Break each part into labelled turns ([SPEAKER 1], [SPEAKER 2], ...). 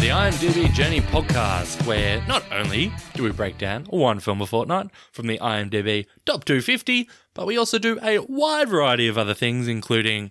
[SPEAKER 1] Daily Journey podcast, where not only do we break down one film a fortnight from the IMDb top 250, but we also do a wide variety of other things, including.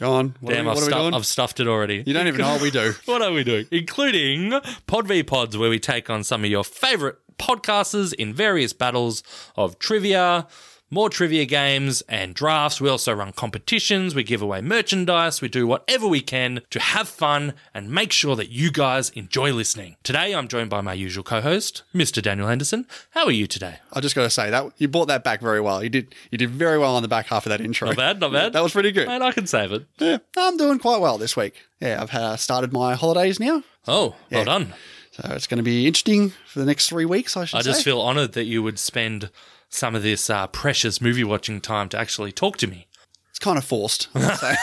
[SPEAKER 2] Go on. What
[SPEAKER 1] Damn,
[SPEAKER 2] are
[SPEAKER 1] I've,
[SPEAKER 2] we, what are we
[SPEAKER 1] stu-
[SPEAKER 2] doing?
[SPEAKER 1] I've stuffed it already.
[SPEAKER 2] you don't even know what we do.
[SPEAKER 1] What are we doing? Including Pod v Pods, where we take on some of your favorite podcasters in various battles of trivia, more trivia games, and drafts. We also run competitions, we give away merchandise, we do whatever we can to have fun and make sure that you guys enjoy listening. Today, I'm joined by my usual co host, Mr. Daniel Henderson. How are you today?
[SPEAKER 2] I just got to say that you brought that back very well. You did. You did very well on the back half of that intro.
[SPEAKER 1] Not bad, not bad.
[SPEAKER 2] That was pretty good.
[SPEAKER 1] Mate, I can save it.
[SPEAKER 2] Yeah, I'm doing quite well this week. Yeah, I've uh, started my holidays now,
[SPEAKER 1] Oh, well done.
[SPEAKER 2] so it's going to be interesting for the next three weeks. I should.
[SPEAKER 1] I just
[SPEAKER 2] say.
[SPEAKER 1] feel honored that you would spend some of this uh, precious movie watching time to actually talk to me.
[SPEAKER 2] it's kind of forced. I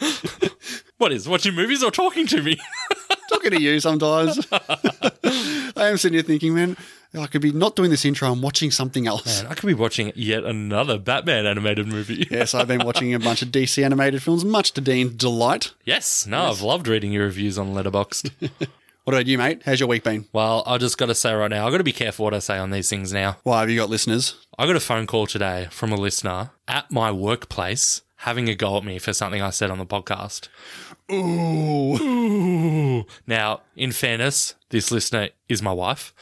[SPEAKER 2] would say.
[SPEAKER 1] What is watching movies or talking to me?
[SPEAKER 2] Talking to you sometimes. I am sitting here thinking, man, I could be not doing this intro. I'm watching something else.
[SPEAKER 1] Man, I could be watching yet another Batman animated movie.
[SPEAKER 2] Yes, I've been watching a bunch of DC animated films, much to Dean's delight.
[SPEAKER 1] Yes, no, I've loved reading your reviews on Letterboxd.
[SPEAKER 2] What about you, mate? How's your week been?
[SPEAKER 1] well, I just got to say right now, I've got to be careful what I say on these things now.
[SPEAKER 2] Why have you got listeners?
[SPEAKER 1] I got a phone call today from a listener at my workplace having a go at me for something I said on the podcast.
[SPEAKER 2] Ooh,
[SPEAKER 1] Ooh. Now, in fairness, this listener is my wife.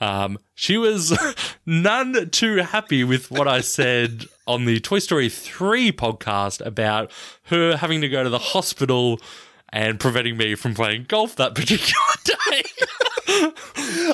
[SPEAKER 1] Um, she was none too happy with what I said on the Toy Story 3 podcast about her having to go to the hospital and preventing me from playing golf that particular day.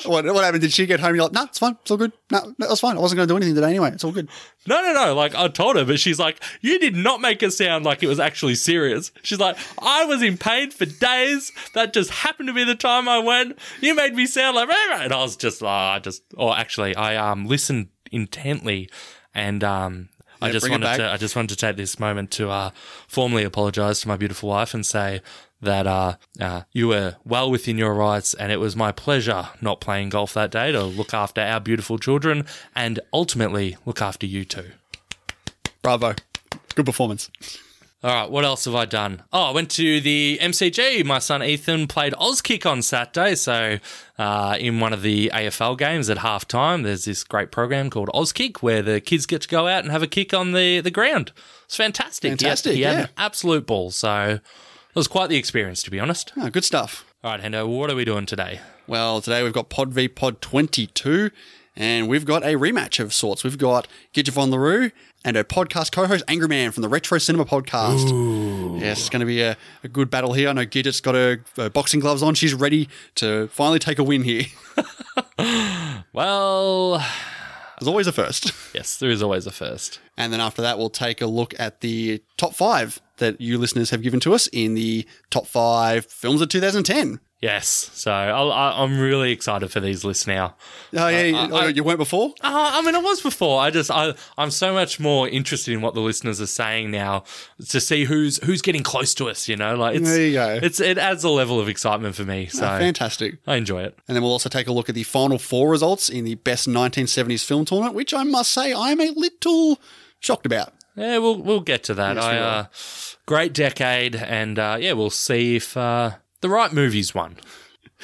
[SPEAKER 2] what, what happened? Did she get home? You're like, nah, it's fine, it's all good. No, no, that's fine. I wasn't going to do anything today anyway. It's all good.
[SPEAKER 1] no, no, no. Like, I told her, but she's like, you did not make it sound like it was actually serious. She's like, I was in pain for days. That just happened to be the time I went. You made me sound like, "Rah, rah," and I was just, uh, I just, or actually, I um listened intently and, um, I
[SPEAKER 2] Yeah,
[SPEAKER 1] just
[SPEAKER 2] bring it
[SPEAKER 1] wanted
[SPEAKER 2] back.
[SPEAKER 1] to I just wanted to take this moment to uh, formally apologise to my beautiful wife and say that uh, uh, you were well within your rights, and it was my pleasure not playing golf that day to look after our beautiful children and ultimately look after you two.
[SPEAKER 2] Bravo. Good performance.
[SPEAKER 1] All right, what else have I done? Oh, I went to the MCG. My son Ethan played Auskick on Saturday. So, uh, in one of the AFL games at halftime, there's this great program called Auskick where the kids get to go out and have a kick on the, the ground. It's fantastic. He had-
[SPEAKER 2] Fantastic,
[SPEAKER 1] He had,
[SPEAKER 2] yeah.
[SPEAKER 1] an absolute ball. So, it was quite the experience, to be honest.
[SPEAKER 2] Oh, good stuff.
[SPEAKER 1] All right, Hendo, what are we doing today?
[SPEAKER 2] Well, today we've got Pod v Pod 22, and we've got a rematch of sorts. We've got Gidja Von LaRue and her podcast co host, Angry Man from the Retro Cinema podcast. Yes, it's going to be a, a good battle here. I know Gidget's got her, uh boxing gloves on. She's ready to finally take a win here.
[SPEAKER 1] Well,
[SPEAKER 2] There's always a first.
[SPEAKER 1] yes, there is always a first.
[SPEAKER 2] And then after that, we'll take a look at the top five that you listeners have given to us in the top five films of 2010.
[SPEAKER 1] Yes. So, I'll, I, I'm really excited for these lists now.
[SPEAKER 2] Oh, yeah, oh, you weren't before?
[SPEAKER 1] Uh, I mean, I was before. I just, I, I'm so much more interested in what the listeners are saying now to see who's who's getting close to us. You know, like it's,
[SPEAKER 2] There you go.
[SPEAKER 1] It's it adds a level of excitement for me. So
[SPEAKER 2] Ah, Fantastic.
[SPEAKER 1] I enjoy it.
[SPEAKER 2] And then we'll also take a look at the final four results in the best 1970s film tournament, which I must say I'm a little shocked about.
[SPEAKER 1] Yeah, we'll we'll get to that.
[SPEAKER 2] Yes, we
[SPEAKER 1] I,
[SPEAKER 2] will.
[SPEAKER 1] uh, great decade, and uh, yeah, we'll see if uh, the right movies won.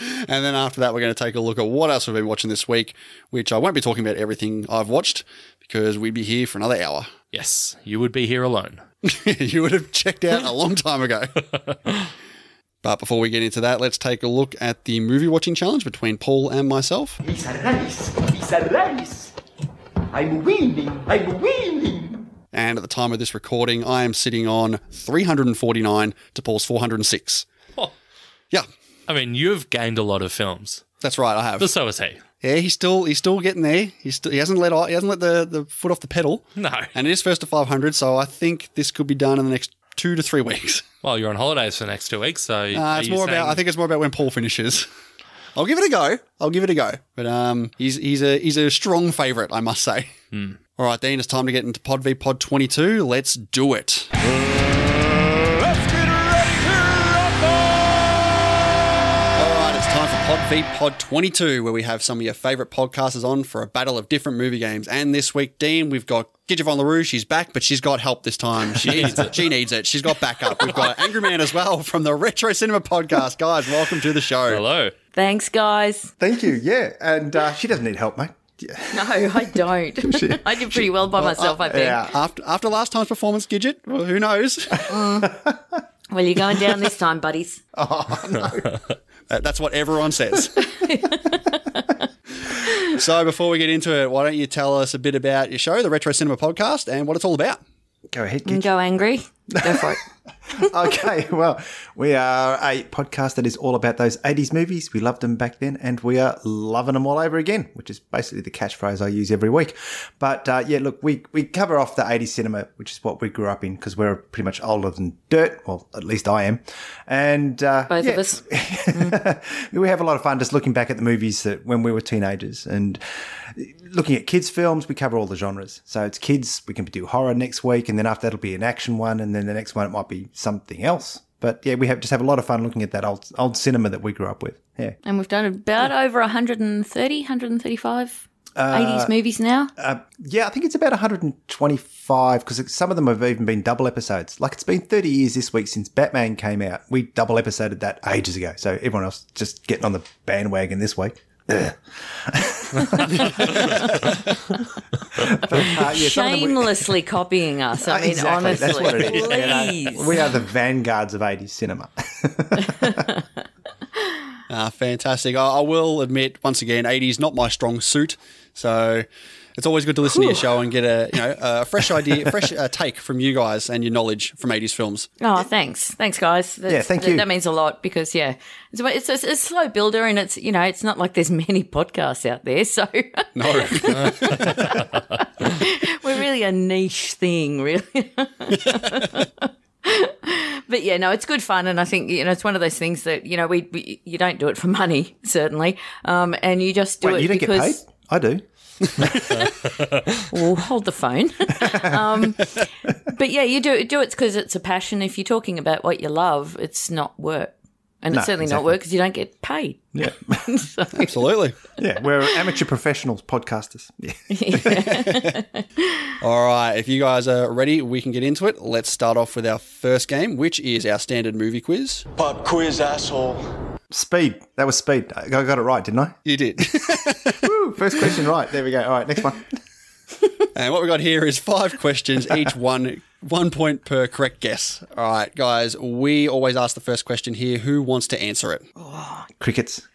[SPEAKER 2] And then after that, we're going to take a look at what else we've been watching this week, which I won't be talking about everything I've watched because we'd be here for another hour.
[SPEAKER 1] Yes, you would be here alone.
[SPEAKER 2] you would have checked out a long time ago. but before we get into that, let's take a look at the movie watching challenge between Paul and myself.
[SPEAKER 3] It's a race. It's a race. I'm winning. I'm winning.
[SPEAKER 2] And at the time of this recording, I am sitting on 349 to Paul's 406.
[SPEAKER 1] Oh,
[SPEAKER 2] Yeah,
[SPEAKER 1] I mean, you've gained a lot of films,
[SPEAKER 2] that's right. I have.
[SPEAKER 1] but so has he.
[SPEAKER 2] Yeah, he's still he's still getting there. He's still, he hasn't let he hasn't let the, the foot off the pedal.
[SPEAKER 1] No.
[SPEAKER 2] And it is first to five hundred, so I think this could be done in the next two to three weeks.
[SPEAKER 1] Well, you're on holidays for the next two weeks, so
[SPEAKER 2] Uh,
[SPEAKER 1] are
[SPEAKER 2] it's
[SPEAKER 1] you
[SPEAKER 2] more about
[SPEAKER 1] saying-
[SPEAKER 2] I think it's more about when Paul finishes. I'll give it a go. I'll give it a go. But um, he's he's a he's a strong favourite, I must say.
[SPEAKER 1] Hmm.
[SPEAKER 2] All right, Dean, it's time to get into Pod v Pod twenty two. Let's do it. All right, it's time for Pod v Pod 22, where we have some of your favourite podcasters on for a battle of different movie games. And this week, Dean, we've got Gidjavon LaRue. She's back, but she's got help this time. She needs it. She needs it. She's got backup. We've got Angry Man as well from the Retro Cinema Podcast. Guys, welcome to the show.
[SPEAKER 1] Hello.
[SPEAKER 4] Thanks, guys.
[SPEAKER 5] Thank you. Yeah, and uh, she doesn't need help, mate. Yeah.
[SPEAKER 4] No, I don't. I did pretty well uh, by myself, I think.
[SPEAKER 5] Yeah.
[SPEAKER 2] After, after last time's performance, Gidget, well, who knows?
[SPEAKER 4] Well, you're going down this time, buddies.
[SPEAKER 2] Uh, That's what everyone says. so before we get into it, why don't you tell us a bit about your show, the Retro Cinema Podcast, and what it's all about?
[SPEAKER 5] Go ahead, Gidget.
[SPEAKER 4] Go angry. Go for it.
[SPEAKER 5] okay, well, we are a podcast that is all about those 80s movies. We loved them back then and we are loving them all over again, which is basically the catchphrase I use every week. But uh, yeah, look, we, we cover off the 80s cinema, which is what we grew up in because we're pretty much older than dirt. Well, at least I am. And uh,
[SPEAKER 4] Both
[SPEAKER 5] yeah,
[SPEAKER 4] of us.
[SPEAKER 5] Mm-hmm. we have a lot of fun just looking back at the movies that when we were teenagers and looking at kids films we cover all the genres so it's kids we can do horror next week and then after that'll be an action one and then the next one it might be something else but yeah we have just have a lot of fun looking at that old old cinema that we grew up with yeah
[SPEAKER 4] And we've done about over 130, 135 80s movies now.
[SPEAKER 5] yeah i think it's about 125 because some of them have even been double episodes like it's been 30 years this week since batman came out we double episoded that ages ago so everyone else just getting on the bandwagon this week Ugh. But, uh, yeah, some of them we-
[SPEAKER 4] Shamelessly copying us. I mean,
[SPEAKER 5] Exactly,
[SPEAKER 4] honestly.
[SPEAKER 5] that's what it is,
[SPEAKER 4] Please.
[SPEAKER 5] We are the vanguards of 80s cinema.
[SPEAKER 2] Ah, fantastic. I, I will admit, once again, 80s not my strong suit, so it's always good to listen to your show and get a you know a fresh idea, fresh uh, take from you guys and your knowledge from 80s films.
[SPEAKER 4] Oh, thanks, thanks, guys. That's,
[SPEAKER 5] Yeah, thank
[SPEAKER 4] that,
[SPEAKER 5] you.
[SPEAKER 4] That means a lot because yeah, it's it's, it's a slow builder, and it's you know it's not like there's many podcasts out there, so
[SPEAKER 2] No,
[SPEAKER 4] we're really a niche thing, really. but yeah, no, it's good fun, and I think you know it's one of those things that you know we, we you don't do it for money, certainly, um, and you just do
[SPEAKER 5] Wait,
[SPEAKER 4] it
[SPEAKER 5] you don't get paid?
[SPEAKER 4] because
[SPEAKER 5] I do.
[SPEAKER 4] Well, hold the phone. um, but yeah, you do do it because it's a passion. If you're talking about what you love, it's not work, and
[SPEAKER 5] No,
[SPEAKER 4] it's certainly not
[SPEAKER 5] exactly.
[SPEAKER 4] work because you don't get paid.
[SPEAKER 5] Yeah.
[SPEAKER 4] So-
[SPEAKER 2] absolutely.
[SPEAKER 5] yeah, we're amateur professionals, podcasters. Yeah.
[SPEAKER 2] All right, if you guys are ready, we can get into it. Let's start off with our first game, which is our standard movie quiz.
[SPEAKER 6] Pop quiz, asshole.
[SPEAKER 5] Speed. That was speed. I got it right, didn't I?
[SPEAKER 2] You did.
[SPEAKER 5] Woo, first question right. There we go. All right, next one.
[SPEAKER 2] And what we got here is five questions, each one one point per correct guess. All right, guys, we always ask the first question here. Who wants to answer it?
[SPEAKER 5] Crickets.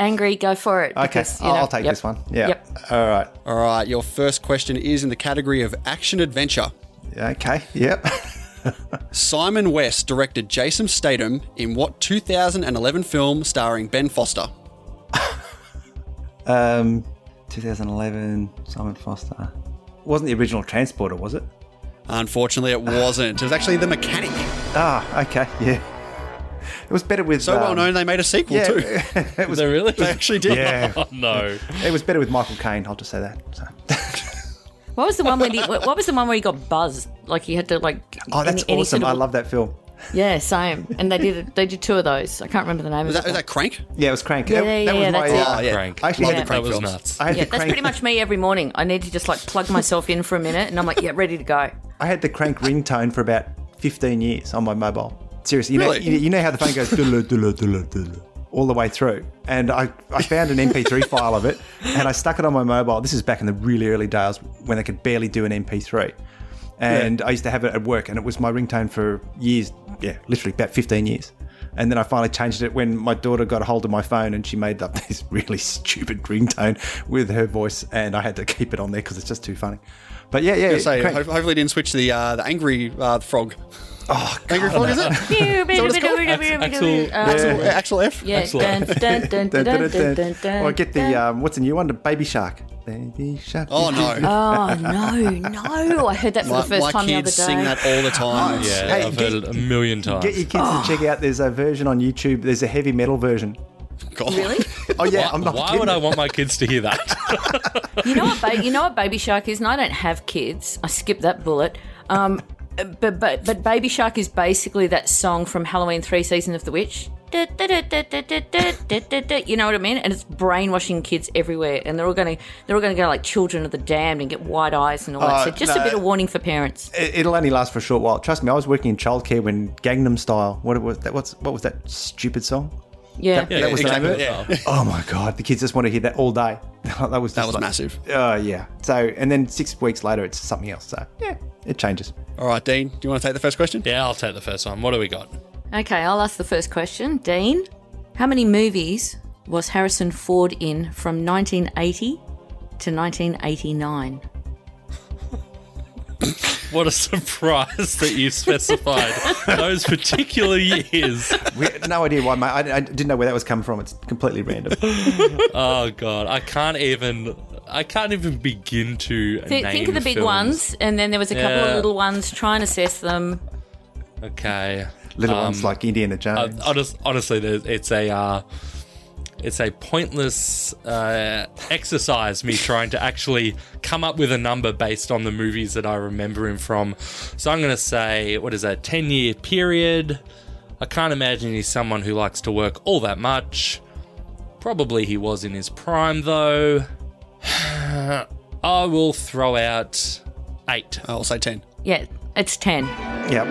[SPEAKER 4] angry, go for it.
[SPEAKER 5] Okay,
[SPEAKER 4] because, you
[SPEAKER 5] I'll,
[SPEAKER 4] know-
[SPEAKER 5] I'll take
[SPEAKER 4] Yep.
[SPEAKER 5] this one. Yeah.
[SPEAKER 4] Yep.
[SPEAKER 5] All right.
[SPEAKER 2] All right, your first question is in the category of action adventure.
[SPEAKER 5] Okay. Yep.
[SPEAKER 2] Simon West directed Jason Statham in what 2011 film starring Ben Foster?
[SPEAKER 5] Um, 2011, Simon Foster. Wasn't the original Transporter, was it?
[SPEAKER 2] Unfortunately, it wasn't. It was actually The Mechanic.
[SPEAKER 5] Ah, okay. Yeah. It was better with.
[SPEAKER 2] So well
[SPEAKER 5] um,
[SPEAKER 2] known, they made a sequel
[SPEAKER 5] Yeah.
[SPEAKER 2] too.
[SPEAKER 5] it was,
[SPEAKER 1] They really?
[SPEAKER 2] They actually did.
[SPEAKER 5] yeah.
[SPEAKER 1] no.
[SPEAKER 5] It was better with Michael Caine, I'll just say that. So.
[SPEAKER 4] What was the one where he, what was the one where he got buzzed? Like he had to like.
[SPEAKER 5] Oh, that's
[SPEAKER 4] any- any
[SPEAKER 5] awesome.
[SPEAKER 4] sort of-
[SPEAKER 5] I love that film.
[SPEAKER 4] Yeah, same. And they did they did two of those. I can't remember the name
[SPEAKER 2] Was
[SPEAKER 4] of
[SPEAKER 2] that,
[SPEAKER 4] it.
[SPEAKER 2] was that Crank?
[SPEAKER 5] Yeah, it was Crank.
[SPEAKER 4] Yeah,
[SPEAKER 5] that,
[SPEAKER 4] yeah,
[SPEAKER 5] that
[SPEAKER 4] yeah,
[SPEAKER 5] was my,
[SPEAKER 4] that's it.
[SPEAKER 2] Oh, yeah.
[SPEAKER 1] Crank.
[SPEAKER 5] I actually
[SPEAKER 4] Love
[SPEAKER 1] That
[SPEAKER 4] the
[SPEAKER 5] had the
[SPEAKER 2] Crank
[SPEAKER 1] was
[SPEAKER 2] films.
[SPEAKER 1] nuts.
[SPEAKER 5] I had
[SPEAKER 4] yeah,
[SPEAKER 5] the
[SPEAKER 4] that's
[SPEAKER 5] crank.
[SPEAKER 4] pretty much me every morning. I need to just like plug myself in for a minute, and I'm like, yeah, ready to go.
[SPEAKER 5] I had the crank ringtone for about 15 years on my mobile. Seriously, you
[SPEAKER 2] Really?
[SPEAKER 5] know, you, you know how the phone goes "Dula, dula, dula, dula," all the way through, and I, I found an MP3 file of it, and I stuck it on my mobile. This is back in the really early days when they could barely do an MP3, and I used to have it at work, and it was my ringtone for years. Yeah, literally about 15 years. And then I finally changed it when my daughter got a hold of my phone and she made up this really stupid ringtone with her voice, and I had to keep it on there because it's just too funny. But yeah, yeah,
[SPEAKER 2] Say,
[SPEAKER 5] crank-
[SPEAKER 2] ho- hopefully, it didn't switch to the uh, the angry uh, frog. Oh, angry frog is it?
[SPEAKER 1] Axel-
[SPEAKER 4] Um,
[SPEAKER 2] Axel, Axel F.
[SPEAKER 4] Yeah. Dun, dun, dun, dun, dun,
[SPEAKER 5] Dun, dun,
[SPEAKER 4] dun,
[SPEAKER 5] dun, dun.
[SPEAKER 4] dun, dun.
[SPEAKER 5] Or get the um, what's the new one? The Baby Shark. Baby Shark.
[SPEAKER 2] Oh no,
[SPEAKER 4] Oh no, no! I heard that for
[SPEAKER 2] my,
[SPEAKER 4] the first
[SPEAKER 2] my
[SPEAKER 4] time the other day.
[SPEAKER 2] kids sing that all the time.
[SPEAKER 1] Yeah,
[SPEAKER 5] Hey,
[SPEAKER 1] I've
[SPEAKER 5] get-
[SPEAKER 1] heard it a million times.
[SPEAKER 5] Get your kids
[SPEAKER 4] Oh.
[SPEAKER 5] to check out. There's a version on YouTube. There's a heavy metal version.
[SPEAKER 2] God.
[SPEAKER 4] Really?
[SPEAKER 5] Oh yeah,
[SPEAKER 1] Why-
[SPEAKER 5] I'm not
[SPEAKER 1] Why
[SPEAKER 5] kidding.
[SPEAKER 1] would I want my kids to hear that?
[SPEAKER 4] You know what? Ba- you know what Baby Shark is, and I don't have kids. I skipped that bullet. Um, but but but Baby Shark is basically that song from Halloween Three: Season of the Witch. you know what I mean? And it's brainwashing kids everywhere, and they're all going to they're all going to go like children of the damned and get wide eyes and all that.
[SPEAKER 5] Uh,
[SPEAKER 4] So just a
[SPEAKER 5] no. Eh,
[SPEAKER 4] bit of warning for parents.
[SPEAKER 5] It- It'll only last for a short while. Trust me, I was working in childcare when Gangnam Style. What it was that? What's what was that stupid song?
[SPEAKER 4] Yeah,
[SPEAKER 5] That was the name of it?
[SPEAKER 2] Yeah.
[SPEAKER 5] Oh my god, the kids just want to hear that all day. that was just
[SPEAKER 2] That was
[SPEAKER 5] like-
[SPEAKER 2] massive.
[SPEAKER 5] Uh, yeah. So and then six weeks later, it's something else. So yeah, it changes.
[SPEAKER 2] All right, Dean, do you want to take the first question?
[SPEAKER 1] Yeah, I'll take the first one. What do we got?
[SPEAKER 4] Okay, I'll ask the first question, Dean. How many movies was Harrison Ford in from 1980 to 1989?
[SPEAKER 1] What a surprise that you specified those particular years.
[SPEAKER 5] We had no idea why. My I, I didn't know where that was coming from. It's completely random.
[SPEAKER 1] Oh god, I can't even. I can't even begin to
[SPEAKER 4] Th-
[SPEAKER 1] name
[SPEAKER 4] think of the big
[SPEAKER 1] films.
[SPEAKER 4] ones, and then there was a couple
[SPEAKER 1] Yeah.
[SPEAKER 4] of little ones. Try and assess them.
[SPEAKER 1] Okay,
[SPEAKER 5] Little
[SPEAKER 1] Um,
[SPEAKER 5] ones like Indiana
[SPEAKER 1] Uh,
[SPEAKER 5] Jones.
[SPEAKER 1] honest, honestly, there's- it's a uh, it's a pointless uh, exercise. Me trying to actually come up with a number based on the movies that I remember him from. So I'm going to say, what is that? Ten year period. I can't imagine he's someone who likes to work all that much. Probably he was in his prime though. I will throw out eight.
[SPEAKER 2] I'll say 10.
[SPEAKER 4] Yeah, it's ten.
[SPEAKER 5] yep.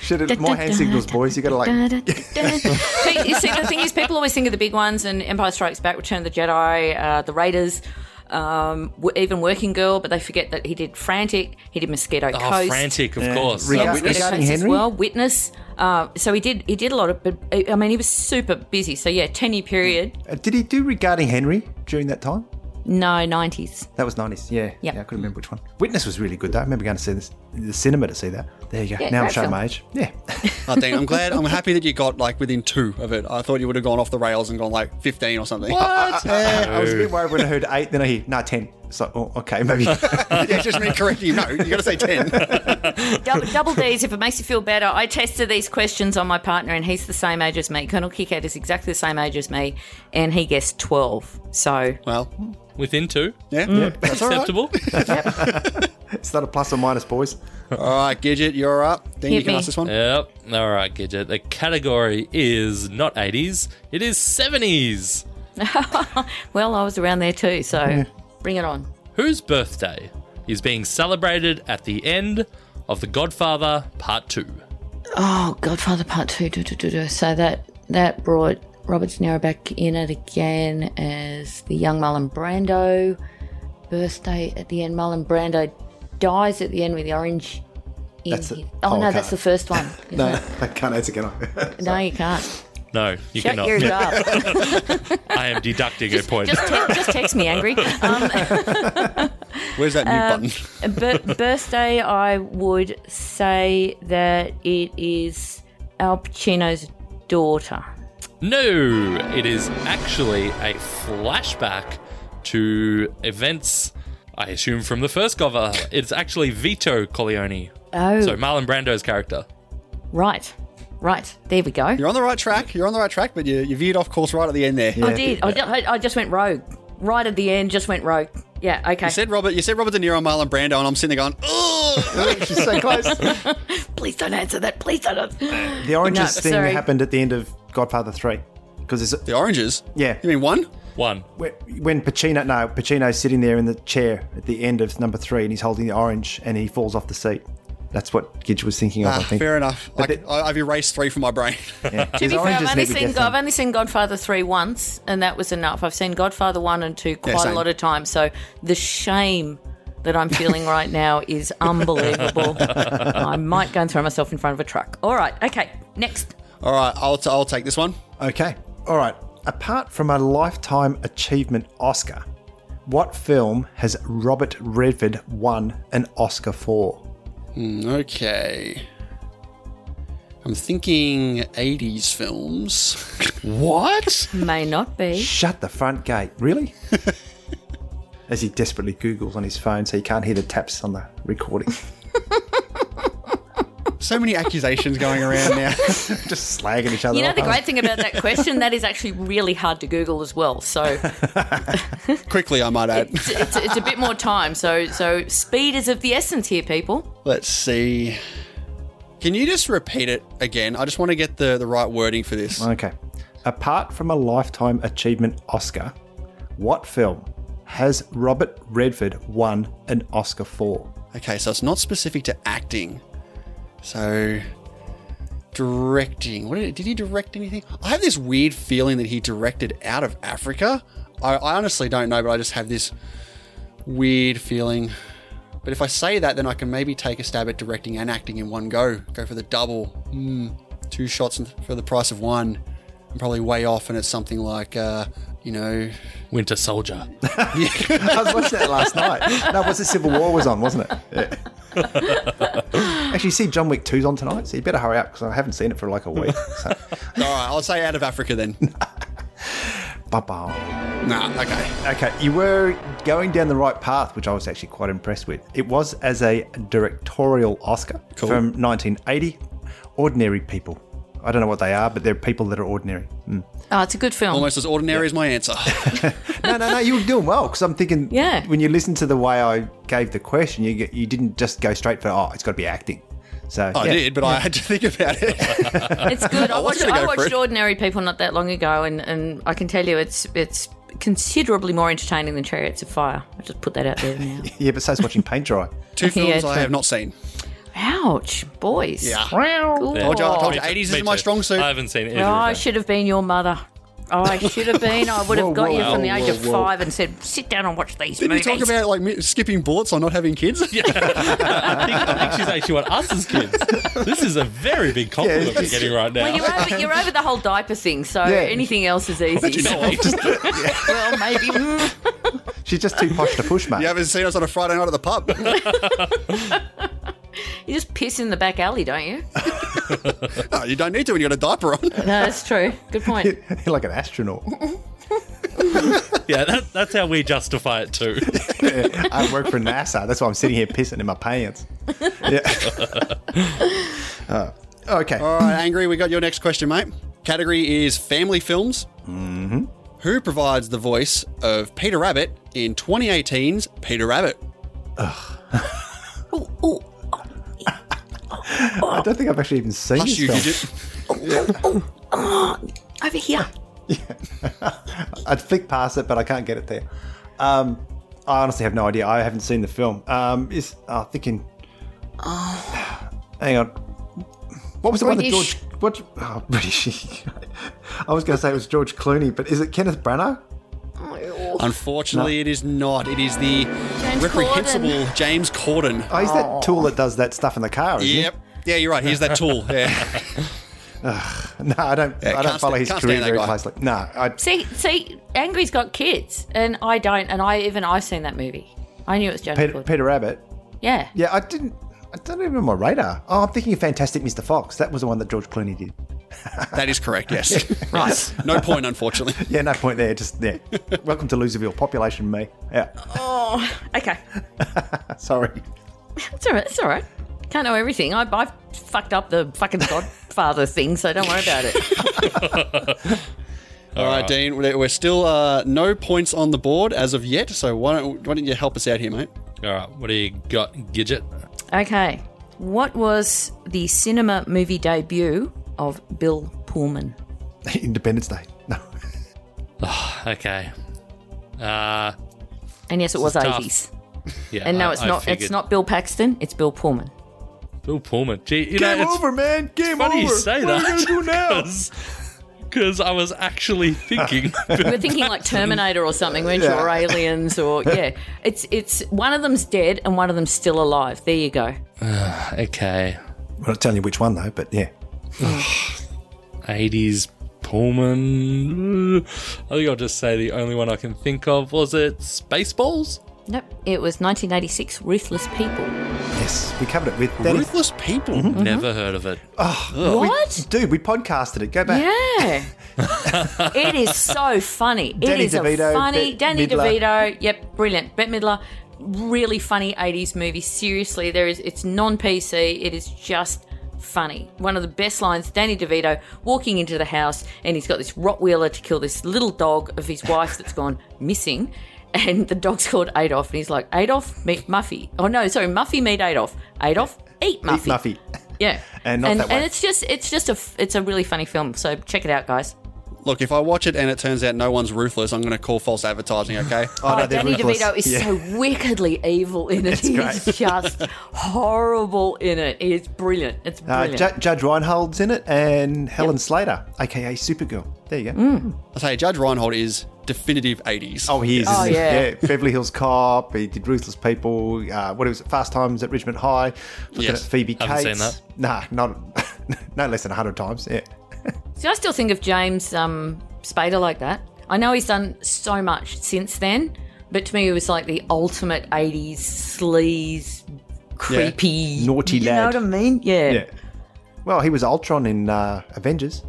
[SPEAKER 5] Should it more hand signals, boys? You got to like.
[SPEAKER 4] But you see, the thing is, people always think of the big ones, and Empire Strikes Back, Return of the Jedi, uh, the Raiders. Um, w- even Working Girl, but they forget that he did Frantic, he did Mosquito
[SPEAKER 1] Oh,
[SPEAKER 4] Coast,
[SPEAKER 1] frantic, of course.
[SPEAKER 5] Regard-
[SPEAKER 4] Yeah,
[SPEAKER 5] Witness.
[SPEAKER 4] Mosquito
[SPEAKER 5] Regarding
[SPEAKER 4] Coast as
[SPEAKER 5] Henry?
[SPEAKER 4] well. Witness. Uh, so he did he did a lot of, but uh, I mean, he was super busy. So yeah, ten year period.
[SPEAKER 5] Uh, Did he do regarding Henry during that time?
[SPEAKER 4] No, nineties.
[SPEAKER 5] That was nineties. Yeah.
[SPEAKER 4] Yeah.
[SPEAKER 5] Yeah. I couldn't remember which one. Witness was really good though. I remember going to see this the cinema to see that. There you go.
[SPEAKER 4] Yeah,
[SPEAKER 5] now I'm
[SPEAKER 4] great
[SPEAKER 5] showing
[SPEAKER 4] film.
[SPEAKER 5] my age. Yeah.
[SPEAKER 2] Oh, Dean, I'm glad. I'm happy that you got like within two of it. I thought you would have gone off the rails and gone like 15 or something.
[SPEAKER 5] What? I was a bit worried when I heard eight. Then I hear nah ten. So oh, okay maybe.
[SPEAKER 2] yeah, it's just me correcting you. No, you got to say 10.
[SPEAKER 4] Double, double D's. If it makes you feel better, I tested these questions on my partner, and he's the same age as me. Colonel Kickhead is exactly the same age as me, and he guessed twelve. So
[SPEAKER 2] well,
[SPEAKER 1] Within two,
[SPEAKER 2] yeah, that's all right.
[SPEAKER 1] acceptable.
[SPEAKER 5] it's not a plus or minus, boys.
[SPEAKER 2] All right, Gidget, you're up. Dean,
[SPEAKER 4] Hit
[SPEAKER 2] you can
[SPEAKER 4] me.
[SPEAKER 2] ask this one.
[SPEAKER 1] Yep. All right, Gidget. The category is not 80s, it is 70s.
[SPEAKER 4] Well, I was around there too, so bring it on.
[SPEAKER 1] Whose birthday is being celebrated at the end of The Godfather Part 2?
[SPEAKER 4] Oh, Godfather Part Two. Do, do, do, do. So that that brought Robert De Niro back in it again as the young Marlon Brando. Birthday at the end. Marlon Brando dies at the end with the orange. In
[SPEAKER 5] That's it.
[SPEAKER 4] his-
[SPEAKER 5] Oh,
[SPEAKER 4] Oh,
[SPEAKER 5] I
[SPEAKER 4] no,
[SPEAKER 5] can't.
[SPEAKER 4] that's the first one. isn't
[SPEAKER 5] No,
[SPEAKER 4] it?
[SPEAKER 5] I can't answer, can I?
[SPEAKER 4] no, you can't.
[SPEAKER 1] No, you
[SPEAKER 4] Shut
[SPEAKER 1] cannot.
[SPEAKER 4] yours up.
[SPEAKER 1] I am deducting a point.
[SPEAKER 4] just, te- just text me angry. Um,
[SPEAKER 2] Where's that mute button?
[SPEAKER 4] bir- birthday, I would say that it is Al Pacino's daughter.
[SPEAKER 1] No, it is actually a flashback to events, I assume, from the first Godfather. It's actually Vito Corleone.
[SPEAKER 4] Oh,
[SPEAKER 1] So Marlon Brando's character.
[SPEAKER 4] right, right. There we go.
[SPEAKER 2] You're on the right track. You're on the right track, but you, you veered off course right at the end there.
[SPEAKER 4] I did. I, ju- I- I just went rogue. Right at the end, just went rogue. Yeah, okay.
[SPEAKER 2] You said Robert. You said Robert De Niro, and Marlon Brando, and I'm sitting there going, "Oh,
[SPEAKER 5] She's so close.
[SPEAKER 4] Please don't answer that. Please don't. Answer.
[SPEAKER 5] The oranges
[SPEAKER 4] No,
[SPEAKER 5] thing
[SPEAKER 4] sorry.
[SPEAKER 5] happened at the end of Godfather Three, because it's
[SPEAKER 2] the oranges."
[SPEAKER 5] Yeah.
[SPEAKER 2] You mean one?
[SPEAKER 1] One.
[SPEAKER 5] when- when Pacino. No, Pacino's sitting there in the chair at the end of number three, and he's holding the orange, and he falls off the seat. That's what Gidge was thinking of. I
[SPEAKER 2] Ah,
[SPEAKER 5] think.
[SPEAKER 2] fair enough. I,
[SPEAKER 5] But the-
[SPEAKER 2] I, I've erased three from my brain.
[SPEAKER 5] Yeah.
[SPEAKER 4] To be fair, I've only seen I've only seen Godfather three once, and that was enough. I've seen Godfather one and two quite a
[SPEAKER 2] same.
[SPEAKER 4] lot of times, so the shame that I'm feeling right now is unbelievable. I might go and throw myself in front of a truck. All right, okay, next.
[SPEAKER 2] All right, I'll, t- I'll take this one.
[SPEAKER 5] Okay. All right. Apart from a Lifetime Achievement Oscar, what film has Robert Redford won an Oscar for?
[SPEAKER 2] Mm, Okay. I'm thinking 80s films.
[SPEAKER 1] What?
[SPEAKER 4] May not be.
[SPEAKER 5] Shut the front gate. Really? As he desperately Googles on his phone so he can't hear the taps on the recording.
[SPEAKER 2] so many accusations going around now.
[SPEAKER 5] Just slagging each other
[SPEAKER 4] You know
[SPEAKER 5] off,
[SPEAKER 4] the
[SPEAKER 5] aren't
[SPEAKER 4] great thing about that question that is actually really hard to Google as well. So
[SPEAKER 2] Quickly, I might add.
[SPEAKER 4] it's, it's, it's a bit more time. So so speed is of the essence here, people.
[SPEAKER 2] Let's see. Can you just repeat it again? I just want to get the, the right wording for this.
[SPEAKER 5] Okay. Apart from a Lifetime Achievement Oscar, what film has Robert Redford won an Oscar for?
[SPEAKER 2] Okay, so it's not specific to acting. So directing. What did, did he direct anything? I have this weird feeling that he directed out of Africa. I, I honestly don't know, but I just have this weird feeling. But if I say that, then I can maybe take a stab at directing and acting in one go. Go for the double. Hmm. two shots for the price of one. I'm probably way off, and it's something like, uh, you know,
[SPEAKER 1] Winter Soldier.
[SPEAKER 5] I was watching that last night. That was the Civil War was on, wasn't it? Yeah. Actually, you see John Wick 2's on tonight, so you better hurry up because I haven't seen it for like a week. So.
[SPEAKER 2] all right, I'll say out of Africa then.
[SPEAKER 5] Bye-bye.
[SPEAKER 2] nah, okay.
[SPEAKER 5] Okay, you were going down the right path, which I was actually quite impressed with. It was as a directorial Oscar from 1980. Ordinary people. I don't know what they are, but they're people that are ordinary. Mm.
[SPEAKER 4] Oh, it's a good film.
[SPEAKER 2] Almost as ordinary as my answer.
[SPEAKER 5] No, no, no. You were doing well because I'm thinking.
[SPEAKER 4] Yeah.
[SPEAKER 5] When you listen to the way I gave the question, you you didn't just go straight for oh, it's got to be acting. So
[SPEAKER 2] I
[SPEAKER 5] yeah.
[SPEAKER 2] did, but I had to think about it.
[SPEAKER 4] It's good. I
[SPEAKER 2] was
[SPEAKER 4] watched,
[SPEAKER 2] gonna
[SPEAKER 4] I
[SPEAKER 2] go for
[SPEAKER 4] watched
[SPEAKER 2] it.
[SPEAKER 4] Ordinary People not that long ago, and, and I can tell you it's it's considerably more entertaining than Chariots of Fire. I just put that out there now.
[SPEAKER 5] Yeah, but so's watching paint dry.
[SPEAKER 2] Two
[SPEAKER 4] Yeah,
[SPEAKER 2] films
[SPEAKER 4] true.
[SPEAKER 2] I have not seen.
[SPEAKER 4] Ouch, boys.
[SPEAKER 2] Yeah.
[SPEAKER 4] Cool.
[SPEAKER 2] Told you, I told
[SPEAKER 1] Me
[SPEAKER 2] you,
[SPEAKER 1] too-
[SPEAKER 2] 80s Oh, is
[SPEAKER 1] me
[SPEAKER 2] my
[SPEAKER 1] too.
[SPEAKER 2] strong suit.
[SPEAKER 1] I haven't seen it.
[SPEAKER 4] Oh, I should have been your mother. Oh, I should have been. I would have
[SPEAKER 5] Whoa,
[SPEAKER 4] got you
[SPEAKER 5] whoa,
[SPEAKER 4] from the
[SPEAKER 5] whoa,
[SPEAKER 4] age of
[SPEAKER 5] whoa, whoa.
[SPEAKER 4] five and said, "Sit down and watch these
[SPEAKER 2] Didn't you talk
[SPEAKER 4] movies."
[SPEAKER 2] about like mi- skipping bullets or not having kids? Yeah.
[SPEAKER 1] I, think, I think she's actually what us as kids. This is a very big compliment
[SPEAKER 5] Yeah,
[SPEAKER 1] we're getting right now.
[SPEAKER 4] well, you're over, you're over the whole diaper thing, so
[SPEAKER 5] Yeah.
[SPEAKER 4] anything else is easy.
[SPEAKER 1] No, I just-
[SPEAKER 4] well, maybe. mm.
[SPEAKER 5] She's just too posh to push, mate.
[SPEAKER 2] You haven't seen us on a Friday night at the pub.
[SPEAKER 4] You just piss in the back alley, don't you?
[SPEAKER 2] no, you don't need to when you got a diaper on.
[SPEAKER 4] No, that's true. Good point.
[SPEAKER 5] like an astronaut.
[SPEAKER 1] yeah, that, that's how we justify it too.
[SPEAKER 5] I work for NASA. That's why I'm sitting here pissing in my pants. Yeah. Oh, okay.
[SPEAKER 2] All right, Angry, we got your next question, mate. Category is family films. Mm-hmm. Who provides the voice of Peter Rabbit in 2018's Peter Rabbit?
[SPEAKER 4] Ooh, ooh.
[SPEAKER 5] I don't think I've actually even seen
[SPEAKER 2] Plus,
[SPEAKER 5] this
[SPEAKER 2] you
[SPEAKER 5] film.
[SPEAKER 2] did it.
[SPEAKER 4] Over here.
[SPEAKER 5] I'd flick past it, but I can't get it there. Um, I honestly have no idea. I haven't seen the film. Um, is I'm thinking. Hang on. What was the one
[SPEAKER 4] British.
[SPEAKER 5] that George? What? Oh, British. I was going to say it was George Clooney, but is it Kenneth Branagh?
[SPEAKER 2] Unfortunately, it is not. It is the
[SPEAKER 4] James
[SPEAKER 2] reprehensible James Corden.
[SPEAKER 5] Oh, he's that tool that does that stuff in the car. Isn't
[SPEAKER 2] Yep. Yeah, you're right. Here's that tool. Yeah.
[SPEAKER 5] He? No, I don't. I don't
[SPEAKER 2] can't sta-
[SPEAKER 5] follow his
[SPEAKER 2] can't
[SPEAKER 5] career
[SPEAKER 2] stand that
[SPEAKER 5] very
[SPEAKER 2] guy.
[SPEAKER 5] closely. No, I,
[SPEAKER 4] See, see, Angry's got kids, and I don't, and I even I've seen that movie. I knew it was Jonas
[SPEAKER 5] Peter,
[SPEAKER 4] Gordon.
[SPEAKER 5] Peter Rabbit.
[SPEAKER 4] yeah.
[SPEAKER 5] Yeah, I didn't. I don't even on my radar. Oh, I'm thinking of Fantastic Mr. Fox. That was the one that George Clooney did.
[SPEAKER 2] that is correct. Yes.
[SPEAKER 4] right.
[SPEAKER 2] No point, unfortunately.
[SPEAKER 5] Yeah, no point there. Just yeah. Welcome to Loserville, population me. Yeah,
[SPEAKER 4] Oh, okay.
[SPEAKER 5] sorry.
[SPEAKER 4] It's all right. It's all right. Can't know everything. I, I've fucked up the fucking Godfather thing, so don't worry about it.
[SPEAKER 2] All right, Dean. We're we're still uh, no points on the board as of yet. So why don't why don't you help us out here, mate?
[SPEAKER 1] All right, what do you got, Gidget?
[SPEAKER 4] Okay. What was the cinema movie debut of Bill Pullman?
[SPEAKER 5] Independence Day. No.
[SPEAKER 1] Okay. Uh,
[SPEAKER 4] And yes, it was
[SPEAKER 1] is tough.
[SPEAKER 4] eighties.
[SPEAKER 1] yeah,
[SPEAKER 4] And no,
[SPEAKER 1] I-
[SPEAKER 4] it's
[SPEAKER 1] I
[SPEAKER 4] not. It's
[SPEAKER 1] figured-
[SPEAKER 4] not Bill Paxton. It's Bill Pullman.
[SPEAKER 1] Bill Pullman. Gee, you know, it's
[SPEAKER 5] man. Game
[SPEAKER 1] funny you say that.
[SPEAKER 5] now?
[SPEAKER 1] Because I was actually thinking.
[SPEAKER 4] We We're thinking like Terminator or something, weren't you?
[SPEAKER 5] Yeah.
[SPEAKER 4] Or Aliens, or yeah. It's it's one of them's dead and one of them's still alive. There you go.
[SPEAKER 1] okay.
[SPEAKER 5] We're not telling you which one though, but yeah.
[SPEAKER 1] 80s Pullman. I think I'll just say the only one I can think of was it Spaceballs?
[SPEAKER 4] Nope. It was 1986. Ruthless People.
[SPEAKER 5] Yes, Uh, we covered it with Danny.
[SPEAKER 2] Ruthless people.
[SPEAKER 1] Never heard of it.
[SPEAKER 4] What?
[SPEAKER 5] Dude, we podcasted it. Go back.
[SPEAKER 4] Yeah. it is so funny. it
[SPEAKER 5] Danny
[SPEAKER 4] is
[SPEAKER 5] DeVito,
[SPEAKER 4] a funny
[SPEAKER 5] Bette
[SPEAKER 4] Danny
[SPEAKER 5] Midler.
[SPEAKER 4] DeVito. Yep, brilliant. Bette Midler, really funny 80s movie. Seriously, there is it's non-PC. It is just funny. One of the best lines, Danny DeVito walking into the house and he's got this Rottweiler to kill this little dog of his wife's that's gone missing. And the dog's called Adolf, and he's like, Adolf, meet Muffy. Oh no, sorry, Muffy, meet Adolf. Adolf, eat Muffy.
[SPEAKER 5] Muffy.
[SPEAKER 4] Yeah,
[SPEAKER 5] And not
[SPEAKER 4] and,
[SPEAKER 5] that way.
[SPEAKER 4] and it's just it's just a f- it's a really funny film. So check it out, guys.
[SPEAKER 2] Look, if I watch it and it turns out no one's ruthless, I'm going to call false advertising. Okay.
[SPEAKER 5] Oh, no, they're
[SPEAKER 4] Danny
[SPEAKER 5] ruthless.
[SPEAKER 4] DeVito is
[SPEAKER 5] Yeah.
[SPEAKER 4] so wickedly evil in it. He is just horrible in it. It's brilliant. It's
[SPEAKER 5] Uh,
[SPEAKER 4] brilliant.
[SPEAKER 5] Ju- Judge Reinhold's in it, and Helen Slater, aka Supergirl. There you go.
[SPEAKER 2] I say Judge Reinhold is definitive 80s.
[SPEAKER 5] Oh, he is.
[SPEAKER 4] Oh,
[SPEAKER 5] isn't he?
[SPEAKER 4] yeah.
[SPEAKER 5] Beverly Hills Cop. He did Ruthless People. Uh, what was it? Fast Times at Richmond High. Looking
[SPEAKER 2] Yes.
[SPEAKER 5] at Phoebe Cates.
[SPEAKER 1] Haven't seen that.
[SPEAKER 5] Nah, not no less than hundred times. Yeah.
[SPEAKER 4] See, I still think of James um, Spader like that. I know he's done so much since then, but to me, he was like the ultimate '80s sleaze, creepy,
[SPEAKER 5] Naughty
[SPEAKER 4] you
[SPEAKER 5] lad.
[SPEAKER 4] know what I mean? Yeah.
[SPEAKER 5] Yeah. Well, he was Ultron in uh, Avengers.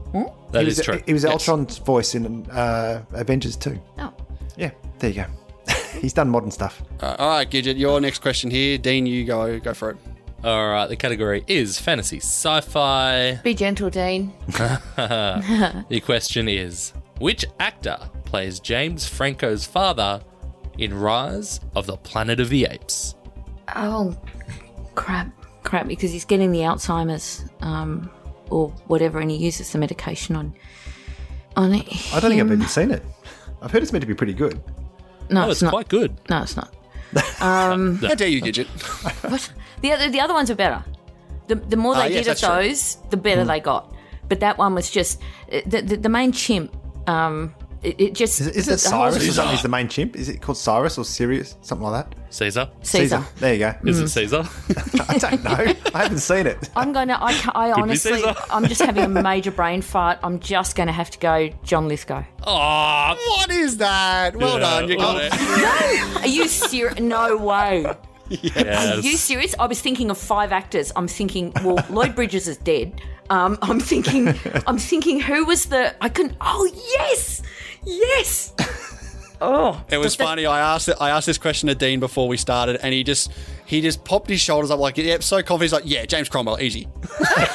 [SPEAKER 1] That
[SPEAKER 5] he
[SPEAKER 1] is
[SPEAKER 5] was,
[SPEAKER 1] true.
[SPEAKER 5] He was Ultron's voice in uh, Avengers too.
[SPEAKER 4] Oh.
[SPEAKER 5] Yeah. There you go. He's done modern stuff.
[SPEAKER 2] Uh, all right, Gidget, your next question here. Dean, you go go for it.
[SPEAKER 1] All right, the category is fantasy sci fi.
[SPEAKER 4] Be gentle, Dean.
[SPEAKER 1] The question is Which actor plays James Franco's father in Rise of the Planet of the Apes?
[SPEAKER 4] Oh, crap, crap, because he's getting the Alzheimer's um, or whatever, and he uses the medication on on it.
[SPEAKER 5] I don't think I've even seen it. I've heard it's meant to be pretty good.
[SPEAKER 4] No,
[SPEAKER 1] Oh,
[SPEAKER 4] it's,
[SPEAKER 1] it's
[SPEAKER 4] not.
[SPEAKER 1] quite good.
[SPEAKER 4] No, it's not.
[SPEAKER 2] How dare you, Gidget?
[SPEAKER 4] What? The other the other ones are better. The, the more they
[SPEAKER 2] Ah, yes,
[SPEAKER 4] did of
[SPEAKER 2] that's true.
[SPEAKER 4] those, the better they got. But that one was just uh, the the, the main chimp. Um, it, it just
[SPEAKER 5] Is it, is
[SPEAKER 4] the
[SPEAKER 5] it
[SPEAKER 4] whole-
[SPEAKER 5] Cyrus or something? Is the main chimp? Is it called Cyrus or Sirius? Something like that.
[SPEAKER 1] Caesar?
[SPEAKER 4] Caesar.
[SPEAKER 5] There you go.
[SPEAKER 1] Is it Caesar?
[SPEAKER 5] I don't know. I haven't seen it.
[SPEAKER 4] I'm gonna. I, ca- I
[SPEAKER 1] be
[SPEAKER 4] honestly,
[SPEAKER 1] Caesar.
[SPEAKER 4] I'm just having a major brain fart. I'm just gonna have to go John Lithgow.
[SPEAKER 1] Aw,
[SPEAKER 2] what is that?
[SPEAKER 1] Yeah,
[SPEAKER 2] Well done. You
[SPEAKER 1] well
[SPEAKER 2] got it.
[SPEAKER 1] done.
[SPEAKER 4] Are you serious? No way. Are
[SPEAKER 1] Yes.
[SPEAKER 4] you serious? I was thinking of five actors. I'm thinking, well, Lloyd Bridges is dead. Um, I'm thinking, I'm thinking, who was the? I couldn't. Oh yes, yes. Oh,
[SPEAKER 2] It was funny. I asked it- I asked this question to Dean before we started, and he just he just popped his shoulders up like, yeah, so confident. He's like, yeah, James Cromwell, easy.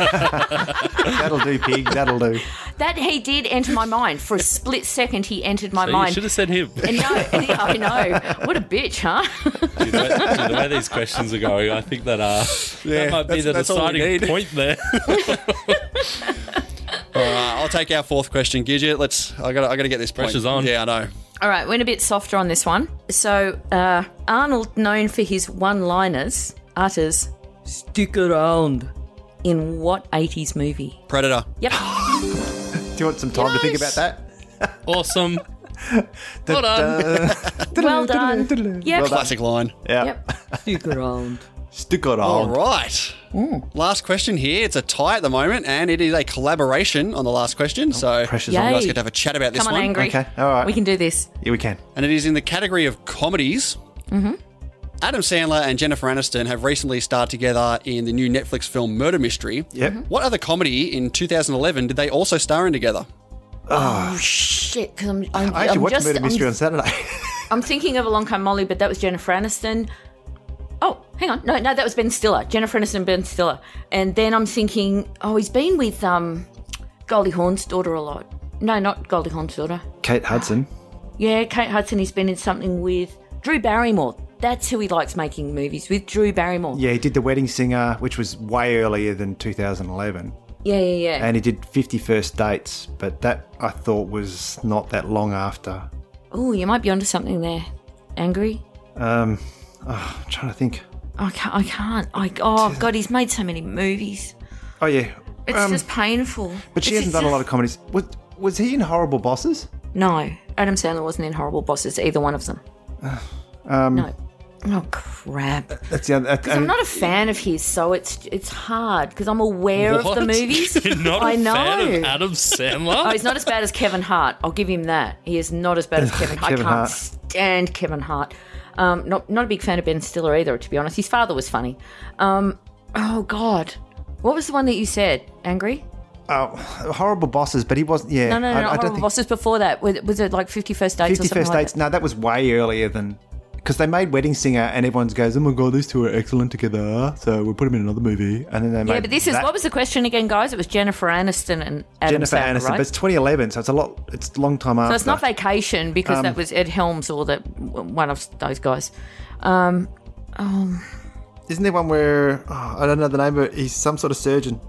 [SPEAKER 5] That'll do, pig. That'll do.
[SPEAKER 4] that he did enter my mind for a split second. He entered my
[SPEAKER 1] So you
[SPEAKER 4] mind.
[SPEAKER 1] should have said him.
[SPEAKER 4] And no, yeah, I know. What a bitch, huh?
[SPEAKER 1] Gee, the, way, gee, the way these questions are going, I think that uh,
[SPEAKER 2] Yeah,
[SPEAKER 1] that might be
[SPEAKER 2] that's-
[SPEAKER 1] the
[SPEAKER 2] that's all we
[SPEAKER 1] deciding
[SPEAKER 2] need.
[SPEAKER 1] point there.
[SPEAKER 2] Uh, I'll take our fourth question, Gidget. Let's. I got. to I got to get this point.
[SPEAKER 1] Pressure's on.
[SPEAKER 2] Yeah, I know.
[SPEAKER 4] All right, went a bit softer on this one. So uh, Arnold, known for his one-liners, utters "Stick around." In what '80s movie?
[SPEAKER 2] Predator.
[SPEAKER 4] Yep.
[SPEAKER 5] Do you want some time to think about that?
[SPEAKER 1] awesome. Well done.
[SPEAKER 4] well done. Yep.
[SPEAKER 2] Classic line.
[SPEAKER 5] Yeah.
[SPEAKER 4] Yep. Stick around.
[SPEAKER 5] Stick around.
[SPEAKER 2] All right. Last question here. It's a tie at the moment, and it is a collaboration on the last question. So
[SPEAKER 5] Oh, Pressure's
[SPEAKER 4] Yay.
[SPEAKER 5] on.
[SPEAKER 2] you guys get to have a chat about this
[SPEAKER 4] Come on,
[SPEAKER 2] one.
[SPEAKER 4] angry.
[SPEAKER 5] Okay, all right.
[SPEAKER 4] We can do this.
[SPEAKER 5] Yeah, we can.
[SPEAKER 2] and it is in the category of comedies. Mm-hmm. Adam Sandler and Jennifer Aniston have recently starred together in the new Netflix film Murder Mystery.
[SPEAKER 4] Mm-hmm.
[SPEAKER 5] Yep. Mhm.
[SPEAKER 2] What other comedy in 2011 did they also star in together?
[SPEAKER 4] Oh shit! Because I'm, I'm,
[SPEAKER 5] I actually
[SPEAKER 4] I'm
[SPEAKER 5] watched
[SPEAKER 4] just,
[SPEAKER 5] Murder Mystery
[SPEAKER 4] I'm,
[SPEAKER 5] on Saturday.
[SPEAKER 4] I'm thinking of a long time Molly, but that was Jennifer Aniston. Oh, hang on. No, no, that was Ben Stiller. Jennifer Aniston, Ben Stiller. And then I'm thinking, oh, he's been with um, Goldie Hawn's daughter a lot. No, not Goldie Hawn's daughter.
[SPEAKER 5] Kate Hudson.
[SPEAKER 4] Yeah, Kate Hudson. He's been in something with Drew Barrymore. That's who he likes making movies with. Drew Barrymore.
[SPEAKER 5] Yeah, he did The Wedding Singer, which was way earlier than 2011.
[SPEAKER 4] yeah, yeah. yeah.
[SPEAKER 5] And he did 51st Dates, but that I thought was not that long after.
[SPEAKER 4] Oh, you might be onto something there. Angry.
[SPEAKER 5] Um, oh, I'm trying to think.
[SPEAKER 4] I can't. I can't. I, oh God, he's made so many movies.
[SPEAKER 5] Oh, yeah.
[SPEAKER 4] It's just painful.
[SPEAKER 5] But she
[SPEAKER 4] It's-
[SPEAKER 5] hasn't done a lot of comedies. Was, was he in Horrible Bosses?
[SPEAKER 4] No, Adam Sandler wasn't in Horrible Bosses. Either one of them. Um, no. Oh crap!
[SPEAKER 5] That's the other. that-
[SPEAKER 4] I'm
[SPEAKER 5] and-
[SPEAKER 4] not a fan of his, so it's it's hard because I'm aware
[SPEAKER 1] What?
[SPEAKER 4] of the movies.
[SPEAKER 1] You're not a
[SPEAKER 4] I know.
[SPEAKER 1] fan of Adam Sandler?
[SPEAKER 4] Oh, he's not as bad as Kevin Hart. I'll give him that. He is not as bad as Kevin Hart.
[SPEAKER 5] Kevin
[SPEAKER 4] I can't
[SPEAKER 5] Hart.
[SPEAKER 4] stand Kevin Hart. Um, not not a big fan of Ben Stiller either, to be honest. His father was funny. Um, oh God, what was the one that you said? Angry?
[SPEAKER 5] oh, horrible Bosses, but he wasn't. Yeah.
[SPEAKER 4] No, no, no. not
[SPEAKER 5] I, I don't
[SPEAKER 4] Horrible
[SPEAKER 5] think-
[SPEAKER 4] Bosses before that. Was, was it like Fifty First Dates? or
[SPEAKER 5] Fifty
[SPEAKER 4] something
[SPEAKER 5] First
[SPEAKER 4] like
[SPEAKER 5] Dates.
[SPEAKER 4] that?
[SPEAKER 5] No, that was way earlier than because they made Wedding Singer, and everyone goes, "Oh my god, these two are excellent together." So we'll put them in another movie, and then they made
[SPEAKER 4] Yeah, but this is
[SPEAKER 5] that-
[SPEAKER 4] what was the question again, guys? It was Jennifer Aniston and Adam
[SPEAKER 5] Jennifer
[SPEAKER 4] Sandler,
[SPEAKER 5] Aniston,
[SPEAKER 4] right?
[SPEAKER 5] but it's 2011, so it's a lot. It's a long time after.
[SPEAKER 4] So it's not vacation because that was Ed Helms or that one of those guys. Um, um,
[SPEAKER 5] Isn't there one where oh, I don't know the name, but he's some sort of surgeon.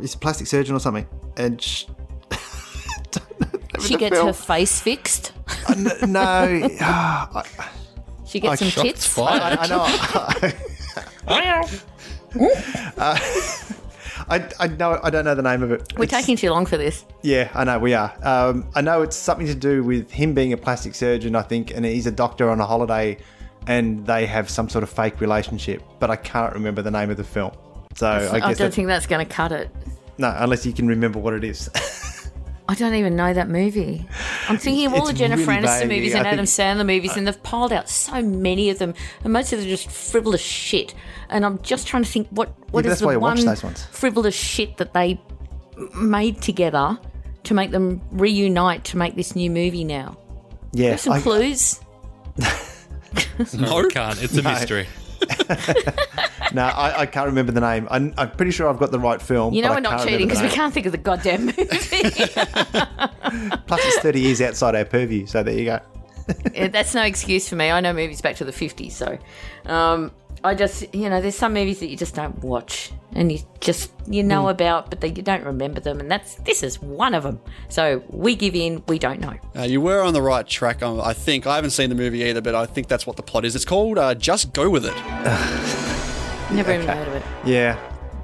[SPEAKER 5] He's a plastic surgeon or something, and sh- don't know the name of
[SPEAKER 4] She
[SPEAKER 5] the
[SPEAKER 4] gets
[SPEAKER 5] film.
[SPEAKER 4] her face fixed.
[SPEAKER 5] N- no, ah, I,
[SPEAKER 4] She gets some tits.
[SPEAKER 1] Fired.
[SPEAKER 5] I know. I, I know. I don't know the name of it.
[SPEAKER 4] We're
[SPEAKER 5] It's-
[SPEAKER 4] taking too long for this.
[SPEAKER 5] Yeah, I know we are. Um, I know it's something to do with him being a plastic surgeon, I think, and he's a doctor on a holiday, and they have some sort of fake relationship. But I can't remember the name of the film. So I
[SPEAKER 4] I,
[SPEAKER 5] guess
[SPEAKER 4] don't
[SPEAKER 5] that-
[SPEAKER 4] think that's going to cut it.
[SPEAKER 5] no, unless you can remember what it is.
[SPEAKER 4] I don't even know that movie. I'm thinking of all
[SPEAKER 5] It's
[SPEAKER 4] the Jennifer
[SPEAKER 5] really
[SPEAKER 4] Aniston
[SPEAKER 5] vague.
[SPEAKER 4] movies
[SPEAKER 5] I
[SPEAKER 4] and
[SPEAKER 5] think-
[SPEAKER 4] Adam Sandler movies, and they've piled out so many of them, and most of them are just frivolous shit. And I'm just trying to think what what is
[SPEAKER 5] but that's
[SPEAKER 4] the
[SPEAKER 5] why you watch
[SPEAKER 4] one
[SPEAKER 5] those ones.
[SPEAKER 4] frivolous shit that they m- made together to make them reunite to make this new movie now.
[SPEAKER 5] yeah,
[SPEAKER 4] Some
[SPEAKER 5] I-
[SPEAKER 4] clues.
[SPEAKER 1] No, we can't. It's a mystery.
[SPEAKER 5] no, I, I can't remember the name. I'm, I'm pretty sure I've got the right film.
[SPEAKER 4] You know
[SPEAKER 5] but I
[SPEAKER 4] we're not
[SPEAKER 5] can't
[SPEAKER 4] cheating
[SPEAKER 5] remember
[SPEAKER 4] because
[SPEAKER 5] the
[SPEAKER 4] we
[SPEAKER 5] name.
[SPEAKER 4] can't think of the goddamn movie.
[SPEAKER 5] Plus, it's 30 years outside our purview. So there you go.
[SPEAKER 4] Yeah, that's no excuse for me. I know movies back to the 50s, so um, I just, you know, there's some movies that you just don't watch and you just, you know about, but they, you don't remember them. And that's, this is one of them. So we give in, we don't know.
[SPEAKER 2] Uh, you were on the right track, um, I think. I haven't seen the movie either, but I think that's what the plot is. It's called uh, Just Go With It.
[SPEAKER 4] Never even heard of it.
[SPEAKER 5] Yeah,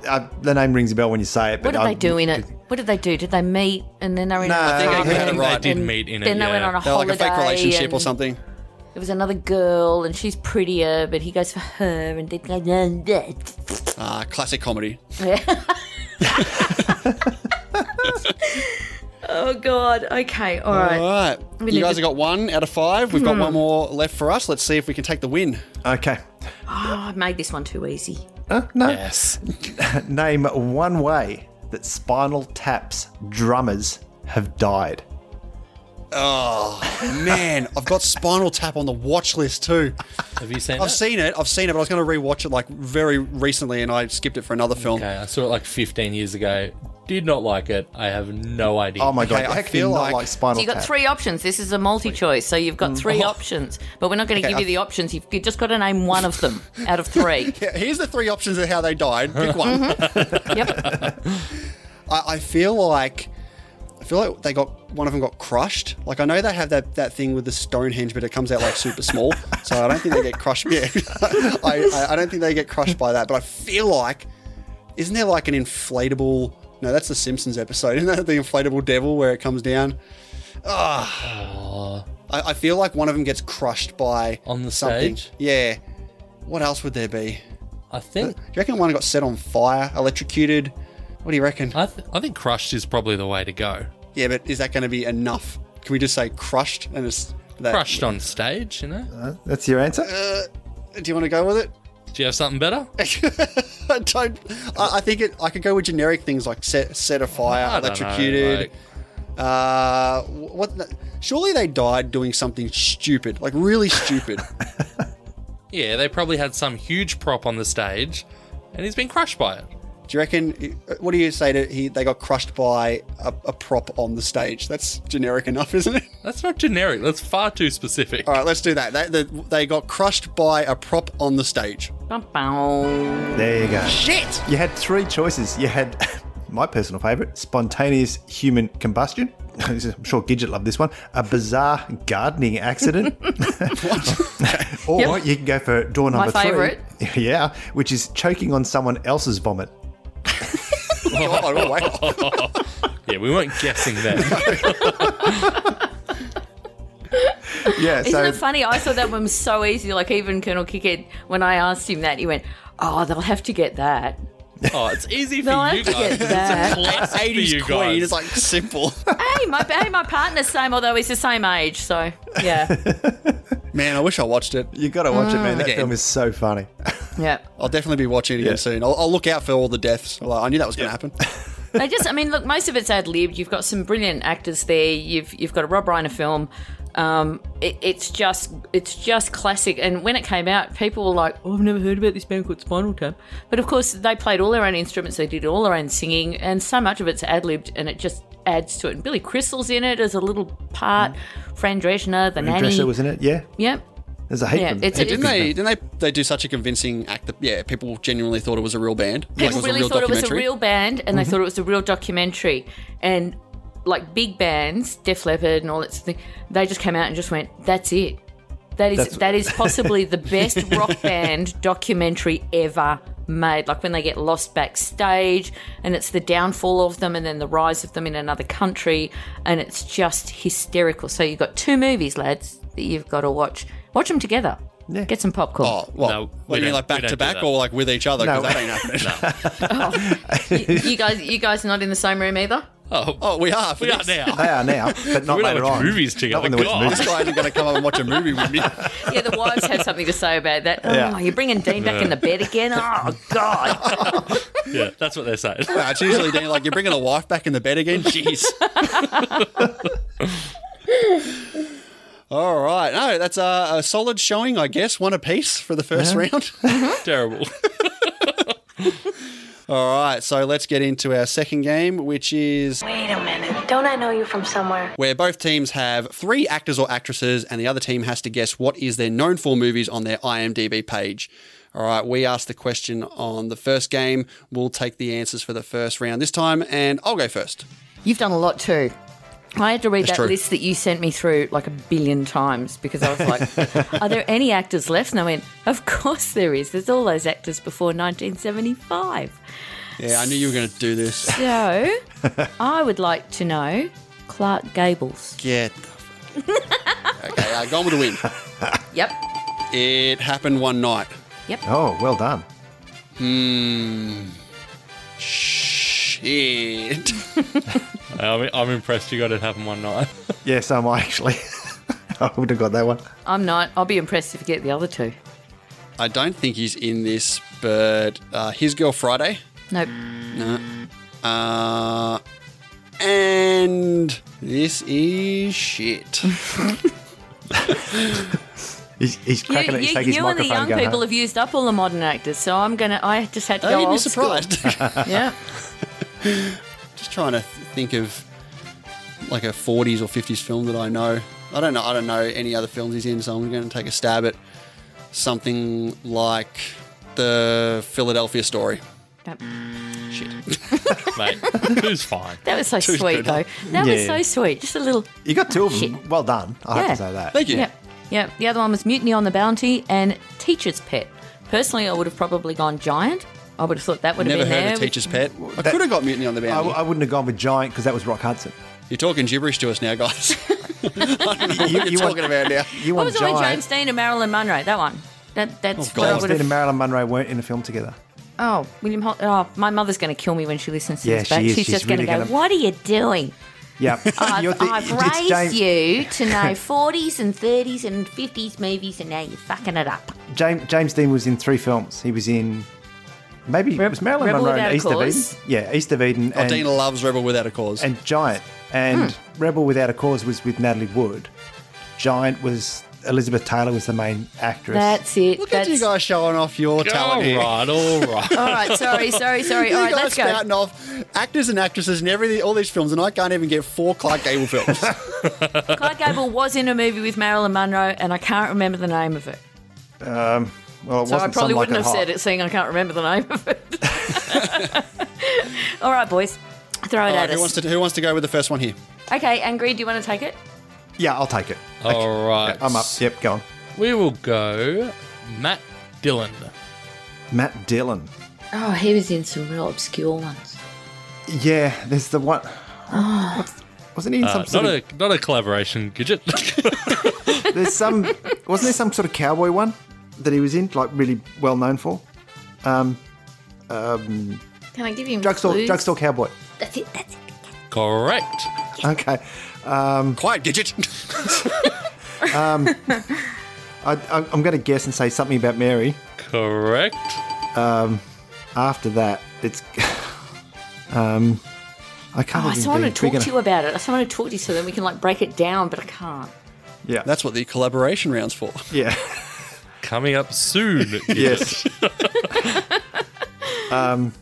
[SPEAKER 5] uh, the name rings a bell when you say it.
[SPEAKER 4] What
[SPEAKER 5] But
[SPEAKER 4] did
[SPEAKER 5] I,
[SPEAKER 4] they do in it? What did they do? Did they meet and then they were in
[SPEAKER 5] No,
[SPEAKER 4] a
[SPEAKER 5] I think
[SPEAKER 4] car
[SPEAKER 5] they
[SPEAKER 4] and
[SPEAKER 5] had it
[SPEAKER 4] then-
[SPEAKER 2] right.
[SPEAKER 1] They did
[SPEAKER 4] and
[SPEAKER 1] meet in
[SPEAKER 4] Then
[SPEAKER 1] it,
[SPEAKER 4] they went
[SPEAKER 1] yeah.
[SPEAKER 4] on a
[SPEAKER 2] They're like
[SPEAKER 4] holiday.
[SPEAKER 2] a fake relationship or
[SPEAKER 4] and
[SPEAKER 2] something.
[SPEAKER 4] There was another girl and she's prettier, but he goes for her and they go, yeah.
[SPEAKER 2] Uh, classic comedy.
[SPEAKER 4] Oh, God. Okay. All
[SPEAKER 2] All
[SPEAKER 4] right.
[SPEAKER 2] right.
[SPEAKER 4] need
[SPEAKER 2] You guys
[SPEAKER 4] to- Hmm.
[SPEAKER 2] have got one out of five. We've got one more left for us. Let's see if we can take the win.
[SPEAKER 5] Okay.
[SPEAKER 4] Oh, I made this one too easy.
[SPEAKER 5] No.
[SPEAKER 1] Yes.
[SPEAKER 5] Name one way that Spinal Tap's drummers have died.
[SPEAKER 2] Man, I've got Spinal Tap on the watch list too.
[SPEAKER 1] Have you seen
[SPEAKER 2] I've
[SPEAKER 1] it?
[SPEAKER 2] seen it. I've seen it, but I was going to rewatch it like very recently and I skipped it for another film.
[SPEAKER 1] Okay, I saw it like 15 years ago. Did not like it. I have no idea.
[SPEAKER 5] Oh my
[SPEAKER 2] Okay,
[SPEAKER 5] god!
[SPEAKER 2] I
[SPEAKER 5] I
[SPEAKER 2] feel
[SPEAKER 5] feel not
[SPEAKER 2] like-
[SPEAKER 5] like, Spinal
[SPEAKER 4] So you've got
[SPEAKER 5] Tap.
[SPEAKER 4] three options. This is a multi choice. So you've got three options, but we're not going to give you the options. You've you've just got to name one of them out of three.
[SPEAKER 2] Yeah, Here's the three options of how they died. Pick
[SPEAKER 4] Mm-hmm.
[SPEAKER 2] one.
[SPEAKER 4] Yep.
[SPEAKER 2] I, I feel like I feel like they got one of them got crushed. Like I know they have that, that thing with the Stonehenge, but it comes out like super small, so I don't think they get crushed. Yeah, I, I, I don't think they get crushed by that. But I feel like isn't there like an inflatable? No, that's the Simpsons episode. Isn't that the inflatable devil where it comes down? Ah, I, I feel like one of them gets crushed by
[SPEAKER 1] On the
[SPEAKER 2] something.
[SPEAKER 1] stage?
[SPEAKER 2] Yeah. What else would there be?
[SPEAKER 1] I think
[SPEAKER 2] Do you reckon one got set on fire, electrocuted? What do you reckon?
[SPEAKER 1] I, th- I think crushed is probably the way to go.
[SPEAKER 2] Yeah, but is that going to be enough? Can we just say crushed and it's that?
[SPEAKER 1] Crushed on stage, you know.
[SPEAKER 5] That's your answer.
[SPEAKER 2] Do you want to go with it?
[SPEAKER 1] Do you have something better?
[SPEAKER 2] I don't. I, I think it. I could go with generic things like set set a fire,
[SPEAKER 1] I don't know,
[SPEAKER 2] electrocuted.
[SPEAKER 1] like-
[SPEAKER 2] uh, wh- what? the- surely they died doing something stupid, like really stupid.
[SPEAKER 1] yeah, they probably had some huge prop on the stage, and he's been crushed by it.
[SPEAKER 2] do you reckon? uh, What do you say to he? They got crushed by a, a prop on the stage. That's generic enough, isn't it?
[SPEAKER 1] That's not generic. That's far too specific.
[SPEAKER 2] All right, let's do that. They, they, they got crushed by a prop on the stage.
[SPEAKER 4] Bum, bum.
[SPEAKER 5] there you go.
[SPEAKER 2] Shit.
[SPEAKER 5] You had three choices. You had my personal favourite: spontaneous human combustion. I'm sure Gidget loved this one. A bizarre gardening accident. or you can go for door number
[SPEAKER 4] favourite.
[SPEAKER 5] three. Yeah, which is choking on someone else's vomit.
[SPEAKER 2] Oh, wait.
[SPEAKER 1] Yeah, we weren't guessing that.
[SPEAKER 5] Yeah.
[SPEAKER 4] Isn't
[SPEAKER 5] so
[SPEAKER 4] it funny? I thought that one was so easy. Like even Colonel Kickhead, when I asked him that, he went, "Oh, they'll have to get that."
[SPEAKER 1] oh, it's easy for
[SPEAKER 4] They'll
[SPEAKER 1] you
[SPEAKER 4] have to
[SPEAKER 1] guys.
[SPEAKER 4] get that.
[SPEAKER 1] Classic for you
[SPEAKER 2] Queen
[SPEAKER 1] guys.
[SPEAKER 2] is like simple.
[SPEAKER 4] hey, my hey, my partner's same, although he's the same age. So yeah,
[SPEAKER 2] Man, I wish I watched it.
[SPEAKER 5] you got to watch it, man. That
[SPEAKER 2] Again.
[SPEAKER 5] film is so funny.
[SPEAKER 4] yeah.
[SPEAKER 2] I'll definitely be watching it again soon. I'll, I'll look out for all the deaths. Well, I knew that was going to happen.
[SPEAKER 4] They just, I mean, look, most of it's ad libbed. You've got some brilliant actors there. You've you've got a Rob Reiner film. Um, it, it's just it's just classic. And when it came out, people were like, "Oh, I've never heard about this band called Spinal Tap." But of course, they played all their own instruments. They did all their own singing, and so much of it's ad libbed, and it just adds to it. And Billy Crystal's in it as a little part. Mm. Fran Drescher, the nanny.
[SPEAKER 5] Dresser was in it. Yeah.
[SPEAKER 4] Yep.
[SPEAKER 5] There's a heap
[SPEAKER 4] Yeah,
[SPEAKER 5] of them.
[SPEAKER 4] it's-
[SPEAKER 5] Heap of
[SPEAKER 4] it's-
[SPEAKER 5] good
[SPEAKER 2] Didn't they?
[SPEAKER 5] ones.
[SPEAKER 2] Didn't they? They do such a convincing act that yeah, people genuinely thought it was a real band. like
[SPEAKER 4] People
[SPEAKER 2] it was a
[SPEAKER 4] really
[SPEAKER 2] real
[SPEAKER 4] thought it was a
[SPEAKER 2] documentary. Mm-hmm.
[SPEAKER 4] real band, and they thought it was a real documentary. And like big bands, Def Leppard and all that sort of thing, they just came out and just went, "That's it. That is
[SPEAKER 5] That's-
[SPEAKER 4] that is possibly the best rock band documentary ever made." Like when they get lost backstage, and it's the downfall of them, and then the rise of them in another country, and it's just hysterical. So you've got two movies, lads, that you've got to watch. Watch them together. Get some popcorn.
[SPEAKER 2] Oh, well,
[SPEAKER 1] No, we
[SPEAKER 2] what, you mean
[SPEAKER 1] don't-
[SPEAKER 2] like
[SPEAKER 1] we
[SPEAKER 2] back
[SPEAKER 1] don't do
[SPEAKER 2] to back
[SPEAKER 1] that.
[SPEAKER 2] or like with each other? Because
[SPEAKER 5] No.
[SPEAKER 2] that ain't happening.
[SPEAKER 4] You, you guys, you guys, not in the same room either.
[SPEAKER 1] Oh,
[SPEAKER 2] Oh, we are. for
[SPEAKER 1] we are
[SPEAKER 2] this.
[SPEAKER 1] now.
[SPEAKER 5] They are now, but not
[SPEAKER 1] We don't
[SPEAKER 5] later
[SPEAKER 1] watch
[SPEAKER 5] on.
[SPEAKER 1] movies
[SPEAKER 5] Not
[SPEAKER 1] together.
[SPEAKER 5] when they watch
[SPEAKER 1] God.
[SPEAKER 5] movies.
[SPEAKER 2] This guy isn't going to come up and watch a movie with me.
[SPEAKER 4] Yeah, the wives have something to say about that. Oh,
[SPEAKER 5] Yeah.
[SPEAKER 4] you're bringing Dean back in the bed again? Oh, God.
[SPEAKER 1] Yeah, that's what they're saying.
[SPEAKER 2] Nah, it's usually Dean, like you're bringing a wife back in the bed again. Jeez. All right, no, that's a, a solid showing, I guess. One apiece for the first round.
[SPEAKER 1] Terrible.
[SPEAKER 2] All right, so let's get into our second game, which is
[SPEAKER 7] Wait a minute. Don't I know you from somewhere?
[SPEAKER 2] where both teams have three actors or actresses, and the other team has to guess what is their known for movies on their IMDb page. All right, we asked the question on the first game. We'll take the answers for the first round this time, and I'll go first.
[SPEAKER 4] You've done a lot too. I had to read that
[SPEAKER 2] true.
[SPEAKER 4] list that you sent me through like a billion times because I was like, are there any actors left? And I went, of course there is. There's all those actors before 1975.
[SPEAKER 2] Yeah, I knew you were going to do this.
[SPEAKER 4] So I would like to know Clark Gables.
[SPEAKER 2] Get the fuck. okay, uh, gone with the wind.
[SPEAKER 4] Yep.
[SPEAKER 2] It happened one night.
[SPEAKER 5] Oh, well done.
[SPEAKER 2] Hmm. Shit.
[SPEAKER 1] I'm, I'm impressed you got it happen one night.
[SPEAKER 5] Yes, am I actually? I would have got that one.
[SPEAKER 4] I'm not. I'll be impressed if you get the other two.
[SPEAKER 2] I don't think he's in this, but uh, his girl Friday.
[SPEAKER 4] Nope.
[SPEAKER 2] Uh, and this is shit.
[SPEAKER 5] He's, he's
[SPEAKER 4] You,
[SPEAKER 5] cracking it. He's
[SPEAKER 4] you-
[SPEAKER 5] taking his
[SPEAKER 4] you and the
[SPEAKER 5] microphone
[SPEAKER 4] young
[SPEAKER 5] going
[SPEAKER 4] people
[SPEAKER 5] home.
[SPEAKER 4] have used up all the modern actors, so I'm gonna. I just had to go
[SPEAKER 2] Oh, you'd be
[SPEAKER 4] old school.
[SPEAKER 2] surprised.
[SPEAKER 4] Yeah.
[SPEAKER 2] Just trying to th- think of like a 40s or 50s film that I know. I don't know. I don't know any other films he's in, so I'm going to take a stab at something like the Philadelphia Story.
[SPEAKER 4] That,
[SPEAKER 2] Shit.
[SPEAKER 1] Mate, who's fine?
[SPEAKER 4] that was so sweet, though. That was so sweet. Just a little.
[SPEAKER 5] You got two of them.
[SPEAKER 4] Shit.
[SPEAKER 5] Well done. I
[SPEAKER 4] Yeah.
[SPEAKER 5] have to say that.
[SPEAKER 2] Thank you.
[SPEAKER 4] Yeah. Yeah. The other one was Mutiny on the Bounty and Teacher's Pet. Personally, I would have probably gone Giant. I would have thought that would have
[SPEAKER 2] Never
[SPEAKER 4] been
[SPEAKER 2] heard
[SPEAKER 4] there.
[SPEAKER 2] of Teacher's Pet. I
[SPEAKER 5] that-
[SPEAKER 2] could have got Mutiny on the
[SPEAKER 5] I,
[SPEAKER 2] Bounty.
[SPEAKER 5] I wouldn't have gone with Giant because that was Rock Hudson.
[SPEAKER 2] You're talking gibberish to us now, guys. I don't know what
[SPEAKER 5] You-
[SPEAKER 2] you're
[SPEAKER 5] you want-
[SPEAKER 2] talking about now.
[SPEAKER 5] You
[SPEAKER 4] What
[SPEAKER 5] want
[SPEAKER 4] was it with James
[SPEAKER 5] Giant.
[SPEAKER 4] Dean and Marilyn Monroe? That one. That, that's
[SPEAKER 2] Oh,
[SPEAKER 4] what I
[SPEAKER 2] God.
[SPEAKER 4] would
[SPEAKER 5] Dean and
[SPEAKER 4] have.
[SPEAKER 5] Marilyn Monroe weren't in a film together.
[SPEAKER 4] Oh, William Holt. Oh, my mother's going to kill me when she listens to
[SPEAKER 5] Yeah,
[SPEAKER 4] this
[SPEAKER 5] she
[SPEAKER 4] back.
[SPEAKER 5] is.
[SPEAKER 4] She's,
[SPEAKER 5] She's
[SPEAKER 4] just
[SPEAKER 5] really
[SPEAKER 4] going to
[SPEAKER 5] gonna-
[SPEAKER 4] go, What are you doing?
[SPEAKER 5] Yeah.
[SPEAKER 4] I've,
[SPEAKER 5] You're thi-
[SPEAKER 4] I've
[SPEAKER 5] it's
[SPEAKER 4] raised
[SPEAKER 5] James-
[SPEAKER 4] you to know 40s and 30s and 50s movies, and now you're fucking it up.
[SPEAKER 5] James, James Dean was in three films. He was in maybe
[SPEAKER 4] Re-
[SPEAKER 5] it was Marilyn
[SPEAKER 4] Rebel
[SPEAKER 5] Monroe
[SPEAKER 4] Without
[SPEAKER 5] in
[SPEAKER 4] a
[SPEAKER 5] East of Eden.
[SPEAKER 4] Cause.
[SPEAKER 5] Yeah, East of Eden
[SPEAKER 2] Oh,
[SPEAKER 5] and,
[SPEAKER 2] Dean loves Rebel Without a Cause.
[SPEAKER 5] and Giant. And
[SPEAKER 4] Hmm.
[SPEAKER 5] Rebel Without a Cause was with Natalie Wood. Giant was Elizabeth Taylor was the main actress.
[SPEAKER 4] That's it.
[SPEAKER 2] Look
[SPEAKER 4] That's
[SPEAKER 2] at you guys showing off your
[SPEAKER 1] All
[SPEAKER 2] talent here.
[SPEAKER 1] right, all right.
[SPEAKER 4] All right, sorry, sorry, sorry.
[SPEAKER 2] You
[SPEAKER 4] All right,
[SPEAKER 2] guys
[SPEAKER 4] let's go.
[SPEAKER 2] spouting off actors and actresses and everything, all these films, and I can't even get four Clark Gable films.
[SPEAKER 4] Clyde Gable was in a movie with Marilyn Monroe, and I can't remember the name of it.
[SPEAKER 5] Um, well, it
[SPEAKER 4] So I
[SPEAKER 5] wasn't
[SPEAKER 4] probably
[SPEAKER 5] Some Like
[SPEAKER 4] wouldn't
[SPEAKER 5] It
[SPEAKER 4] have
[SPEAKER 5] Hot.
[SPEAKER 4] said it, seeing I can't remember the name of it. All right, boys, throw it
[SPEAKER 2] All right,
[SPEAKER 4] at
[SPEAKER 2] who
[SPEAKER 4] us.
[SPEAKER 2] wants to Who wants to go with the first one here?
[SPEAKER 4] okay, Angry, do you want to take it?
[SPEAKER 5] Yeah, I'll take it.
[SPEAKER 1] All right.
[SPEAKER 5] I'm up. Yep, go on.
[SPEAKER 1] We will go Matt Dillon.
[SPEAKER 5] Matt Dillon.
[SPEAKER 4] Oh, he was in some real obscure ones.
[SPEAKER 5] Yeah, there's the one.
[SPEAKER 4] Ah.
[SPEAKER 5] what's- Wasn't he in some
[SPEAKER 1] Uh,
[SPEAKER 5] sort
[SPEAKER 1] not
[SPEAKER 5] of
[SPEAKER 1] a not a collaboration, Gidget.
[SPEAKER 5] There's some wasn't there some sort of cowboy one that he was in, like really well known for?
[SPEAKER 4] Can I give you
[SPEAKER 5] Drugstore,
[SPEAKER 4] clues?
[SPEAKER 5] drugstore cowboy.
[SPEAKER 4] That's it. That's it.
[SPEAKER 1] Correct.
[SPEAKER 5] Okay,
[SPEAKER 2] Quiet, Gidget.
[SPEAKER 5] I, I, I'm going to guess and say something about Mary.
[SPEAKER 1] Correct.
[SPEAKER 5] After that, it's um, I can't.
[SPEAKER 4] Oh, I
[SPEAKER 5] even
[SPEAKER 4] still want to
[SPEAKER 5] think. We're
[SPEAKER 4] talk
[SPEAKER 5] gonna-
[SPEAKER 4] to you about it. I still want to talk to you so then we can like break it down, but I can't.
[SPEAKER 5] Yeah,
[SPEAKER 2] That's what the collaboration rounds for.
[SPEAKER 5] yeah,
[SPEAKER 1] Coming up soon. Gidget.
[SPEAKER 5] yes. um,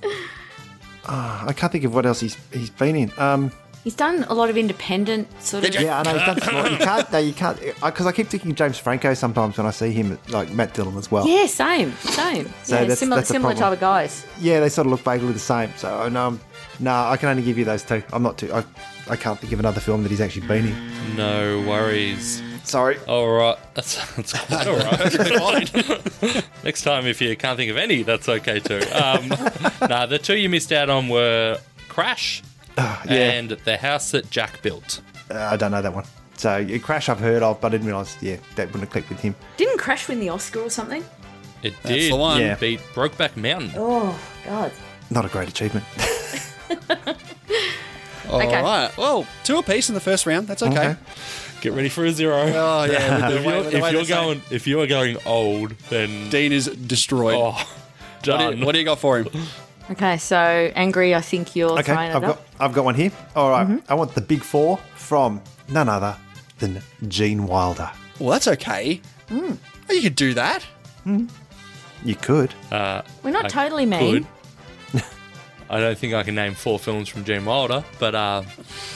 [SPEAKER 5] ah, I can't think of what else he's he's been in. Um,
[SPEAKER 4] He's done a lot of independent sort of.
[SPEAKER 5] Yeah, I know. He's done some more. You can't, no, you can't, because I keep thinking James Franco sometimes when I see him, like Matt Dillon as well.
[SPEAKER 4] Yeah, same, same.
[SPEAKER 5] So
[SPEAKER 4] yeah,
[SPEAKER 5] that's-
[SPEAKER 4] similar,
[SPEAKER 5] that's the
[SPEAKER 4] similar
[SPEAKER 5] problem.
[SPEAKER 4] type of guys.
[SPEAKER 5] Yeah, they sort of look vaguely the same. So I know, I'm- nah, I can only give you those two. I'm not too. I, I can't think of another film that he's actually been in.
[SPEAKER 1] No worries.
[SPEAKER 5] Sorry.
[SPEAKER 1] All right, that's, that's quite all right. Fine. Next time, if you can't think of any, that's okay too. Um, nah, the two you missed out on were Crash and The House That Jack Built.
[SPEAKER 5] Uh, I don't know that one. So yeah, Crash, I've heard of, but I didn't realize. Yeah, that wouldn't have clicked with him.
[SPEAKER 4] Didn't Crash win the Oscar or something?
[SPEAKER 1] It
[SPEAKER 2] That's
[SPEAKER 1] did
[SPEAKER 2] the one.
[SPEAKER 5] Yeah.
[SPEAKER 1] beat Brokeback Mountain.
[SPEAKER 4] Oh God.
[SPEAKER 5] Not a great achievement.
[SPEAKER 2] All right.
[SPEAKER 4] Okay.
[SPEAKER 2] Well, two apiece in the first round. That's okay.
[SPEAKER 5] Okay.
[SPEAKER 1] Get ready for a zero.
[SPEAKER 2] Oh yeah. with
[SPEAKER 1] if
[SPEAKER 2] the way-
[SPEAKER 1] you're,
[SPEAKER 2] with the
[SPEAKER 1] if
[SPEAKER 2] way
[SPEAKER 1] you're
[SPEAKER 2] they say-
[SPEAKER 1] going, if you are going old, then
[SPEAKER 2] Dean is destroyed.
[SPEAKER 1] oh,
[SPEAKER 2] what,
[SPEAKER 1] done.
[SPEAKER 2] do you, what do you got for him?
[SPEAKER 4] Okay, so angry. I Mm-hmm. think you're
[SPEAKER 5] Okay,
[SPEAKER 4] throwing it
[SPEAKER 5] I've
[SPEAKER 4] up.
[SPEAKER 5] got I've got one here. All right, I want the big four from none other than Gene Wilder.
[SPEAKER 2] Well, that's okay. Oh, You could do that.
[SPEAKER 5] You could.
[SPEAKER 4] We're not
[SPEAKER 1] I
[SPEAKER 4] totally mean.
[SPEAKER 1] could. I don't think I can name four films from Gene Wilder, but uh,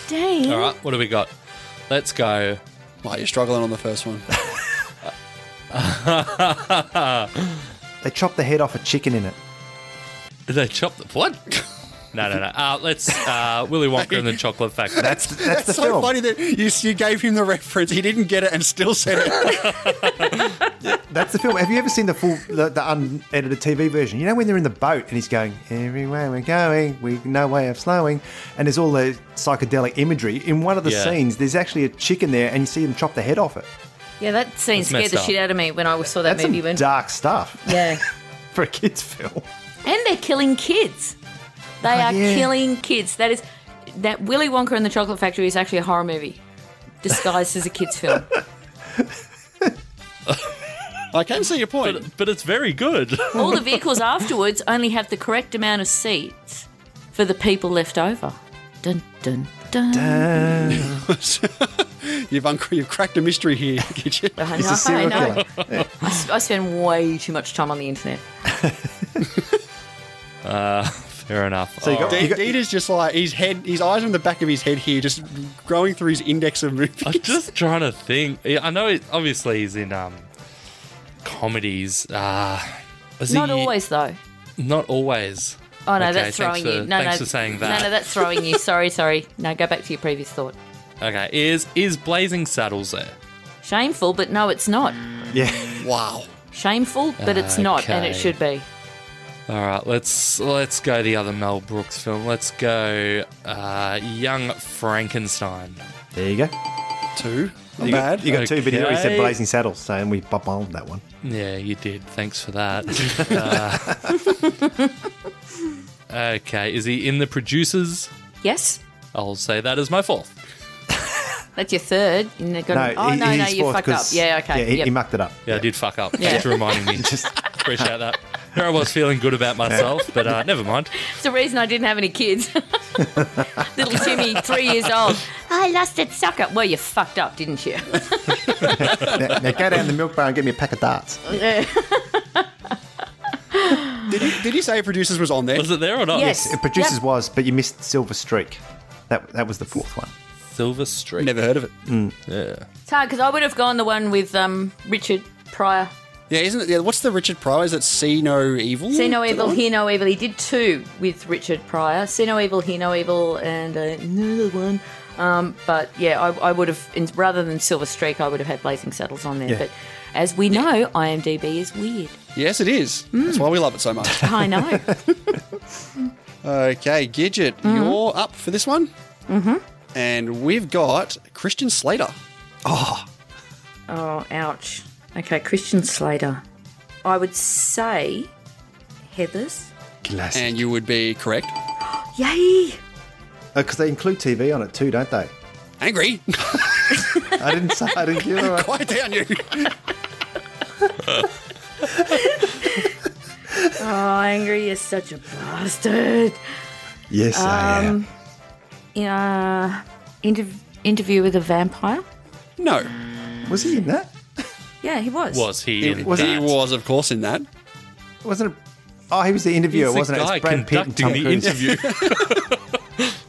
[SPEAKER 4] Dang.
[SPEAKER 1] all right, what do we got? Let's go.
[SPEAKER 2] Wow, you're struggling on the first one.
[SPEAKER 5] They chopped the head off a chicken in it.
[SPEAKER 1] Did they chop the what? No, no, no. Uh, let's uh, Willy Wonka and the Chocolate Factory.
[SPEAKER 5] That's that's the
[SPEAKER 2] so
[SPEAKER 5] film.
[SPEAKER 2] funny that you, you gave him the reference. He didn't get it and still said it.
[SPEAKER 5] That's the film. Have you ever seen the full, the, the unedited TV version? You know when they're in the boat and he's going, "Everywhere we're going, we no way of slowing," and there's all the psychedelic imagery. In one of the
[SPEAKER 1] Yeah.
[SPEAKER 5] scenes, there's actually a chicken there, and you see him chop the head off it.
[SPEAKER 4] Yeah, that scene
[SPEAKER 1] That's
[SPEAKER 4] scared
[SPEAKER 1] messed
[SPEAKER 4] the
[SPEAKER 1] up.
[SPEAKER 4] shit out of me when I saw that
[SPEAKER 5] That's
[SPEAKER 4] movie.
[SPEAKER 5] some
[SPEAKER 4] When
[SPEAKER 5] dark stuff
[SPEAKER 4] yeah,
[SPEAKER 5] for a kids' film.
[SPEAKER 4] and they're killing kids. They are
[SPEAKER 5] Oh, yeah.
[SPEAKER 4] killing kids. That is that Willy Wonka and the Chocolate Factory is actually a horror movie disguised as a kids film.
[SPEAKER 2] I can see your point.
[SPEAKER 1] But, but it's very good.
[SPEAKER 4] All the vehicles afterwards only have the correct amount of seats for the people left over. Dun dun dun.
[SPEAKER 2] you've, unc you've cracked a mystery here, Kitchen.
[SPEAKER 4] I
[SPEAKER 5] He's
[SPEAKER 4] know,
[SPEAKER 5] a serial
[SPEAKER 4] I know.
[SPEAKER 5] killer.
[SPEAKER 4] I s- I spend way too much time on the internet.
[SPEAKER 1] Uh, Fair enough.
[SPEAKER 5] So you
[SPEAKER 1] Oh,
[SPEAKER 5] got, you
[SPEAKER 2] Dean,
[SPEAKER 5] got-
[SPEAKER 2] Dean is just like his head, his eyes on the back of his head here, just growing through his index of movies.
[SPEAKER 1] Oh, I'm just trying to think. Yeah, I know. It, obviously, he's in um, comedies. Uh, is
[SPEAKER 4] Not
[SPEAKER 1] he-
[SPEAKER 4] always though.
[SPEAKER 1] Not always.
[SPEAKER 4] Oh no,
[SPEAKER 1] Okay, thanks
[SPEAKER 4] that's throwing
[SPEAKER 1] for-
[SPEAKER 4] you. No,
[SPEAKER 1] thanks
[SPEAKER 4] no,
[SPEAKER 1] for saying
[SPEAKER 4] No,
[SPEAKER 1] that.
[SPEAKER 4] no, that's throwing you. Sorry, sorry. No, go back to your previous thought.
[SPEAKER 1] Okay, is is Blazing Saddles there?
[SPEAKER 4] Shameful, but no, it's not.
[SPEAKER 5] yeah,
[SPEAKER 2] wow.
[SPEAKER 4] Shameful, but it's not, and it
[SPEAKER 1] Okay.
[SPEAKER 4] should be.
[SPEAKER 1] All right, let's let's go the other Mel Brooks film. Let's go uh, Young Frankenstein.
[SPEAKER 5] there you go.
[SPEAKER 2] Two. Not
[SPEAKER 5] You
[SPEAKER 2] bad.
[SPEAKER 5] got, you got two videos. where He
[SPEAKER 1] Okay.
[SPEAKER 5] said Blazing Saddles, so and we bombed that one.
[SPEAKER 1] Yeah, you did. Thanks for that. Uh, okay, is he in the producers?
[SPEAKER 4] Yes,
[SPEAKER 1] I'll say that as my fourth.
[SPEAKER 4] that's your third. And they're
[SPEAKER 5] No,
[SPEAKER 4] gonna, oh
[SPEAKER 5] he-
[SPEAKER 4] no, no,
[SPEAKER 5] he's
[SPEAKER 4] you
[SPEAKER 5] fourth
[SPEAKER 4] fucked up.
[SPEAKER 5] 'cause-
[SPEAKER 4] Yeah, okay.
[SPEAKER 5] Yeah, he,
[SPEAKER 4] yep.
[SPEAKER 5] he mucked it up.
[SPEAKER 1] Yeah, I did fuck up.
[SPEAKER 4] Yeah.
[SPEAKER 1] Thanks for reminding me. Just appreciate that. Here I was feeling good about myself, but uh, never mind.
[SPEAKER 4] It's the reason I didn't have any kids. Little Timmy, three years old. I lost it, sucker. Well, you fucked up, didn't you?
[SPEAKER 5] now, now go down to the milk bar and get me a pack of darts.
[SPEAKER 2] Did he, did he say producers was on there?
[SPEAKER 1] Was it there or not?
[SPEAKER 4] Yes.
[SPEAKER 5] It producers
[SPEAKER 4] Yep.
[SPEAKER 5] was, but you missed Silver Streak. That that was the fourth one.
[SPEAKER 1] Silver Streak.
[SPEAKER 2] Never heard of it.
[SPEAKER 1] Yeah.
[SPEAKER 4] It's hard because I would have gone the one with um, Richard Pryor.
[SPEAKER 2] Yeah, isn't it? Yeah, what's the Richard Pryor? Is it See No Evil?
[SPEAKER 4] See no evil, hear no evil. He did two with Richard Pryor. See no evil, hear no evil, and uh, another one. Um, but yeah, I, I would have in, rather than Silver Streak, I would have had Blazing Saddles on there. But as we know, IMDb is weird.
[SPEAKER 2] Yes, it is.
[SPEAKER 4] Mm.
[SPEAKER 2] That's why we love it so much.
[SPEAKER 4] I know.
[SPEAKER 2] okay, Gidget,
[SPEAKER 4] Mm-hmm.
[SPEAKER 2] you're up for this one. Mm-hmm. And we've got Christian Slater.
[SPEAKER 4] oh, ouch. Okay, Christian Slater. I would say Heather's.
[SPEAKER 5] Classic.
[SPEAKER 2] And you would be correct.
[SPEAKER 4] Yay!
[SPEAKER 5] Because Uh, they include TV on it too, don't they?
[SPEAKER 2] Angry.
[SPEAKER 5] I didn't say. I didn't give it.
[SPEAKER 2] Quiet down, you.
[SPEAKER 4] Oh, angry is such a bastard.
[SPEAKER 5] Yes, I am.
[SPEAKER 4] Yeah. uh, Interv- interview with a vampire.
[SPEAKER 2] No.
[SPEAKER 4] Um,
[SPEAKER 5] Was he in that?
[SPEAKER 4] Yeah, he was.
[SPEAKER 1] Was he in
[SPEAKER 5] was-
[SPEAKER 1] that?
[SPEAKER 2] He was, of course, in that.
[SPEAKER 5] Wasn't it? Oh, he was the interviewer,
[SPEAKER 1] He's the
[SPEAKER 5] wasn't it?
[SPEAKER 1] guy
[SPEAKER 5] It's Brad Pitt and
[SPEAKER 1] conducting
[SPEAKER 5] Tom
[SPEAKER 1] the
[SPEAKER 5] Cruise.
[SPEAKER 1] interview.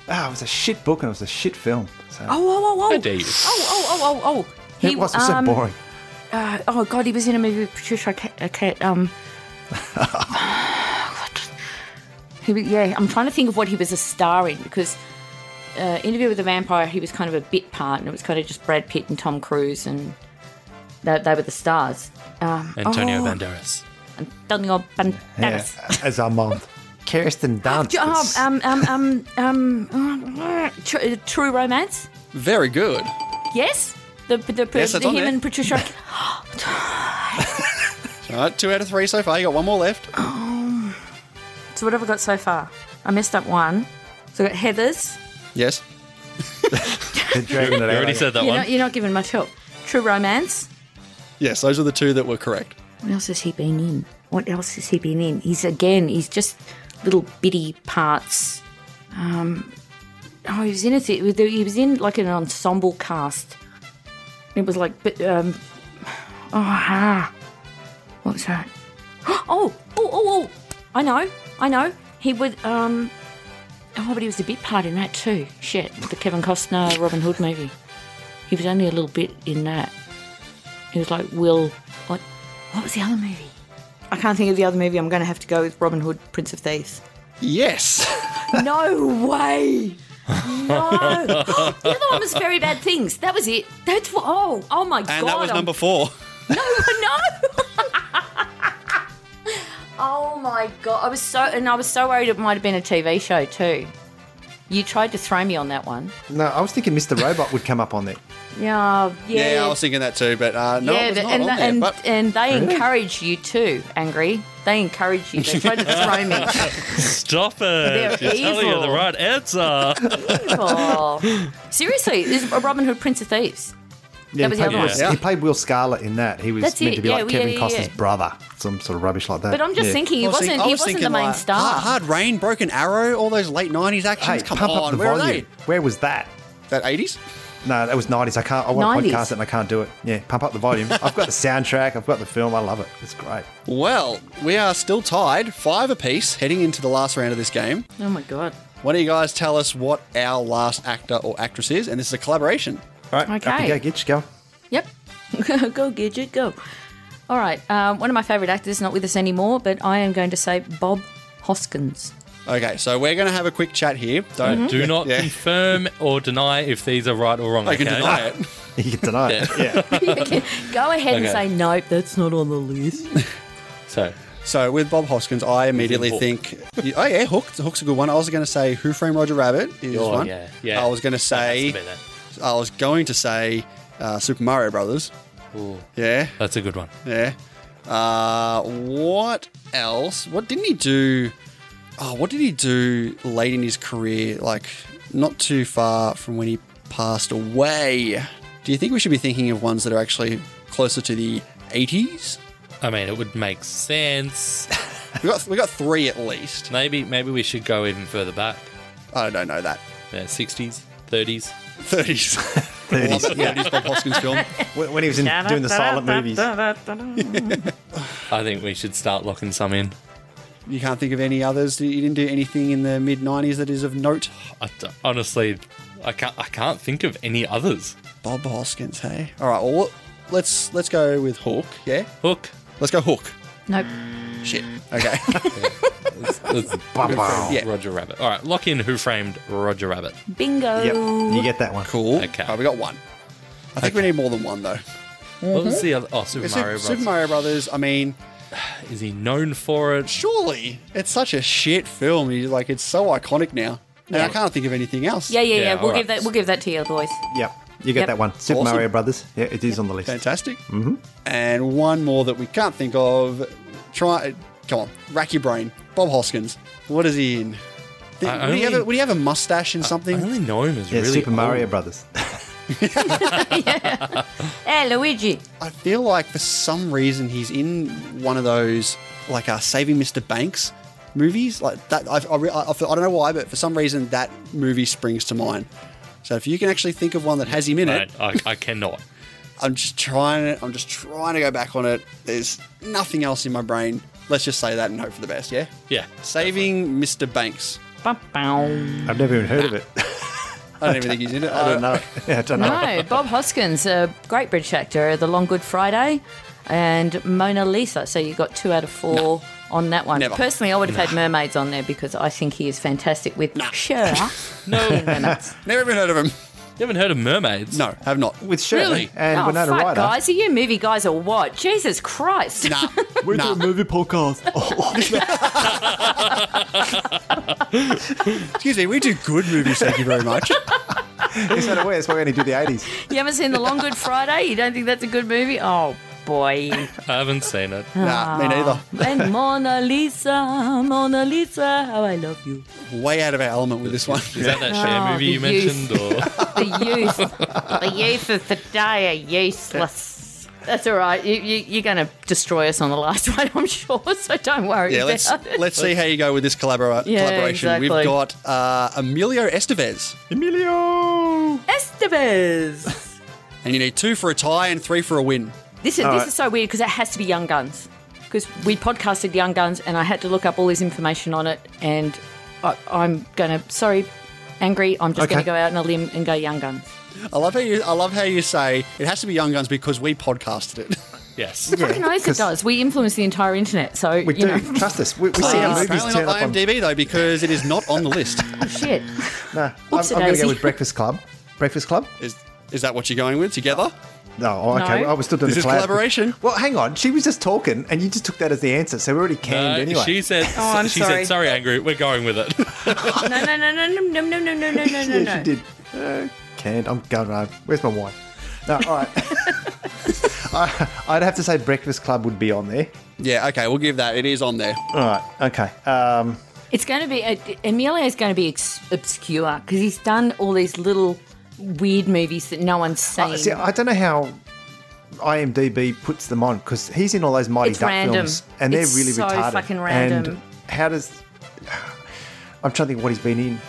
[SPEAKER 5] Ah, it was a shit book and it was a shit film. So
[SPEAKER 4] Oh, oh, oh, oh.
[SPEAKER 1] How dare you.
[SPEAKER 4] Oh, oh, oh, oh, oh. He,
[SPEAKER 5] it was, it was so boring.
[SPEAKER 4] uh, oh, God, he was in a movie with Patricia Arquette. Um, what? He was- yeah, I'm trying to think of what he was a star in because uh, Interview with the Vampire, he was kind of a bit part and it was kind of just Brad Pitt and Tom Cruise and they, they were the stars. Um,
[SPEAKER 1] Antonio
[SPEAKER 4] oh,
[SPEAKER 1] Banderas.
[SPEAKER 4] Antonio Banderas.
[SPEAKER 5] Yeah, as our mom. Kirsten Dunst.
[SPEAKER 4] Oh, um, um, um, um, uh, tr- uh, True Romance?
[SPEAKER 2] Very good.
[SPEAKER 4] Yes? The, the, the,
[SPEAKER 2] Yes, it's on
[SPEAKER 4] him
[SPEAKER 2] there.
[SPEAKER 4] and Patricia. Arquette-
[SPEAKER 2] All right, two out of three so far. You got one more left.
[SPEAKER 4] So what have I got so far? I messed up one. So I got Heather's.
[SPEAKER 2] Yes.
[SPEAKER 5] dragging it
[SPEAKER 1] You
[SPEAKER 5] out.
[SPEAKER 1] already said that
[SPEAKER 4] You're
[SPEAKER 1] one.
[SPEAKER 4] not, you're not giving much help. True Romance.
[SPEAKER 2] Yes, those are the two that were correct.
[SPEAKER 4] What else has he been in? What else has he been in? He's again. He's just little bitty parts. Um, oh, he was in a th- he was in like an ensemble cast. It was like, but um, oh, ah, what was that? Oh, oh, oh, oh! I know, I know. He would um, oh, but he was a bit part in that too. Shit, the Kevin Costner Robin Hood movie. He was only a little bit in that. He was like Will. What? What was the other movie? I can't think of the other movie. I'm going to have to go with Robin Hood, Prince of Thieves.
[SPEAKER 2] Yes.
[SPEAKER 4] No way. No. the other one was Very Bad Things. That was it. That's what. Oh, oh my god.
[SPEAKER 2] And that was
[SPEAKER 4] I'm-
[SPEAKER 2] number four.
[SPEAKER 4] No, no. oh my god. I was so and I was so worried it might have been a TV show too. You tried to throw me on that one.
[SPEAKER 5] No, I was thinking Mr. Robot would come up on there.
[SPEAKER 4] Yeah, yeah.
[SPEAKER 2] Yeah, I was thinking that too, but uh, no, it was
[SPEAKER 4] but-
[SPEAKER 2] not
[SPEAKER 4] and,
[SPEAKER 2] on
[SPEAKER 4] the-
[SPEAKER 2] there.
[SPEAKER 4] and,
[SPEAKER 2] but
[SPEAKER 4] and they encourage you too, Angry. They encourage you. They try to throw me.
[SPEAKER 1] Stop it. They're telling you
[SPEAKER 4] evil.
[SPEAKER 1] the right answer.
[SPEAKER 4] Oh. Seriously, this is Robin Hood, Prince of Thieves.
[SPEAKER 5] Yeah,
[SPEAKER 4] That was
[SPEAKER 5] he,
[SPEAKER 4] the
[SPEAKER 5] played
[SPEAKER 4] other
[SPEAKER 5] Will,
[SPEAKER 2] one.
[SPEAKER 5] he played Will Scarlet in that. He was
[SPEAKER 4] That's
[SPEAKER 5] meant
[SPEAKER 4] it.
[SPEAKER 5] to be
[SPEAKER 4] Yeah,
[SPEAKER 5] like
[SPEAKER 4] yeah,
[SPEAKER 5] Kevin
[SPEAKER 4] yeah,
[SPEAKER 5] Costner's
[SPEAKER 4] yeah.
[SPEAKER 5] brother, some sort of rubbish like that.
[SPEAKER 4] But I'm just
[SPEAKER 5] Yeah.
[SPEAKER 4] thinking he
[SPEAKER 2] I was
[SPEAKER 4] wasn't.
[SPEAKER 2] thinking- I
[SPEAKER 4] He
[SPEAKER 2] was
[SPEAKER 4] wasn't the
[SPEAKER 2] thinking,
[SPEAKER 4] main
[SPEAKER 2] like,
[SPEAKER 4] star.
[SPEAKER 2] Hard, Hard Rain, Broken Arrow, all those late 90s
[SPEAKER 5] Hey,
[SPEAKER 2] actions. Come
[SPEAKER 5] pump
[SPEAKER 2] on,
[SPEAKER 5] up the
[SPEAKER 2] where
[SPEAKER 5] volume. Where was that?
[SPEAKER 2] are they? That 80s?
[SPEAKER 5] No, that was 90s. I can't. I want
[SPEAKER 4] 90s.
[SPEAKER 5] to podcast it and I can't do it. Yeah, pump up the volume. I've got the soundtrack. I've got the film. I love it. It's great.
[SPEAKER 2] Well, we are still tied, five apiece, heading into the last round of this game.
[SPEAKER 4] Oh my god.
[SPEAKER 2] Why don't you guys tell us what our last actor or actress is? And this is a collaboration.
[SPEAKER 5] All right, up
[SPEAKER 4] Okay.
[SPEAKER 5] you go, Gitch. Go.
[SPEAKER 4] Yep. go Gidget, go. All right. Um, one of my favourite actors, not with us anymore, but I am going to say Bob Hoskins.
[SPEAKER 2] Okay, so we're going to have a quick chat here. Don't
[SPEAKER 4] Mm-hmm.
[SPEAKER 1] Do not
[SPEAKER 2] Yeah.
[SPEAKER 1] confirm or deny if these are right or wrong.
[SPEAKER 2] I can
[SPEAKER 1] okay?
[SPEAKER 2] deny it.
[SPEAKER 5] You can deny it. Yeah.
[SPEAKER 4] go ahead and
[SPEAKER 1] Okay.
[SPEAKER 4] say nope. That's not on the list.
[SPEAKER 1] So,
[SPEAKER 2] So with Bob Hoskins, I immediately
[SPEAKER 1] Hook.
[SPEAKER 2] think, oh yeah, Hook. Hook's a good one. I was going to say Who Framed Roger Rabbit is
[SPEAKER 1] Oh,
[SPEAKER 2] one.
[SPEAKER 1] yeah, yeah.
[SPEAKER 2] I was going to
[SPEAKER 1] That has
[SPEAKER 2] say,
[SPEAKER 1] to be there.
[SPEAKER 2] I was going to say uh, Super Mario Brothers. Yeah,
[SPEAKER 1] that's a good one.
[SPEAKER 2] yeah. Uh, what else? What didn't he do? Oh, what did he do late in his career? Like not too far from when he passed away. Do you think we should be thinking of ones that are actually closer to the 80s?
[SPEAKER 1] I mean, it would make sense.
[SPEAKER 2] We got we got three at least.
[SPEAKER 1] Maybe maybe we should go even further back.
[SPEAKER 2] I don't know that.
[SPEAKER 1] Yeah, 60s, 30s.
[SPEAKER 2] 30s. 30s. Yeah, 30s Bob Hoskins film.
[SPEAKER 5] When when he was in, doing the silent movies.
[SPEAKER 1] I think we should start locking some in.
[SPEAKER 2] You can't think of any others. You didn't do anything in the mid 90s that is of note.
[SPEAKER 1] I d honestly, I can't I can't think of any others.
[SPEAKER 2] Bob Hoskins, hey. All right, well let's let's go with Hook. Yeah,
[SPEAKER 1] Hook.
[SPEAKER 2] let's go Hook.
[SPEAKER 4] Nope.
[SPEAKER 2] Shit. Okay.
[SPEAKER 1] That's
[SPEAKER 2] yeah.
[SPEAKER 1] Roger Rabbit. All right, lock in Who Framed Roger Rabbit.
[SPEAKER 4] Bingo.
[SPEAKER 5] Yep. You get that one.
[SPEAKER 2] Cool.
[SPEAKER 1] Okay.
[SPEAKER 2] Okay. we got one. I think we need more than one though.
[SPEAKER 1] What was the other? Oh, Super
[SPEAKER 2] Super
[SPEAKER 1] Mario
[SPEAKER 2] Mario,
[SPEAKER 1] Bros.
[SPEAKER 2] Brothers. I mean,
[SPEAKER 1] Is he known for it?
[SPEAKER 2] surely it's such a shit film. You like it's so iconic now. And I can't think of anything else.
[SPEAKER 4] Yeah, yeah,
[SPEAKER 1] Yeah,
[SPEAKER 4] yeah. We'll
[SPEAKER 1] all
[SPEAKER 4] give
[SPEAKER 1] right.
[SPEAKER 4] that. We'll give that to you, boys.
[SPEAKER 5] Yep. You get
[SPEAKER 4] Yep.
[SPEAKER 5] that one. Super
[SPEAKER 2] Awesome.
[SPEAKER 5] Mario Brothers. Yeah, it is on the list.
[SPEAKER 2] Fantastic. Mm-hmm. And one more that we can't think of. Try, come on, rack your brain. Bob Hoskins. What is he in? Th-
[SPEAKER 1] I
[SPEAKER 2] would, he
[SPEAKER 1] only-
[SPEAKER 2] have a, would he have a mustache and
[SPEAKER 1] I
[SPEAKER 2] something?
[SPEAKER 1] only know him as
[SPEAKER 5] Yeah,
[SPEAKER 1] really
[SPEAKER 5] Super
[SPEAKER 2] Oh.
[SPEAKER 5] Mario
[SPEAKER 1] old.
[SPEAKER 5] Brothers.
[SPEAKER 4] Hey, Luigi.
[SPEAKER 2] I feel like for some reason he's in one of those like uh, Saving Mr. Banks movies. Like that, I, I, re- I, I don't know why, but for some reason that movie springs to mind. So if you can actually think of one that has him in it,
[SPEAKER 1] I, I, I cannot.
[SPEAKER 2] I'm just trying to, I'm just trying to go back on it. There's nothing else in my brain. Let's just say that and hope for the best. Yeah.
[SPEAKER 1] Yeah.
[SPEAKER 2] Saving Mr. Banks.
[SPEAKER 8] Ba-bow.
[SPEAKER 5] I've never even heard of it.
[SPEAKER 2] I don't even think he's in it. Uh, I don't know.
[SPEAKER 5] I don't know.
[SPEAKER 4] No, Bob Hoskins, a great British actor, The Long Good Friday and Mona Lisa. So you got two out of four on that one.
[SPEAKER 2] Never.
[SPEAKER 4] Personally, I would have had mermaids on there because I think he is fantastic with sure.
[SPEAKER 1] No, you
[SPEAKER 4] mermaids.
[SPEAKER 2] Never even heard of him.
[SPEAKER 1] haven't heard of mermaids?
[SPEAKER 2] No, have not.
[SPEAKER 5] With Shirley
[SPEAKER 1] Really?
[SPEAKER 5] and
[SPEAKER 4] oh,
[SPEAKER 5] Winona
[SPEAKER 4] fuck,
[SPEAKER 5] Ryder.
[SPEAKER 4] guys. Are you movie guys or what? Jesus Christ.
[SPEAKER 2] Nah, nah.
[SPEAKER 5] movie podcast.
[SPEAKER 2] Excuse me, we do good movies, thank you very much.
[SPEAKER 5] Is that aware? That's why we only do the 80s.
[SPEAKER 4] You haven't seen The Long Good Friday? You don't think that's a good movie? Oh, boy.
[SPEAKER 1] I haven't seen it.
[SPEAKER 2] nah, me neither.
[SPEAKER 4] and Mona Lisa, Mona Lisa, how I love you.
[SPEAKER 2] Way out of our element with this one.
[SPEAKER 1] Is that that share
[SPEAKER 4] Oh,
[SPEAKER 1] movie you
[SPEAKER 4] the youth.
[SPEAKER 1] mentioned? Or
[SPEAKER 4] The youth, the youth of the day are useless. That's all right. You, you, you're going to destroy us on the last one, I'm sure. So don't worry.
[SPEAKER 2] Yeah, let's
[SPEAKER 4] about it.
[SPEAKER 2] let's see how you go with this collabora-
[SPEAKER 4] Yeah,
[SPEAKER 2] collaboration. We've
[SPEAKER 4] exactly.
[SPEAKER 2] got uh, Emilio Estevez,
[SPEAKER 5] Emilio!
[SPEAKER 4] Estevez.
[SPEAKER 2] and you need two for a tie and three for a win.
[SPEAKER 4] This is this is so weird because it has to be Young Guns because we podcasted Young Guns and I had to look up all this information on it and I, I'm gonna sorry, angry. I'm just gonna
[SPEAKER 5] Okay.
[SPEAKER 4] go out on a limb and go Young Guns.
[SPEAKER 2] I love how you I love how you say it has to be Young Guns because we podcasted it.
[SPEAKER 1] yes,
[SPEAKER 4] Fucking knows it
[SPEAKER 5] 'cause-
[SPEAKER 4] does. We influence the entire internet, so
[SPEAKER 5] We
[SPEAKER 4] you
[SPEAKER 5] do.
[SPEAKER 4] know
[SPEAKER 5] Trust us. We, we see our
[SPEAKER 2] Uh,
[SPEAKER 5] movies
[SPEAKER 2] apparently
[SPEAKER 5] turn
[SPEAKER 2] not
[SPEAKER 5] up on...
[SPEAKER 2] IMDb though because it is not on the list.
[SPEAKER 4] shit.
[SPEAKER 5] Nah, I'm,
[SPEAKER 4] Oopsie
[SPEAKER 5] I'm going to
[SPEAKER 4] daisy.
[SPEAKER 5] go with Breakfast Club. Breakfast Club?
[SPEAKER 2] Is is that what you're going with together?
[SPEAKER 5] No, oh, okay.
[SPEAKER 4] No.
[SPEAKER 5] I was still doing
[SPEAKER 2] This
[SPEAKER 5] the
[SPEAKER 2] is
[SPEAKER 5] collab.
[SPEAKER 2] collaboration.
[SPEAKER 5] Well, hang on. She was just talking, and you just took that as the answer. So we're already canned
[SPEAKER 1] Uh,
[SPEAKER 5] anyway.
[SPEAKER 1] she said.
[SPEAKER 4] I'm
[SPEAKER 1] she
[SPEAKER 4] sorry.
[SPEAKER 1] said, "Sorry, angry. We're going with it."
[SPEAKER 4] No no no no no no no no no no no
[SPEAKER 5] yeah,
[SPEAKER 4] no.
[SPEAKER 5] she did. Uh, canned. I'm going home. Where's my wine? No, all right. I, I'd have to say Breakfast Club would be on there.
[SPEAKER 2] Yeah, okay, we'll give that. It is on there.
[SPEAKER 5] All right. Okay. Um,
[SPEAKER 4] It's going to be uh, Emilio is going to be ex- obscure because he's done all these little weird movies that no one's seen.
[SPEAKER 5] I- Oh, see, I don't know how IMDb puts them on because he's in all those Mighty
[SPEAKER 4] It's
[SPEAKER 5] Duck
[SPEAKER 4] random.
[SPEAKER 5] films, and they're
[SPEAKER 4] It's
[SPEAKER 5] really
[SPEAKER 4] so
[SPEAKER 5] retarded.
[SPEAKER 4] fucking
[SPEAKER 5] And
[SPEAKER 4] random.
[SPEAKER 5] how does? I'm trying to think what he's been in.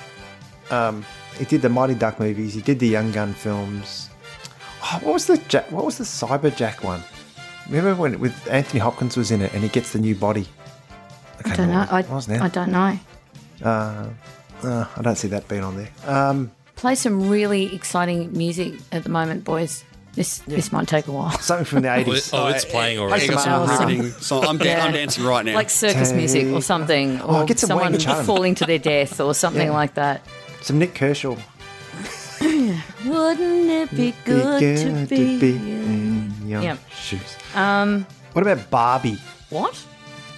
[SPEAKER 5] Um, he did the Mighty Duck movies. He did the Young Gun films. Oh, what was the Jack, what was the Cyber Jack one? Remember when with Anthony Hopkins was in it and he gets the new body.
[SPEAKER 8] I don't know. I,
[SPEAKER 5] What was that?
[SPEAKER 8] I don't know.
[SPEAKER 5] Uh, I don't see that being on there. Uh,
[SPEAKER 4] Play some really exciting music at the moment, boys. This this might take a while.
[SPEAKER 5] something from the 80s.
[SPEAKER 1] oh, it's playing
[SPEAKER 2] Yeah,
[SPEAKER 1] already.
[SPEAKER 2] you got some
[SPEAKER 4] Awesome.
[SPEAKER 2] riveting song. I'm, dan- I'm dancing right now.
[SPEAKER 4] Like circus
[SPEAKER 5] Take-
[SPEAKER 4] music or something,
[SPEAKER 5] Oh,
[SPEAKER 4] or
[SPEAKER 5] get some
[SPEAKER 4] someone
[SPEAKER 5] Wayne Chun.
[SPEAKER 4] falling to their death or something
[SPEAKER 5] Yeah.
[SPEAKER 4] like that.
[SPEAKER 5] Some Nick Kershaw.
[SPEAKER 4] Wouldn't it be good, to be?
[SPEAKER 5] in your
[SPEAKER 4] Yep.
[SPEAKER 5] shoes. Um, what about Barbie?
[SPEAKER 4] What?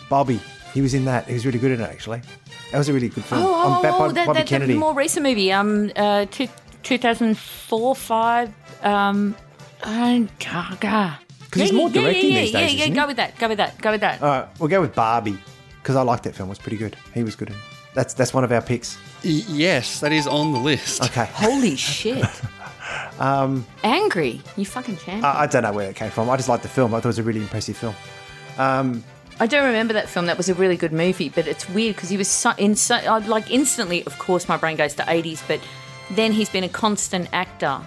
[SPEAKER 5] Bobby. He was in that. He was really good in it, actually. That was a really good film.
[SPEAKER 4] Oh,
[SPEAKER 5] Um,
[SPEAKER 4] oh, oh,
[SPEAKER 5] Bob- Bob-
[SPEAKER 4] that,
[SPEAKER 5] Bobby
[SPEAKER 4] that, that
[SPEAKER 5] Kennedy.
[SPEAKER 4] more recent movie, um, uh, two, 2004, 5, um, and Gaga.
[SPEAKER 5] 'Cause he's more
[SPEAKER 4] yeah,
[SPEAKER 5] directing
[SPEAKER 4] yeah,
[SPEAKER 5] these
[SPEAKER 4] yeah,
[SPEAKER 5] days,
[SPEAKER 4] yeah,
[SPEAKER 5] isn't Uh,
[SPEAKER 4] go
[SPEAKER 5] he?
[SPEAKER 4] with that, go with that, go with that.
[SPEAKER 5] All right, we'll go with Barbie because I liked that film. It was pretty good. He was good in. It. That's that's one of our picks.
[SPEAKER 2] Y- yes, that is on the list.
[SPEAKER 5] Okay.
[SPEAKER 4] Holy shit.
[SPEAKER 5] Um,
[SPEAKER 4] Angry. You fucking champion.
[SPEAKER 5] I, I don't know where that came from. I just liked the film. I thought it was a really impressive film.
[SPEAKER 4] I do remember that film. That was a really good movie, but it's weird because he was so, in so I, like instantly. Of course, my brain goes to eighties, but then he's been a constant actor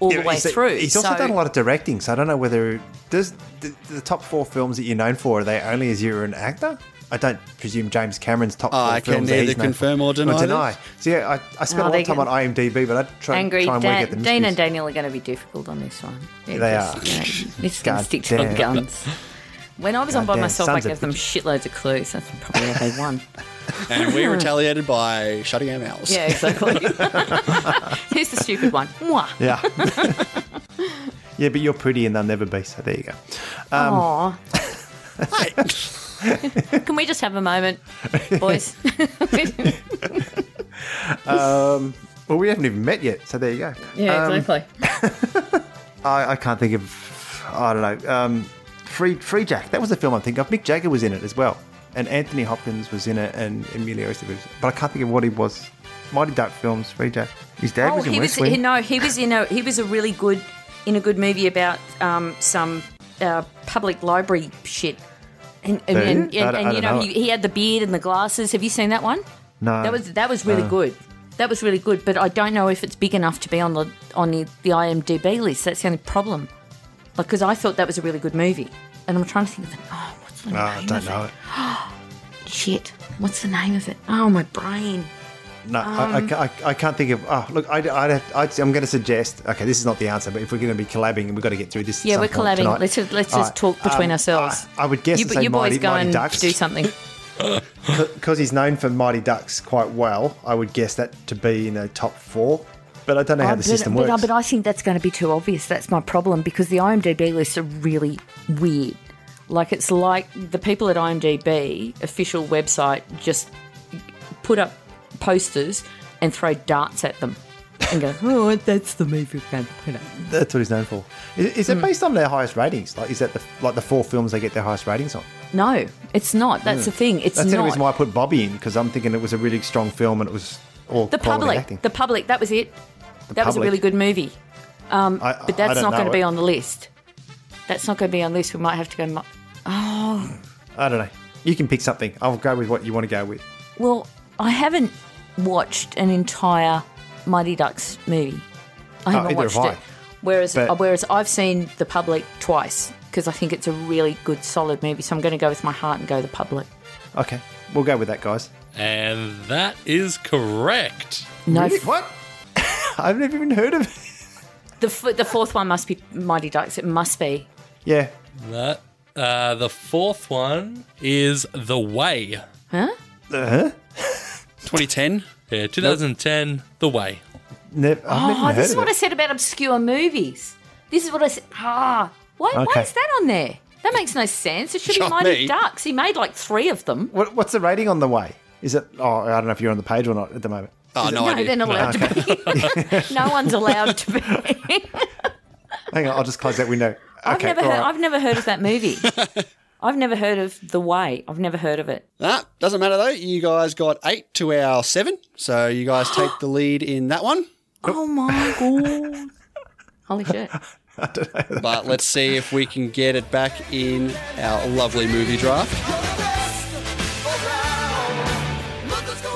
[SPEAKER 4] all the way
[SPEAKER 5] he's,
[SPEAKER 4] through.
[SPEAKER 5] He's also
[SPEAKER 4] so-
[SPEAKER 5] done a lot of directing, so I don't know whether does the, the top four films that you're known for are they only as you're an actor? I don't presume James Cameron's top four
[SPEAKER 2] I can
[SPEAKER 5] films. that he's
[SPEAKER 2] neither
[SPEAKER 5] known
[SPEAKER 2] confirm
[SPEAKER 5] for.
[SPEAKER 2] or deny this.
[SPEAKER 5] So yeah, I, I
[SPEAKER 4] Oh,
[SPEAKER 5] spent a lot
[SPEAKER 4] they
[SPEAKER 5] of time
[SPEAKER 4] get-
[SPEAKER 5] on IMDb, but I try,
[SPEAKER 4] Angry.
[SPEAKER 5] try and work out the
[SPEAKER 4] Dan, Dean and
[SPEAKER 5] mysteries.
[SPEAKER 4] Daniel are going to be difficult on this one. They're
[SPEAKER 5] They
[SPEAKER 4] just,
[SPEAKER 5] are.
[SPEAKER 4] You know, it's going to
[SPEAKER 5] God
[SPEAKER 4] stick to the
[SPEAKER 5] damn.
[SPEAKER 4] guns. When I was on by
[SPEAKER 5] Goddamn
[SPEAKER 4] myself, I
[SPEAKER 5] sons of
[SPEAKER 4] gave them shitloads of clues. That's probably how they won.
[SPEAKER 2] And we retaliated by shutting our mouths.
[SPEAKER 4] Yeah, exactly. Here's the stupid one. Mwah.
[SPEAKER 5] Yeah. yeah, but you're pretty and they'll never be, so there you go. Um,
[SPEAKER 4] Aw.
[SPEAKER 2] Hey,
[SPEAKER 4] Can we just have a moment, boys?
[SPEAKER 2] Um,
[SPEAKER 5] Well, we haven't even met yet, so there you go. Um, I, I can't think of, I don't know, um, Free, Free Jack. That was the film I think of. Mick Jagger was in it as well. And Anthony Hopkins was in it and Emilio Estevez. But I can't think of what he was. Mighty Duck films, Free Jack. His dad
[SPEAKER 4] Oh,
[SPEAKER 5] was in
[SPEAKER 4] he
[SPEAKER 5] West
[SPEAKER 4] was
[SPEAKER 5] Wing.
[SPEAKER 4] he, no, he was in a he was a really good in a good movie about um, some uh, public library shit. And, and,
[SPEAKER 5] Who?
[SPEAKER 4] and,
[SPEAKER 5] I don't-
[SPEAKER 4] and,
[SPEAKER 5] I
[SPEAKER 4] you
[SPEAKER 5] don't
[SPEAKER 4] know,
[SPEAKER 5] know
[SPEAKER 4] he,
[SPEAKER 5] it.
[SPEAKER 4] he had the beard and the glasses. Have you seen that one?
[SPEAKER 5] No.
[SPEAKER 4] That was that was really
[SPEAKER 5] uh,
[SPEAKER 4] good. That was really good, but I don't know if it's big enough to be on the on the, the IMDb list. That's the only problem. Like, because I thought that was a really good movie, and I'm trying to think of the oh, what's the
[SPEAKER 5] Oh,
[SPEAKER 4] name
[SPEAKER 5] I don't
[SPEAKER 4] of
[SPEAKER 5] know it.
[SPEAKER 4] it? Shit, what's the name of it? Oh, my brain.
[SPEAKER 5] No, I, I, ca- I, I can't think of. Oh, look, I, I, I, am going to suggest. Okay, this is not the answer, but if we're going to be collabing, we've got to get through this. at
[SPEAKER 4] Yeah,
[SPEAKER 5] some
[SPEAKER 4] we're
[SPEAKER 5] point
[SPEAKER 4] collabing.
[SPEAKER 5] tonight.
[SPEAKER 4] Let's just, let's
[SPEAKER 5] All
[SPEAKER 4] just
[SPEAKER 5] right,
[SPEAKER 4] talk between
[SPEAKER 5] um,
[SPEAKER 4] ourselves.
[SPEAKER 5] I, I would guess
[SPEAKER 4] you,
[SPEAKER 5] to say
[SPEAKER 4] you
[SPEAKER 5] Mighty,
[SPEAKER 4] boys go
[SPEAKER 5] Mighty
[SPEAKER 4] and
[SPEAKER 5] Ducks.
[SPEAKER 4] do something.
[SPEAKER 5] because he's known for Mighty Ducks quite well, I would guess that to be in the top four. But I don't know how
[SPEAKER 4] Oh,
[SPEAKER 5] the
[SPEAKER 4] but,
[SPEAKER 5] system
[SPEAKER 4] but,
[SPEAKER 5] works.
[SPEAKER 4] but I think that's going to be too obvious. That's my problem because the IMDb lists are really weird. Like it's like the people at IMDb official website just put up posters and throw darts at them and go, "Oh, that's the movie we're going to put up."
[SPEAKER 5] That's what he's known for. Is, is
[SPEAKER 4] Hmm.
[SPEAKER 5] it based on their highest ratings? Like, is that the like the four films they get their highest ratings on?
[SPEAKER 4] No, it's not. That's the thing. It's
[SPEAKER 5] Hmm. That's the
[SPEAKER 4] not.
[SPEAKER 5] only reason why I put Bobby in because I'm thinking it was a really strong film and it was all
[SPEAKER 4] the
[SPEAKER 5] quality
[SPEAKER 4] public,
[SPEAKER 5] acting.
[SPEAKER 4] the public. That was it. that was a
[SPEAKER 5] public.
[SPEAKER 4] really good movie.
[SPEAKER 5] I- I
[SPEAKER 4] But that's
[SPEAKER 5] don't
[SPEAKER 4] not
[SPEAKER 5] know
[SPEAKER 4] going to
[SPEAKER 5] it.
[SPEAKER 4] be on the list. That's not going to be on the list. We might have to go. mo-
[SPEAKER 5] I don't know. You can pick something. I'll go with what you want to go with.
[SPEAKER 4] Well, I haven't watched an entire Mighty Ducks movie. I haven't
[SPEAKER 5] either
[SPEAKER 4] watched
[SPEAKER 5] Oh, have I.
[SPEAKER 4] it. Whereas,
[SPEAKER 5] But-
[SPEAKER 4] uh, whereas I've seen The Public twice because I think it's a really good, solid movie. So I'm going to go with my heart and go The Public.
[SPEAKER 5] Okay, we'll go with that, guys.
[SPEAKER 1] And that is correct.
[SPEAKER 4] No,
[SPEAKER 5] Really?
[SPEAKER 4] f-
[SPEAKER 5] What? I've never even heard of. it.
[SPEAKER 4] the f- the fourth one must be Mighty Ducks. It must be.
[SPEAKER 5] Yeah,
[SPEAKER 1] That uh, the fourth one is The Way. Uh,
[SPEAKER 5] Uh-huh.
[SPEAKER 2] 2010.
[SPEAKER 1] Yeah, 2010, The Way.
[SPEAKER 5] never. I've never
[SPEAKER 4] Oh,
[SPEAKER 5] heard
[SPEAKER 4] this is
[SPEAKER 5] of
[SPEAKER 4] what
[SPEAKER 5] it.
[SPEAKER 4] I said about obscure movies. This is what I said. Ah, why,
[SPEAKER 5] Okay.
[SPEAKER 4] why is that on there? That makes no sense. It should be
[SPEAKER 2] Johnny.
[SPEAKER 4] Mighty Ducks. He made like three of them.
[SPEAKER 5] What, what's the rating on the way? Is it? Oh, I don't know if you're on the page or not at the moment.
[SPEAKER 2] Oh, no,
[SPEAKER 4] no,
[SPEAKER 2] idea.
[SPEAKER 4] they're not allowed to be. no one's allowed to be.
[SPEAKER 5] Hang on, I'll just close that window. Okay,
[SPEAKER 4] I've never
[SPEAKER 5] all
[SPEAKER 4] heard.
[SPEAKER 5] right.
[SPEAKER 4] I've never heard of that movie. I've never heard of The Way. I've never heard of it.
[SPEAKER 2] Nah, doesn't matter though. You guys got eight to our seven, so you guys take the lead in that one.
[SPEAKER 4] Oh my god! Holy shit!
[SPEAKER 2] But let's see if we can get it back in our lovely movie draft.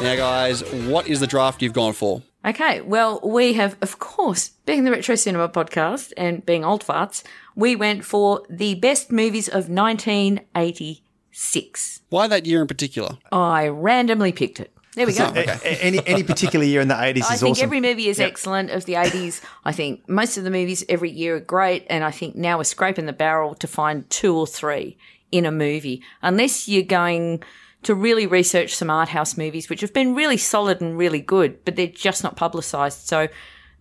[SPEAKER 2] Now, guys, what is the draft you've gone for?
[SPEAKER 4] Okay, well, we have, of course, being the Retro Cinema podcast and being old farts, we went for the best movies of 1986.
[SPEAKER 2] Why that year in particular?
[SPEAKER 4] I randomly picked it. There we go.
[SPEAKER 5] A- any any particular year in the 80s
[SPEAKER 4] I
[SPEAKER 5] is
[SPEAKER 4] think
[SPEAKER 5] awesome.
[SPEAKER 4] every movie is excellent of the 80s. I think most of the movies every year are great. And I think now we're scraping the barrel to find two or three in a movie, unless you're going to really research some art house movies, which have been really solid and really good, but they're just not publicized. So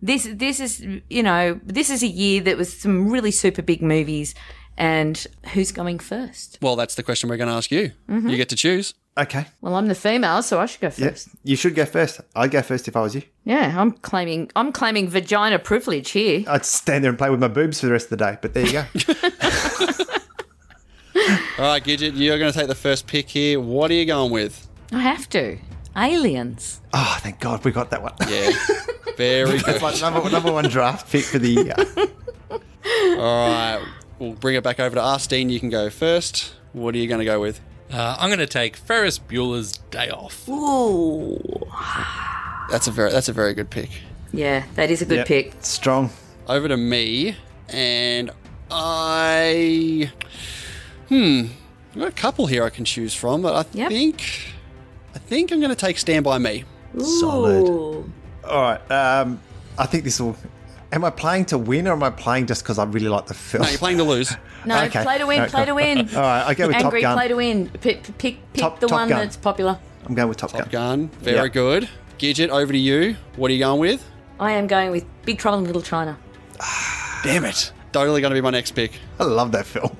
[SPEAKER 4] this, this is, you know, this is a year that was some really super big movies. And who's going first?
[SPEAKER 2] Well, that's the question we're going to ask you.
[SPEAKER 5] Mm-hmm.
[SPEAKER 2] You get to choose.
[SPEAKER 5] okay,
[SPEAKER 4] Well, I'm the female, so I should go first.
[SPEAKER 5] yes, you should go first. I'd go first if I was you.
[SPEAKER 4] Yeah, I'm claiming I'm claiming vagina privilege here.
[SPEAKER 5] I'd stand there and play with my boobs for the rest of the day. But there you go.
[SPEAKER 2] All right, Gidget, you're going to take the first pick here. What are you going with?
[SPEAKER 4] I have to. Aliens.
[SPEAKER 5] oh, thank God we got that one.
[SPEAKER 2] Yeah, very good.
[SPEAKER 5] That's like number, number one draft pick for the year.
[SPEAKER 2] All right, we'll bring it back over to us. Dean, you can go first. What are you going to go with?
[SPEAKER 1] Uh, I'm going to take Ferris Bueller's Day Off.
[SPEAKER 4] Ooh.
[SPEAKER 2] That's a very that's a very good pick.
[SPEAKER 4] Yeah, that is a good
[SPEAKER 5] Yep.
[SPEAKER 4] pick.
[SPEAKER 5] Strong.
[SPEAKER 2] Over to me, and I hmm, I've got a couple here I can choose from, but I
[SPEAKER 4] Yep.
[SPEAKER 2] think I think I'm going to take Stand by Me.
[SPEAKER 5] Solid.
[SPEAKER 4] Ooh.
[SPEAKER 5] All right. Um, I think this will. Am I playing to win or am I playing just because I really like the film?
[SPEAKER 2] No, you're playing to lose.
[SPEAKER 4] No,
[SPEAKER 5] Okay.
[SPEAKER 4] play to win,
[SPEAKER 5] Alright,
[SPEAKER 4] play to
[SPEAKER 5] cool.
[SPEAKER 4] win.
[SPEAKER 5] All right, I go with
[SPEAKER 4] Angry
[SPEAKER 5] Top Gun.
[SPEAKER 4] play to win. Pick, pick, pick
[SPEAKER 5] Top-
[SPEAKER 4] the
[SPEAKER 5] Top
[SPEAKER 4] one
[SPEAKER 5] Gun.
[SPEAKER 4] that's popular.
[SPEAKER 5] I'm going with Top, Gun.
[SPEAKER 2] Gun, very
[SPEAKER 5] Yep.
[SPEAKER 2] good. Gidget, over to you. What are you going with?
[SPEAKER 4] I am going with Big Trouble in Little China.
[SPEAKER 2] Damn it! Totally going to be my next pick.
[SPEAKER 5] I love that film.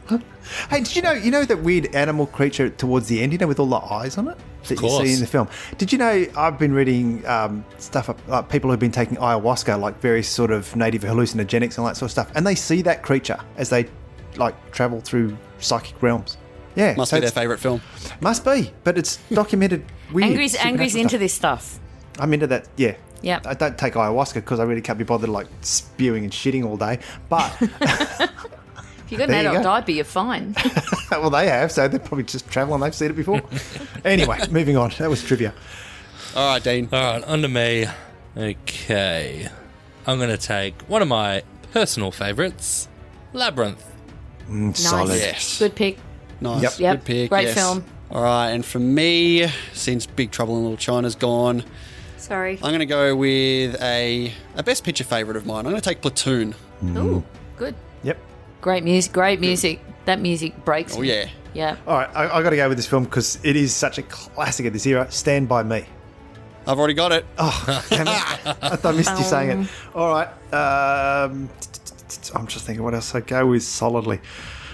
[SPEAKER 5] hey, did you know you know that weird animal creature towards the end, you know, with all the eyes on it that you
[SPEAKER 1] course.
[SPEAKER 5] see in the film? Did you know I've been reading um, stuff up, like people who've been taking ayahuasca, like various sort of native hallucinogenics and all that sort of stuff, and they see that creature as they like travel through psychic realms. Yeah,
[SPEAKER 2] Must
[SPEAKER 5] so
[SPEAKER 2] be their
[SPEAKER 5] it's-
[SPEAKER 2] favourite film.
[SPEAKER 5] Must be, but it's documented. Weird.
[SPEAKER 4] Angry's, Angry's
[SPEAKER 5] supernatural
[SPEAKER 4] into
[SPEAKER 5] stuff.
[SPEAKER 4] this stuff.
[SPEAKER 5] I'm into that. Yeah.
[SPEAKER 4] Yep.
[SPEAKER 5] I don't take ayahuasca because I really can't be bothered like spewing and shitting all day. But
[SPEAKER 4] If you've got an
[SPEAKER 5] There you
[SPEAKER 4] adult
[SPEAKER 5] go.
[SPEAKER 4] diaper, you're fine.
[SPEAKER 5] well, they have, so they're probably just traveling. They've seen it before. anyway, moving on. That was trivia.
[SPEAKER 2] All right, Dean.
[SPEAKER 1] All right, under me. Okay. I'm going to take one of my personal favorites, Labyrinth.
[SPEAKER 4] nice.
[SPEAKER 2] Yes.
[SPEAKER 4] Good pick.
[SPEAKER 2] Nice.
[SPEAKER 5] Yep.
[SPEAKER 4] Yep.
[SPEAKER 2] Good pick.
[SPEAKER 4] Great
[SPEAKER 2] yes.
[SPEAKER 4] film.
[SPEAKER 2] All right, and for me, since Big Trouble in Little China's gone,
[SPEAKER 4] Sorry.
[SPEAKER 2] I'm going to go with a, a best picture favorite of mine. I'm going to take Platoon.
[SPEAKER 4] Ooh, good.
[SPEAKER 5] Yep.
[SPEAKER 9] Great music. Great music. That music breaks.
[SPEAKER 2] Oh
[SPEAKER 9] me.
[SPEAKER 2] yeah,
[SPEAKER 9] Yeah.
[SPEAKER 5] All right, I, I got to go with this film because it is such a classic of this era. Stand by Me.
[SPEAKER 2] I've already got it.
[SPEAKER 5] Damn it. I thought I missed you saying it. All right. Um, t- t- t- t- I'm just thinking what else I go with solidly.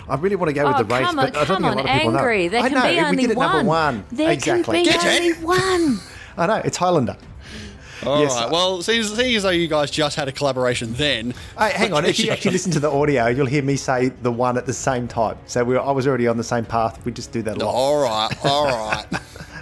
[SPEAKER 5] I really want to go
[SPEAKER 4] Oh,
[SPEAKER 5] with the race,
[SPEAKER 4] come on,
[SPEAKER 5] but I don't
[SPEAKER 4] come
[SPEAKER 5] think a
[SPEAKER 4] on,
[SPEAKER 5] lot of people
[SPEAKER 4] angry.
[SPEAKER 5] know.
[SPEAKER 4] There
[SPEAKER 5] I
[SPEAKER 4] can be
[SPEAKER 5] know, we
[SPEAKER 4] only
[SPEAKER 5] did it
[SPEAKER 4] one.
[SPEAKER 5] number one.
[SPEAKER 4] There
[SPEAKER 5] exactly.
[SPEAKER 4] can
[SPEAKER 2] Get
[SPEAKER 4] be only
[SPEAKER 2] it?
[SPEAKER 4] one.
[SPEAKER 5] I know, it's Highlander.
[SPEAKER 2] All right.
[SPEAKER 5] yes, I-
[SPEAKER 2] Well, seems, seeing as though you guys just had a collaboration then.
[SPEAKER 5] Hey, hang on, if you actually listen to the audio, you'll hear me say the one at the same time. So we were, I was already on the same path. We just do that a lot.
[SPEAKER 2] All right. All right.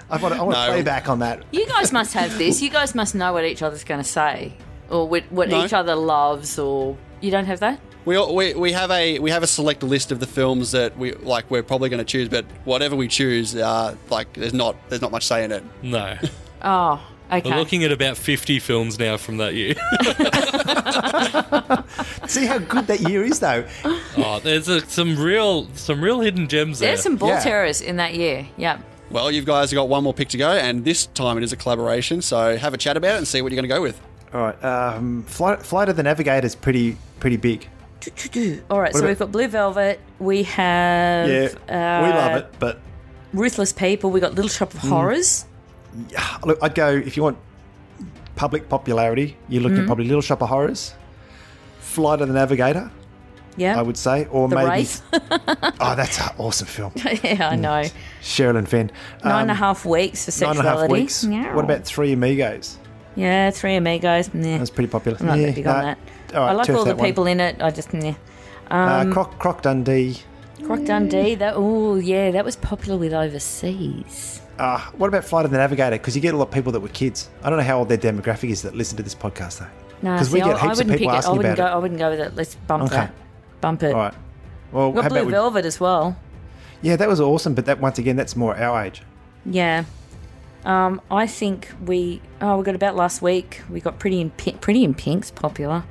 [SPEAKER 5] I want to I want
[SPEAKER 2] No.
[SPEAKER 5] to play back on that.
[SPEAKER 4] You guys must have this. You guys must know what each other's going to say, or what, what
[SPEAKER 2] No.
[SPEAKER 4] each other loves, or you don't have that.
[SPEAKER 2] We, all, we, we have a we have a select list of the films that we like. We're probably going to choose, but whatever we choose, uh, like there's not there's not much say in it.
[SPEAKER 1] No.
[SPEAKER 4] Oh, okay.
[SPEAKER 1] We're looking at about 50 films now from that year.
[SPEAKER 5] See how good that year is, though.
[SPEAKER 1] oh, there's a, some real some real hidden gems there.
[SPEAKER 4] There's some ball
[SPEAKER 5] Yeah.
[SPEAKER 4] terrors in that year. Yeah.
[SPEAKER 2] Well, you guys have got one more pick to go, and this time it is a collaboration. So have a chat about it and see what you're going to go with.
[SPEAKER 5] All right, um, Flight, Flight of the Navigator is pretty pretty big.
[SPEAKER 4] All right, so
[SPEAKER 5] about-
[SPEAKER 4] we've got Blue Velvet. We have
[SPEAKER 5] Yeah, we
[SPEAKER 4] uh,
[SPEAKER 5] love it, Mm. but
[SPEAKER 4] Ruthless People. We got Little Shop of Horrors.
[SPEAKER 5] Look, I'd go if you want public popularity. You're looking
[SPEAKER 4] Hmm.
[SPEAKER 5] at probably Little Shop of Horrors, Flight of the Navigator,
[SPEAKER 4] Yeah,
[SPEAKER 5] I would say, or
[SPEAKER 4] The
[SPEAKER 5] maybe.
[SPEAKER 4] Wraith.
[SPEAKER 5] oh, that's an awesome film,
[SPEAKER 4] yeah, I know.
[SPEAKER 5] Sherilyn Finn.
[SPEAKER 4] Nine and a
[SPEAKER 5] Um,
[SPEAKER 4] half weeks for
[SPEAKER 5] Mm. nine
[SPEAKER 4] sexuality.
[SPEAKER 5] and a half weeks.
[SPEAKER 4] Yeah.
[SPEAKER 5] What about Three Amigos?
[SPEAKER 4] yeah, three of me guys. Nah.
[SPEAKER 5] That's pretty popular.
[SPEAKER 4] I'm not
[SPEAKER 5] Yeah,
[SPEAKER 4] big
[SPEAKER 5] nah.
[SPEAKER 4] on that.
[SPEAKER 5] All right,
[SPEAKER 4] I like
[SPEAKER 5] turf
[SPEAKER 4] all the
[SPEAKER 5] that one.
[SPEAKER 4] people um, in it. I just nah.
[SPEAKER 5] uh, Croc, Croc Dundee.
[SPEAKER 4] Croc Dundee. That oh yeah, that was popular with overseas.
[SPEAKER 5] Uh, what about Flight of the Navigator? Because you get a lot of people that were kids. I don't know how old their demographic is that listen to this podcast, though.
[SPEAKER 4] Nah,
[SPEAKER 5] 'Cause
[SPEAKER 4] see,
[SPEAKER 5] we get
[SPEAKER 4] I, I
[SPEAKER 5] heaps of
[SPEAKER 4] wouldn't pick
[SPEAKER 5] people
[SPEAKER 4] it. I
[SPEAKER 5] asking
[SPEAKER 4] wouldn't
[SPEAKER 5] about
[SPEAKER 4] go.
[SPEAKER 5] it.
[SPEAKER 4] I wouldn't go with it. Let's bump
[SPEAKER 5] Okay.
[SPEAKER 4] that. Bump it.
[SPEAKER 5] All right. Well,
[SPEAKER 4] We
[SPEAKER 5] how
[SPEAKER 4] got Blue
[SPEAKER 5] about we,
[SPEAKER 4] Velvet as well.
[SPEAKER 5] yeah, that was awesome, but that once again, that's more our age.
[SPEAKER 4] Yeah. Um, I think we. Oh, we got about last week. We got Pretty in Pink. Pretty in Pink's popular.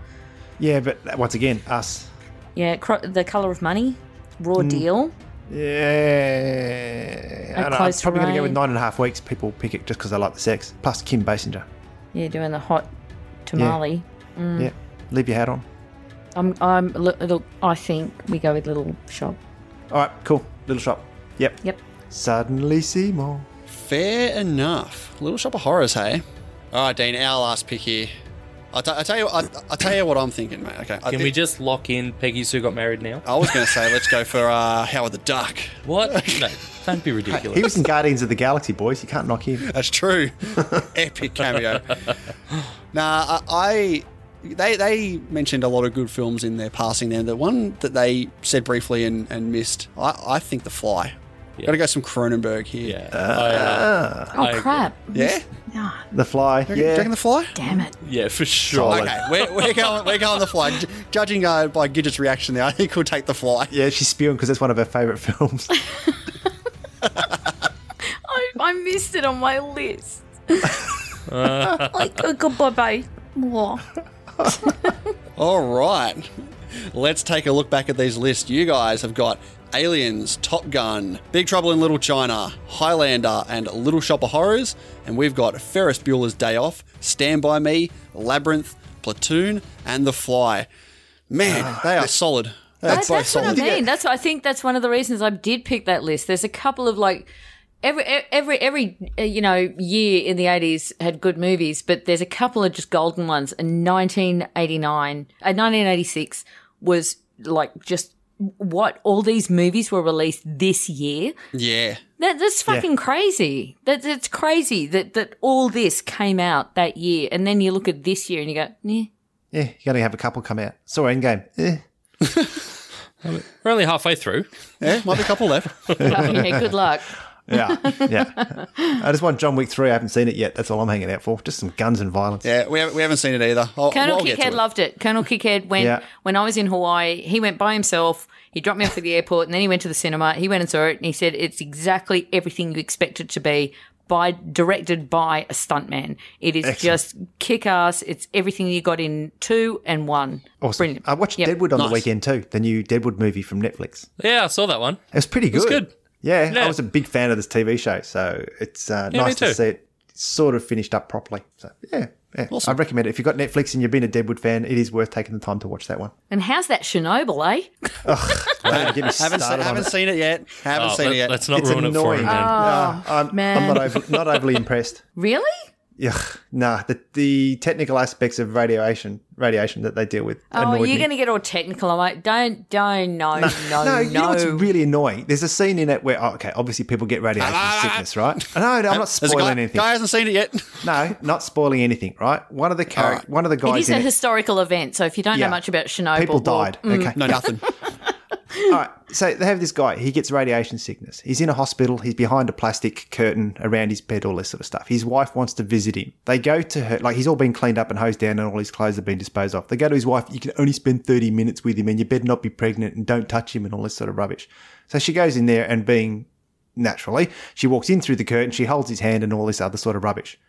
[SPEAKER 5] Yeah, but that- once again, us.
[SPEAKER 4] Yeah, Cro- The Color of Money, Raw
[SPEAKER 5] Mm.
[SPEAKER 4] Deal.
[SPEAKER 5] Yeah, I don't know, I'm
[SPEAKER 4] close
[SPEAKER 5] probably going to go
[SPEAKER 4] range.
[SPEAKER 5] with nine and a half weeks. People pick it just because they like the sex. Plus Kim Basinger.
[SPEAKER 4] Yeah, doing the hot tamale.
[SPEAKER 5] Yeah, leave your hat on.
[SPEAKER 4] I'm. I'm. Look, look, I think we go with Little Shop.
[SPEAKER 5] All right, cool. Little shop. Yep.
[SPEAKER 4] Yep.
[SPEAKER 5] Suddenly Seymour.
[SPEAKER 2] Fair enough. Little Shop of Horrors, hey. All right, Dean, our last pick here. I, t- I tell you, I, I tell you what I'm thinking, mate. Okay. I
[SPEAKER 1] Can we just lock in Peggy Sue Got Married now?
[SPEAKER 2] I was going to say let's go for uh, Howard the Duck.
[SPEAKER 1] What? No, don't be
[SPEAKER 5] He
[SPEAKER 1] ridiculous.
[SPEAKER 5] was in Guardians of the Galaxy, boys. You can't knock him.
[SPEAKER 2] That's true. Epic cameo. Nah, I, I they they mentioned a lot of good films in their passing. There, the one that they said briefly and, and missed, I, I think The Fly. Got to go some Cronenberg here.
[SPEAKER 1] Yeah. I, uh,
[SPEAKER 4] Oh
[SPEAKER 1] I agree.
[SPEAKER 4] crap!
[SPEAKER 2] Yeah,
[SPEAKER 5] The Fly.
[SPEAKER 2] Do you reckon- do you
[SPEAKER 5] yeah.
[SPEAKER 2] reckon The Fly.
[SPEAKER 4] Damn it!
[SPEAKER 1] yeah, for sure.
[SPEAKER 2] Okay, we're, we're going we're going The Fly. J- judging uh, by Gidget's reaction there, I think we'll take The Fly.
[SPEAKER 5] yeah, she's spewing because that's one of her favourite films.
[SPEAKER 4] I, I missed it on my list. like a good baby. Mwah.
[SPEAKER 2] All right. Let's take a look back at these lists. You guys have got Aliens, Top Gun, Big Trouble in Little China, Highlander, and Little Shop of Horrors. And we've got Ferris Bueller's Day Off, Stand By Me, Labyrinth, Platoon, and The Fly. Man, they are solid. They are
[SPEAKER 4] That-
[SPEAKER 2] Ah, both
[SPEAKER 4] Oh, that's what I
[SPEAKER 2] solid.
[SPEAKER 4] mean. That's I think that's one of the reasons I did pick that list. There's a couple of like every e, every every uh, you know year in the 80s had good movies, but there's a couple of just golden ones. And 1989, uh, 1986 was like just what all these movies were released this year.
[SPEAKER 2] Yeah.
[SPEAKER 4] That, that's fucking crazy. That that's crazy that that all this came out that year, and then you look at this year and you go, yeah.
[SPEAKER 5] yeah, you're going to Eh, have a couple come out. Saw Endgame. Eh.
[SPEAKER 1] We're only halfway through.
[SPEAKER 2] Yeah, might be a couple left.
[SPEAKER 4] yeah, good luck.
[SPEAKER 5] Yeah, yeah. I just want John Wick 3. I haven't seen it yet. That's all I'm hanging out for. Just some guns and violence.
[SPEAKER 2] Yeah, we haven't, we haven't seen it either. I'll,
[SPEAKER 4] Colonel
[SPEAKER 2] we'll get to
[SPEAKER 4] Kickhead
[SPEAKER 2] it.
[SPEAKER 4] loved it. Colonel Kickhead went
[SPEAKER 5] Yeah.
[SPEAKER 4] when I was in Hawaii. He went by himself. He dropped me off at the airport, and then he went to the cinema. He went and saw it, and he said it's exactly everything you expect it to be. By directed by a stuntman, it is just kick ass. It's everything you got in two and one.
[SPEAKER 5] Awesome.
[SPEAKER 4] Brilliant.
[SPEAKER 5] I watched
[SPEAKER 4] Yep.
[SPEAKER 5] Deadwood on
[SPEAKER 2] Nice.
[SPEAKER 5] the weekend too, the new Deadwood movie from Netflix.
[SPEAKER 1] Yeah, I saw that one.
[SPEAKER 5] It was pretty good.
[SPEAKER 1] was good.
[SPEAKER 5] Yeah,
[SPEAKER 1] Yeah.
[SPEAKER 5] I was a big fan of this TV show, so it's uh,
[SPEAKER 1] Yeah, me
[SPEAKER 5] nice
[SPEAKER 1] too.
[SPEAKER 5] to see it sort of finished up properly. So yeah, yeah.
[SPEAKER 2] Awesome.
[SPEAKER 5] I recommend it. If you've got Netflix and you've been a Deadwood fan, it is worth taking the time to watch that one.
[SPEAKER 4] And how's that Chernobyl, eh?
[SPEAKER 5] Don't get me
[SPEAKER 2] Haven't, se-
[SPEAKER 5] started on
[SPEAKER 2] haven't
[SPEAKER 5] it.
[SPEAKER 2] seen it yet. Haven't
[SPEAKER 1] Oh,
[SPEAKER 2] seen it
[SPEAKER 1] let,
[SPEAKER 2] yet.
[SPEAKER 1] us not
[SPEAKER 5] It's
[SPEAKER 1] ruin it for
[SPEAKER 5] annoying.
[SPEAKER 1] him then.
[SPEAKER 4] Ah,
[SPEAKER 5] Nah, I'm, I'm
[SPEAKER 4] man.
[SPEAKER 5] not, over, not overly impressed.
[SPEAKER 4] Really?
[SPEAKER 5] Yeah, nah. The, the technical aspects of radiation, radiation that they deal with.
[SPEAKER 4] Oh,
[SPEAKER 5] annoyed
[SPEAKER 4] you're
[SPEAKER 5] me.
[SPEAKER 4] going to get all technical. I'm like, don't, don't, no, no, no.
[SPEAKER 5] No, you know what's really annoying? There's a scene in it where, oh, okay, obviously people get radiation sickness, right? No, no, I'm not
[SPEAKER 2] There's a
[SPEAKER 5] spoiling
[SPEAKER 2] guy,
[SPEAKER 5] anything.
[SPEAKER 2] guy hasn't seen it yet.
[SPEAKER 5] No, not spoiling anything, right? One of the char-
[SPEAKER 2] Alright.
[SPEAKER 5] one of the
[SPEAKER 4] it
[SPEAKER 5] guys
[SPEAKER 4] is a
[SPEAKER 5] in it,
[SPEAKER 4] historical event, so if you don't
[SPEAKER 5] Yeah.
[SPEAKER 4] know much about Chernobyl,
[SPEAKER 5] people
[SPEAKER 4] well,
[SPEAKER 5] died. Okay,
[SPEAKER 2] No, nothing.
[SPEAKER 5] all right. So they have this guy. He gets radiation sickness. He's in a hospital. He's behind a plastic curtain around his bed, all this sort of stuff. His wife wants to visit him. They go to her. Like he's all been cleaned up and hosed down, and all his clothes have been disposed of. They go to his wife. You can only spend thirty minutes with him, and you better not be pregnant, and don't touch him, and all this sort of rubbish. So she goes in there, and being naturally, she walks in through the curtain. She holds his hand, and all this other sort of rubbish.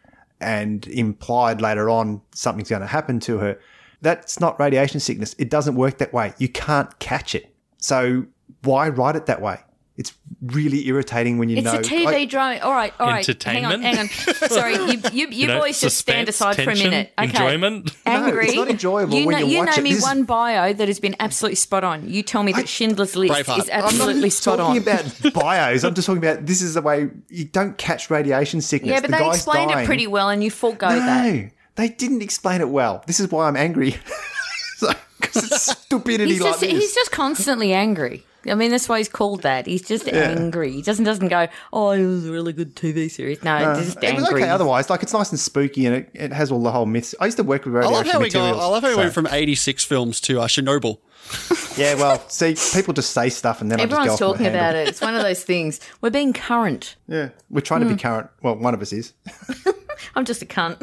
[SPEAKER 5] And implied later on, something's going to happen to her. That's not radiation sickness. It doesn't work that way. You can't catch it. So why write it that way? It's really irritating when you
[SPEAKER 4] It's
[SPEAKER 5] know.
[SPEAKER 4] a TV
[SPEAKER 5] like,
[SPEAKER 4] drama. All right, all right. Hang on,
[SPEAKER 1] Entertainment?
[SPEAKER 4] hang on. Sorry, you, you, you,
[SPEAKER 1] know,
[SPEAKER 4] boys just stand
[SPEAKER 1] suspense,
[SPEAKER 4] aside for a
[SPEAKER 1] tension,
[SPEAKER 4] minute. Okay.
[SPEAKER 1] enjoyment.
[SPEAKER 4] Angry.
[SPEAKER 5] it's not enjoyable
[SPEAKER 4] You,
[SPEAKER 5] when
[SPEAKER 4] know,
[SPEAKER 5] you watch
[SPEAKER 4] name
[SPEAKER 5] it.
[SPEAKER 4] me
[SPEAKER 5] This is-
[SPEAKER 4] one bio that has been absolutely spot on. You tell me that Schindler's List
[SPEAKER 2] Braveheart.
[SPEAKER 4] is
[SPEAKER 2] I'm not
[SPEAKER 5] I'm
[SPEAKER 4] absolutely
[SPEAKER 5] not
[SPEAKER 4] spot
[SPEAKER 5] talking
[SPEAKER 4] on.
[SPEAKER 5] about bios. I'm just talking about this is the way you don't catch radiation sickness.
[SPEAKER 4] yeah, but
[SPEAKER 5] the
[SPEAKER 4] they
[SPEAKER 5] guy's
[SPEAKER 4] explained
[SPEAKER 5] dying.
[SPEAKER 4] it pretty well, and you forego
[SPEAKER 5] No,
[SPEAKER 4] that.
[SPEAKER 5] they didn't explain it well. This is why I'm angry. Because it's stupidity
[SPEAKER 4] He's
[SPEAKER 5] like
[SPEAKER 4] just,
[SPEAKER 5] this.
[SPEAKER 4] he's just constantly angry. I mean, that's why he's called that. He's just angry. He doesn't doesn't go, oh, it was a really good TV series. No, just
[SPEAKER 5] it
[SPEAKER 4] angry.
[SPEAKER 5] was okay otherwise. Like it's nice and spooky, and it, it has all the whole myths. I used to work with
[SPEAKER 2] I
[SPEAKER 5] radiation
[SPEAKER 2] love how we go.
[SPEAKER 5] materials.
[SPEAKER 2] I love how we
[SPEAKER 5] so-
[SPEAKER 2] went from 86 films to uh, Chernobyl.
[SPEAKER 5] Yeah, well, see, people just say stuff, and then I
[SPEAKER 4] Everyone's
[SPEAKER 5] just go off
[SPEAKER 4] talking
[SPEAKER 5] my handle.
[SPEAKER 4] about it. It's one of those things. We're being current.
[SPEAKER 5] Yeah, we're trying
[SPEAKER 4] Hmm.
[SPEAKER 5] to be current. Well, one of us is.
[SPEAKER 4] I'm just a cunt.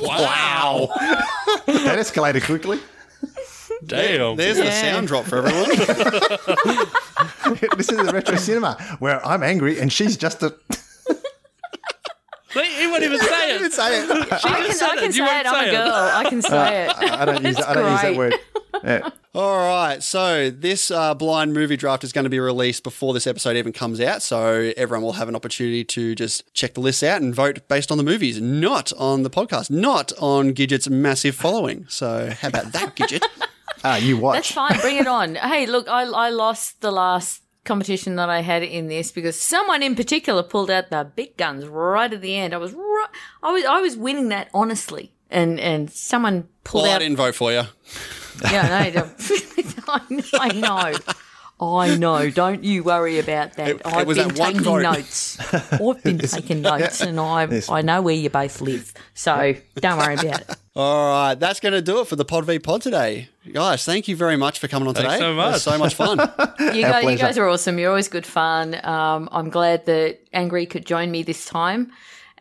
[SPEAKER 1] Wow.
[SPEAKER 5] that escalated quickly.
[SPEAKER 1] Damn.
[SPEAKER 2] There's a sound drop for everyone.
[SPEAKER 5] this is a retro cinema where I'm angry and she's just a.
[SPEAKER 1] he won't even say it.
[SPEAKER 5] say it.
[SPEAKER 4] I can,
[SPEAKER 1] said
[SPEAKER 4] I
[SPEAKER 1] it.
[SPEAKER 4] can
[SPEAKER 1] You
[SPEAKER 4] say
[SPEAKER 1] won't
[SPEAKER 4] it. I'm
[SPEAKER 1] say
[SPEAKER 4] a
[SPEAKER 1] it.
[SPEAKER 4] girl. I can say it.
[SPEAKER 5] I don't use. I don't use
[SPEAKER 4] great.
[SPEAKER 5] that word. Yeah.
[SPEAKER 2] All right, so this uh, blind movie draft is going to be released before this episode even comes out, so everyone will have an opportunity to just check the list out and vote based on the movies, not on the podcast, not on Gidget's massive following. So how about that, Gidget?
[SPEAKER 5] Ah, you watch.
[SPEAKER 4] That's fine. Bring it on. Hey, look, I, I lost the last competition that I had in this because someone in particular pulled out the big guns right at the end. I was right, I was I was winning that honestly, and and someone pulled
[SPEAKER 2] Well, I
[SPEAKER 4] out.
[SPEAKER 2] didn't vote for you.
[SPEAKER 4] Yeah, no, don't- I know. I know. Don't you worry about that.
[SPEAKER 2] It- it
[SPEAKER 4] I've
[SPEAKER 2] was
[SPEAKER 4] been
[SPEAKER 2] that one
[SPEAKER 4] taking
[SPEAKER 2] vote.
[SPEAKER 4] notes. I've been taking notes, and I I know where you both live. So don't worry about it.
[SPEAKER 2] All right, that's going to do it for the Pod V Pod today. Guys, thank you very much for coming on
[SPEAKER 1] Thanks
[SPEAKER 2] today.
[SPEAKER 1] so
[SPEAKER 2] It was
[SPEAKER 1] much.
[SPEAKER 2] so much fun.
[SPEAKER 4] You guys, you
[SPEAKER 5] pleasure.
[SPEAKER 4] guys are awesome. You're always good fun. Um, I'm glad that Angry could join me this time.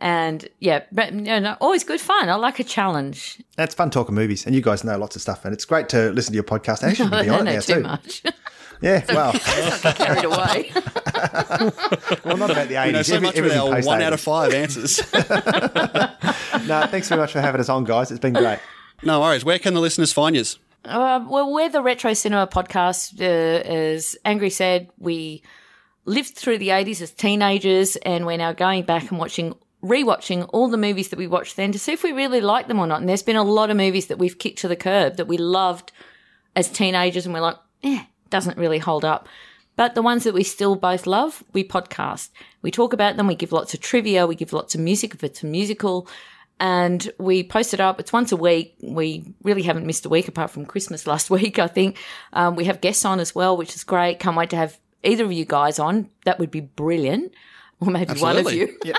[SPEAKER 4] And yeah, but no, no, always good fun. I like a challenge.
[SPEAKER 5] That's fun talking movies, and you guys know lots of stuff, and it's great to listen to your podcast. Actually,
[SPEAKER 4] I
[SPEAKER 5] to be on
[SPEAKER 4] don't know
[SPEAKER 5] it now
[SPEAKER 4] too
[SPEAKER 5] too.
[SPEAKER 4] much.
[SPEAKER 5] Yeah, well,
[SPEAKER 4] Carried away.
[SPEAKER 5] well, not about the
[SPEAKER 2] You know,
[SPEAKER 5] eighties.
[SPEAKER 2] so much with our
[SPEAKER 5] post
[SPEAKER 2] one out of five answers.
[SPEAKER 5] No, thanks very much for having us on, guys. It's been great.
[SPEAKER 2] no worries. Where can the listeners find you?
[SPEAKER 4] Um, well, we're the Retro Cinema podcast. Uh, as Angry said, we lived through the 80s as teenagers, and we're now going back and watching, rewatching all the movies that we watched then to see if we really like them or not. And there's been a lot of movies that we've kicked to the curb that we loved as teenagers, and we're like, eh, doesn't really hold up. But the ones that we still both love, we podcast. We talk about them, we give lots of trivia, we give lots of music if it's a musical and we post it up. It's once a week. We really haven't missed a week apart from Christmas last week, I think. Um, we have guests on as well, which is great. Can't wait to have either of you guys on. That would be brilliant. Or maybe one
[SPEAKER 2] Absolutely.
[SPEAKER 4] of you.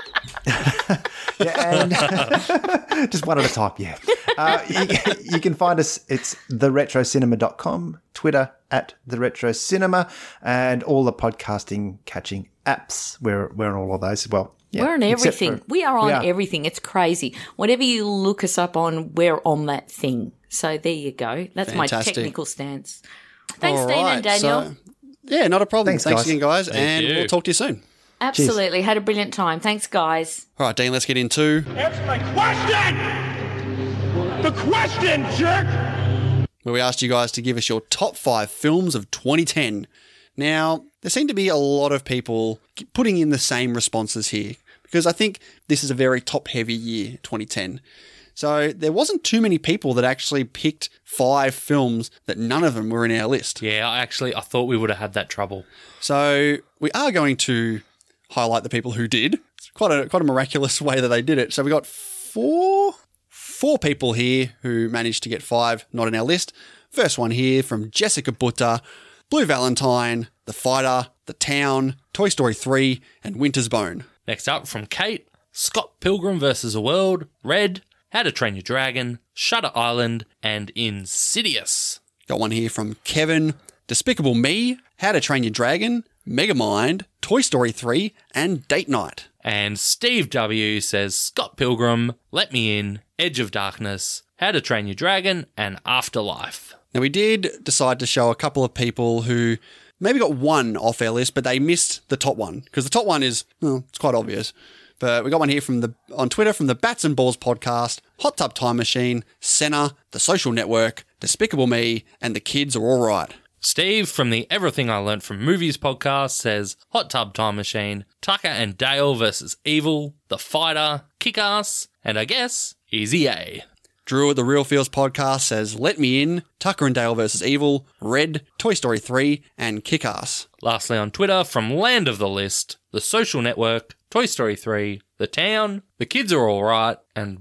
[SPEAKER 5] Yeah, and just one at a time. Yeah. Uh, you, you can find us, it's theretrocinema.com, Twitter at the Retro Cinema, and all the podcasting catching apps. We're, we're on all of those as well. Yeah,
[SPEAKER 4] We're on
[SPEAKER 5] except for-
[SPEAKER 4] everything. we are on
[SPEAKER 5] we are.
[SPEAKER 4] everything. It's crazy. Whatever you look us up on, we're on that thing. So there you go. That's
[SPEAKER 2] Fantastic.
[SPEAKER 4] my technical stance. Thanks,
[SPEAKER 2] All
[SPEAKER 4] Dean
[SPEAKER 2] right,
[SPEAKER 4] and Daniel.
[SPEAKER 2] so- yeah, not a problem. Thanks,
[SPEAKER 5] Thanks, guys.
[SPEAKER 2] again, guys, and
[SPEAKER 1] you.
[SPEAKER 2] we'll talk to you soon.
[SPEAKER 4] Absolutely. Had a brilliant time. Thanks, guys.
[SPEAKER 2] All right, Dean, let's get into
[SPEAKER 10] Answer my question! The question, jerk!
[SPEAKER 2] where we asked you guys to give us your top five films of 2010. Now, there seem to be a lot of people putting in the same responses here. because I think this is a very top heavy year, 2010. So there wasn't too many people that actually picked five films that none of them were in our list.
[SPEAKER 1] Yeah, I actually, I thought we would have had that trouble.
[SPEAKER 2] So we are going to highlight the people who did. It's quite a quite a miraculous way that they did it. So we got four four people here who managed to get five not in our list. First one here from Jessica Butter, Blue Valentine, The Fighter, The Town, Toy Story 3, and Winter's Bone.
[SPEAKER 1] Next up from Kate, Scott Pilgrim versus the World, Red, How to Train Your Dragon, Shutter Island, and Insidious.
[SPEAKER 2] Got one here from Kevin, Despicable Me, How to Train Your Dragon, Megamind, Toy Story 3, and Date Night.
[SPEAKER 1] And Steve W says Scott Pilgrim, Let Me In, Edge of Darkness, How to Train Your Dragon, and Afterlife.
[SPEAKER 2] Now, we did decide to show a couple of people who maybe got one off our list, but they missed the top one because the top one is, well, it's quite obvious. But we got one here from the on Twitter from the Bats and Balls podcast, Hot Tub Time Machine, Senna, The Social Network, Despicable Me, and The Kids Are All Right.
[SPEAKER 1] Steve from the Everything I Learned from Movies podcast says Hot Tub Time Machine, Tucker and Dale versus Evil, The Fighter, Kick Ass, and I guess Easy A.
[SPEAKER 2] Drew at the Real Feels podcast says, Let Me In, Tucker and Dale vs. Evil, Red, Toy Story 3, and Kick Ass.
[SPEAKER 1] Lastly, on Twitter, from Land of the List, The Social Network, Toy Story 3, The Town, The Kids Are Alright, and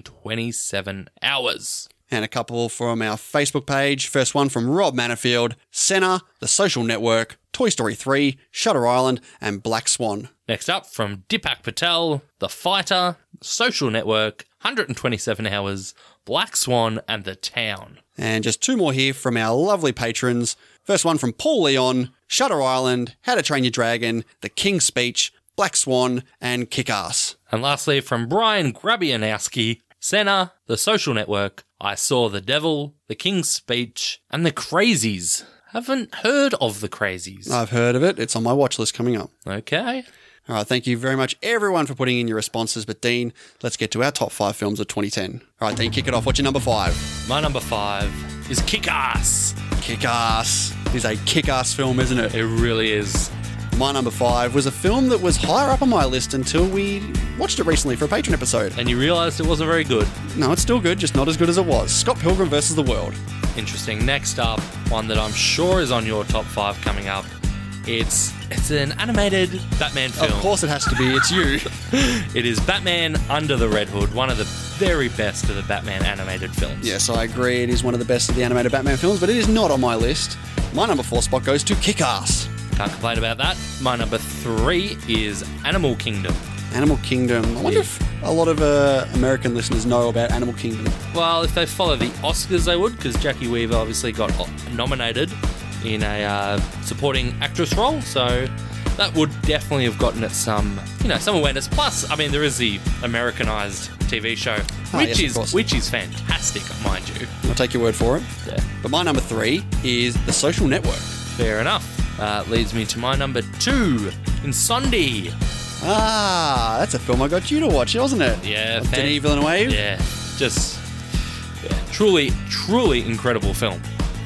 [SPEAKER 1] 127 Hours.
[SPEAKER 2] And a couple from our Facebook page. First one from Rob Manafield, Senna, The Social Network, Toy Story 3, Shutter Island, and Black Swan.
[SPEAKER 1] Next up, from Dipak Patel, The Fighter, Social Network, 127 Hours, Black Swan, and The Town.
[SPEAKER 2] And just two more here from our lovely patrons. First one from Paul Leon, Shutter Island, How to Train Your Dragon, The King's Speech, Black Swan, and Kick Ass.
[SPEAKER 1] And lastly, from Brian Grabianowski, Senna, The Social Network, I Saw the Devil, The King's Speech, and The Crazies. Haven't heard of The Crazies.
[SPEAKER 2] I've heard of it. It's on my watch list coming up.
[SPEAKER 1] Okay.
[SPEAKER 2] All right, thank you very much, everyone, for putting in your responses. But Dean, let's get to our top five films of 2010. All right, Dean, kick it off. What's your number five?
[SPEAKER 1] My number five is Kick Ass.
[SPEAKER 2] Kick Ass is a kick ass film, isn't it?
[SPEAKER 1] It really is.
[SPEAKER 2] My number five was a film that was higher up on my list until we watched it recently for a patron episode.
[SPEAKER 1] And you realised it wasn't very good.
[SPEAKER 2] No, it's still good, just not as good as it was. Scott Pilgrim versus the World.
[SPEAKER 1] Interesting. Next up, one that I'm sure is on your top five coming up. It's it's an animated Batman
[SPEAKER 2] Of
[SPEAKER 1] film.
[SPEAKER 2] course, it has to be. It's you.
[SPEAKER 1] It is Batman Under the Red Hood, one of the very best of the Batman animated films.
[SPEAKER 2] yes, I agree. It is one of the best of the animated Batman films, but it is not on my list. My number four spot goes to Kick Ass.
[SPEAKER 1] Can't complain about that. My number three is Animal Kingdom.
[SPEAKER 2] Animal Kingdom. I wonder
[SPEAKER 1] Yeah.
[SPEAKER 2] if a lot of uh, American listeners know about Animal Kingdom.
[SPEAKER 1] Well, if they follow the Oscars, they would, because Jackie Weaver obviously got o- nominated in a uh, supporting actress role, so that would definitely have gotten it some, you know, some awareness. Plus, I mean, there is the Americanized TV show,
[SPEAKER 2] Ah, yes,
[SPEAKER 1] which
[SPEAKER 2] of course.
[SPEAKER 1] is which is fantastic, mind you.
[SPEAKER 2] I'll take your word for it.
[SPEAKER 1] Yeah.
[SPEAKER 2] But my number three is The Social Network.
[SPEAKER 1] Fair enough. Uh, leads me to my number two, Insomni.
[SPEAKER 2] Ah, that's a film I got you to watch, wasn't it?
[SPEAKER 1] Yeah,
[SPEAKER 2] Of
[SPEAKER 1] fan-
[SPEAKER 2] Denis Villeneuve.
[SPEAKER 1] Yeah, just yeah, truly, truly incredible film.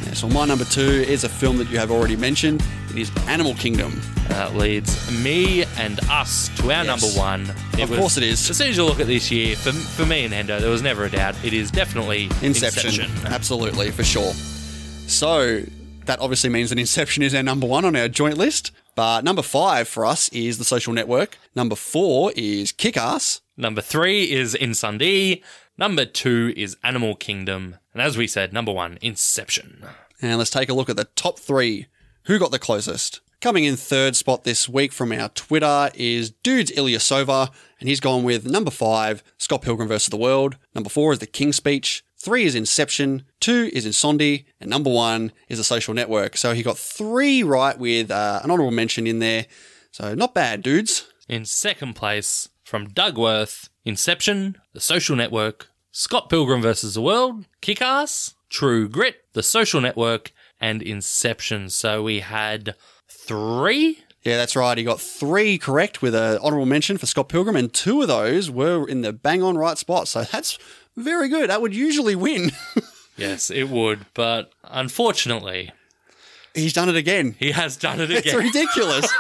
[SPEAKER 2] Yeah, So my number two is a film that you have already mentioned. It is Animal Kingdom.
[SPEAKER 1] That uh, leads me and us to our
[SPEAKER 2] Yes.
[SPEAKER 1] number one.
[SPEAKER 2] Of course it is.
[SPEAKER 1] As soon as you look at this year, for, for me and Hendo, there was never a doubt. It is definitely
[SPEAKER 2] Inception. Absolutely, for sure. So that obviously means that Inception is our number one on our joint list. But number five for us is The Social Network. Number four is Kick Ass.
[SPEAKER 1] Number three is Insundee. Number two is Animal Kingdom. And as we said, number one, Inception.
[SPEAKER 2] And let's take a look at the top three. Who got the closest? Coming in third spot this week from our Twitter is Dudes Ilyasova, and he's gone with number five, Scott Pilgrim versus the World. Number four is The King's Speech. Three is Inception. Two is Insomni, and number one is The Social Network. So he got three right with uh, an honourable mention in there. So not bad, dudes.
[SPEAKER 1] In second place, from Dougworth, Inception, The Social Network, Scott Pilgrim vs. the World, Kick Ass, True Grit, The Social Network, and Inception. So we had three.
[SPEAKER 2] Yeah, that's right. He got three correct with an honourable mention for Scott Pilgrim, and two of those were in the bang on right spot. So that's very good. That would usually win.
[SPEAKER 1] Yes, it would, but unfortunately,
[SPEAKER 2] He's done it again.
[SPEAKER 1] he has done it
[SPEAKER 2] It's
[SPEAKER 1] again.
[SPEAKER 2] ridiculous.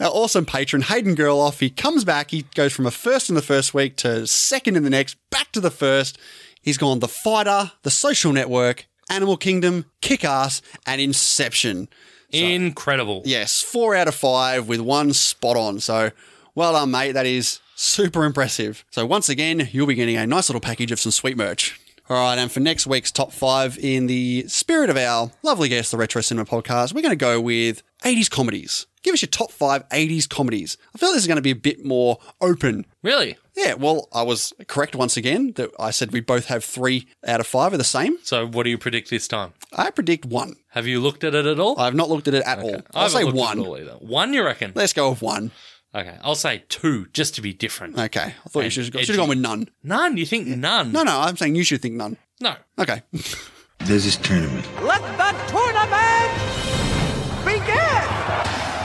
[SPEAKER 2] Our awesome patron, Hayden Gerloff, he comes back. He goes from a first in the first week to second in the next, back to the first. He's gone The Fighter, The Social Network, Animal Kingdom, Kick Ass, and Inception.
[SPEAKER 1] Incredible.
[SPEAKER 2] Yes, four out of five with one spot on. So well done, mate. That is super impressive. So once again, you'll be getting a nice little package of some sweet merch. All right, and for next week's top five, in the spirit of our lovely guest, the Retro Cinema Podcast, we're going to go with 80s comedies. Give us your top five 80s comedies. I feel this is going to be a bit more open
[SPEAKER 1] Really?
[SPEAKER 2] yeah, well, I was correct once again that I said we both have three out of five are the same.
[SPEAKER 1] So, what do you predict this time?
[SPEAKER 2] I predict one.
[SPEAKER 1] Have you looked at it at all?
[SPEAKER 2] I've not looked at it at all.
[SPEAKER 1] I
[SPEAKER 2] I'll
[SPEAKER 1] haven't
[SPEAKER 2] say
[SPEAKER 1] looked at it
[SPEAKER 2] one.
[SPEAKER 1] at all either. One, you reckon?
[SPEAKER 2] Let's go with one.
[SPEAKER 1] Okay, I'll say two just to be different.
[SPEAKER 2] Okay. I thought you
[SPEAKER 1] And
[SPEAKER 2] should
[SPEAKER 1] edgy.
[SPEAKER 2] have gone with none.
[SPEAKER 1] None? You think none?
[SPEAKER 2] No, no, I'm saying you should think none.
[SPEAKER 1] No.
[SPEAKER 2] Okay.
[SPEAKER 11] There's this tournament.
[SPEAKER 3] Let the tournament begin!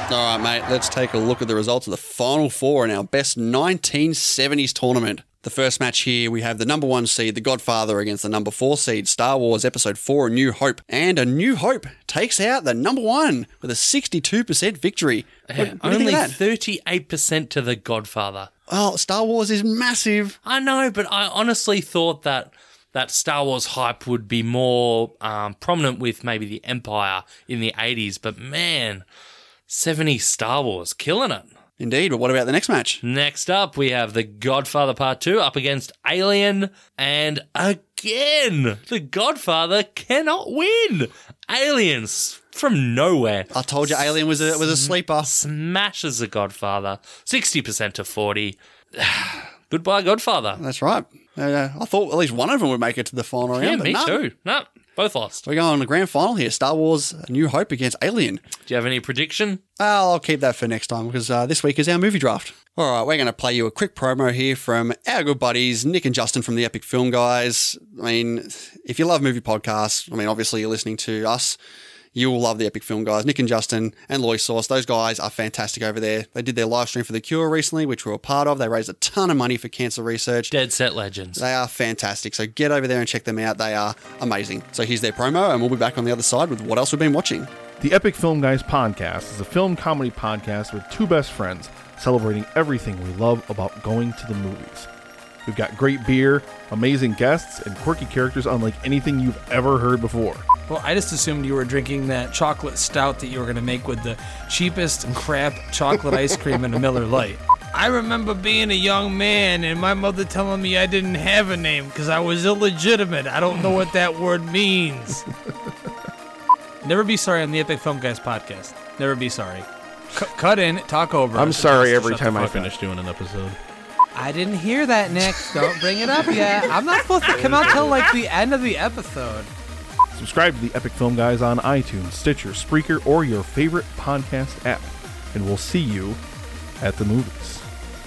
[SPEAKER 2] All right, mate, let's take a look at the results of the final four in our best 1970s tournament. The first match here, we have the number one seed, The Godfather, against the number four seed, Star Wars Episode 4, A New Hope. And A New Hope takes out the number one with a 62% victory. What- what do you think
[SPEAKER 1] Only
[SPEAKER 2] of that?
[SPEAKER 1] 38% to The Godfather.
[SPEAKER 2] Oh, Star Wars is massive.
[SPEAKER 1] I know, but I honestly thought that that Star Wars hype would be more um, prominent with maybe the Empire in the 80s, but man, 70 Star Wars, killing it.
[SPEAKER 2] Indeed, but what about the next match?
[SPEAKER 1] Next up, we have The Godfather Part 2 up against Alien. And again, The Godfather cannot win. Aliens from nowhere
[SPEAKER 2] I told you Alien was a was a sleeper.
[SPEAKER 1] smashes The Godfather 60% to 40. Goodbye, Godfather.
[SPEAKER 2] That's right. Uh, I thought at least one of them would make it to the final round.
[SPEAKER 1] Yeah,
[SPEAKER 2] but
[SPEAKER 1] me
[SPEAKER 2] no.
[SPEAKER 1] too. No, both lost.
[SPEAKER 2] So we're going on the grand final here. Star Wars: A New Hope against Alien.
[SPEAKER 1] Do you have any prediction?
[SPEAKER 2] I'll I'll keep that for next time because uh, this week is our movie draft. All right, we're going to play you a quick promo here from our good buddies Nick and Justin from the Epic Film Guys. I mean, if you love movie podcasts, I mean, obviously you're listening to us. You will love the Epic Film Guys, Nick and Justin and Loy Sauce. Those guys are fantastic over there. They did their live stream for The Cure recently, which we were a part of. They raised a ton of money for cancer research.
[SPEAKER 1] Dead Set Legends.
[SPEAKER 2] They are fantastic. So get over there and check them out. They are amazing. So here's their promo, and we'll be back on the other side with what else we've been watching.
[SPEAKER 11] The Epic Film Guys podcast is a film comedy podcast with two best friends celebrating everything we love about going to the movies. We've got great beer, amazing guests, and quirky characters unlike anything you've ever heard before.
[SPEAKER 10] Well, I just assumed you were drinking that chocolate stout that you were going to make with the cheapest crap chocolate ice cream and a Miller Lite. I remember being a young man and my mother telling me I didn't have a name because I was illegitimate. I don't know what that word means. Never be sorry on the Epic Film Guys podcast. Never be sorry. C- cut in, talk over.
[SPEAKER 11] I'm sorry every
[SPEAKER 10] Shut the
[SPEAKER 11] time I
[SPEAKER 10] fuck up.
[SPEAKER 11] finish doing an episode.
[SPEAKER 10] I didn't hear that, Nick. Don't bring it up yet. I'm not supposed to come out till like the end of the episode.
[SPEAKER 11] Subscribe to the Epic Film Guys on iTunes, Stitcher, Spreaker, or your favorite podcast app, and we'll see you at the movies.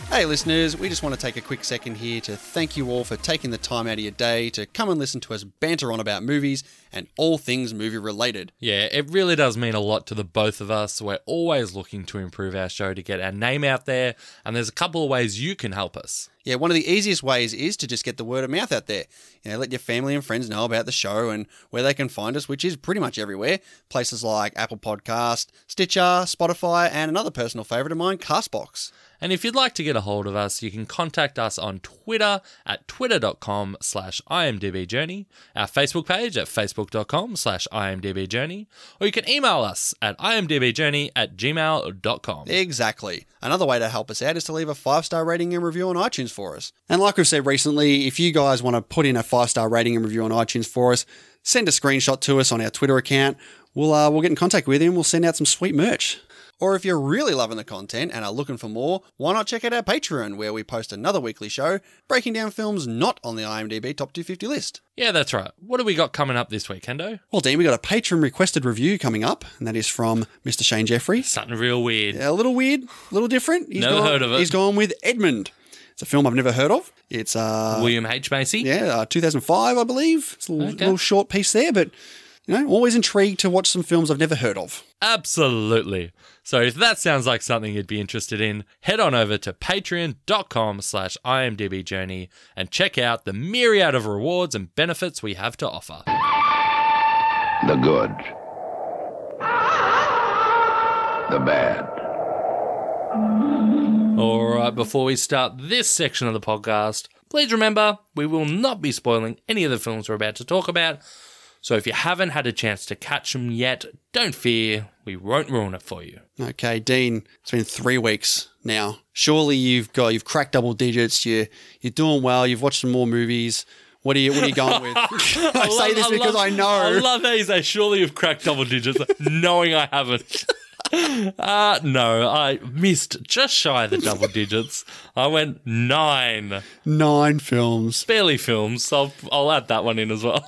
[SPEAKER 2] Hey, listeners, we just want to take a quick second here to thank you all for taking the time out of your day to come and listen to us banter on about movies and all things movie related.
[SPEAKER 1] Yeah, it really does mean a lot to the both of us. We're always looking to improve our show to get our name out there, and there's a couple of ways you can help us.
[SPEAKER 2] Yeah, one of the easiest ways is to just get the word of mouth out there. You know, let your family and friends know about the show and where they can find us, which is pretty much everywhere. Places like Apple Podcast, Stitcher, Spotify, and another personal favorite of mine, Castbox.
[SPEAKER 1] And if you'd like to get a hold of us, you can contact us on Twitter at twitter.com slash imdbjourney, our Facebook page at facebook.com slash imdbjourney, or you can email us at imdbjourney at gmail.com.
[SPEAKER 2] Exactly. Another way to help us out is to leave a five star rating and review on iTunes for us. And like we've said recently, if you guys want to put in a five star rating and review on iTunes for us, send a screenshot to us on our Twitter account. We'll uh, we'll get in contact with you and we'll send out some sweet merch. Or if you're really loving the content and are looking for more, why not check out our Patreon where we post another weekly show breaking down films not on the IMDb Top 250 list.
[SPEAKER 1] Yeah, that's right. What do we got coming up this week, Hendo?
[SPEAKER 2] Well, Dean, we got a patron requested review coming up, and that is from Mr. Shane Jeffrey.
[SPEAKER 1] Something real weird.
[SPEAKER 2] a little weird, a little different. He's
[SPEAKER 1] Never
[SPEAKER 2] gone-
[SPEAKER 1] heard of it.
[SPEAKER 2] He's gone with Edmund. It's a film I've never heard of. It's uh,
[SPEAKER 1] William H. Macy?
[SPEAKER 2] yeah, uh, 2005, I believe. It's a little,
[SPEAKER 1] Okay.
[SPEAKER 2] little short piece there, but you know, always intrigued to watch some films I've never heard of.
[SPEAKER 1] Absolutely. So if that sounds like something you'd be interested in, head on over to patreon.com slash imdbjourney and check out the myriad of rewards and benefits we have to offer.
[SPEAKER 11] The good, the bad,
[SPEAKER 1] All right, before we start this section of the podcast, please remember we will not be spoiling any of the films we're about to talk about. So if you haven't had a chance to catch them yet, don't fear, we won't ruin it for you.
[SPEAKER 2] Okay, Dean, it's been three weeks now. Surely you've got you've cracked double digits. You you're doing well. You've watched some more movies. What are you What are you going with? I, say
[SPEAKER 1] love-
[SPEAKER 2] this because
[SPEAKER 1] love-
[SPEAKER 2] I know.
[SPEAKER 1] I love that you say, surely you've cracked double digits, knowing I haven't. Uh, no, I missed just shy of the double digits. I went nine.
[SPEAKER 2] Nine films.
[SPEAKER 1] Barely films, so I'll, I'll add that one in as well.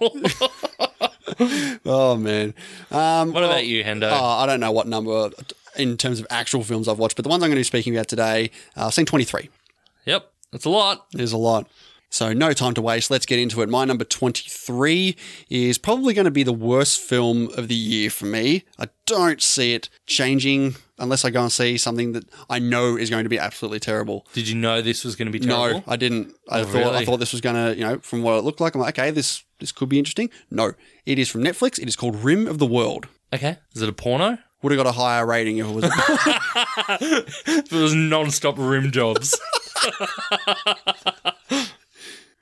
[SPEAKER 2] Oh man. Um,
[SPEAKER 1] What about you, Hendo?
[SPEAKER 2] Oh, I don't know what number in terms of actual films I've watched, but the ones I'm going to be speaking about today, uh, I've seen 23.
[SPEAKER 1] yep, that's a lot.
[SPEAKER 2] There's a lot. So no time to waste. Let's get into it. My number 23 is probably going to be the worst film of the year for me. I don't see it changing unless I go and see something that I know is going to be absolutely terrible.
[SPEAKER 1] Did you know this was going to be terrible?
[SPEAKER 2] No, I didn't. I
[SPEAKER 1] Oh,
[SPEAKER 2] thought I
[SPEAKER 1] really?
[SPEAKER 2] thought this was gonna, you know, from what it looked like, I'm like, okay, this this could be interesting. No, it is from Netflix. It is called Rim of the World.
[SPEAKER 1] Okay. Is it a porno?
[SPEAKER 2] Would have got a higher rating if it was.
[SPEAKER 1] It was non-stop rim jobs.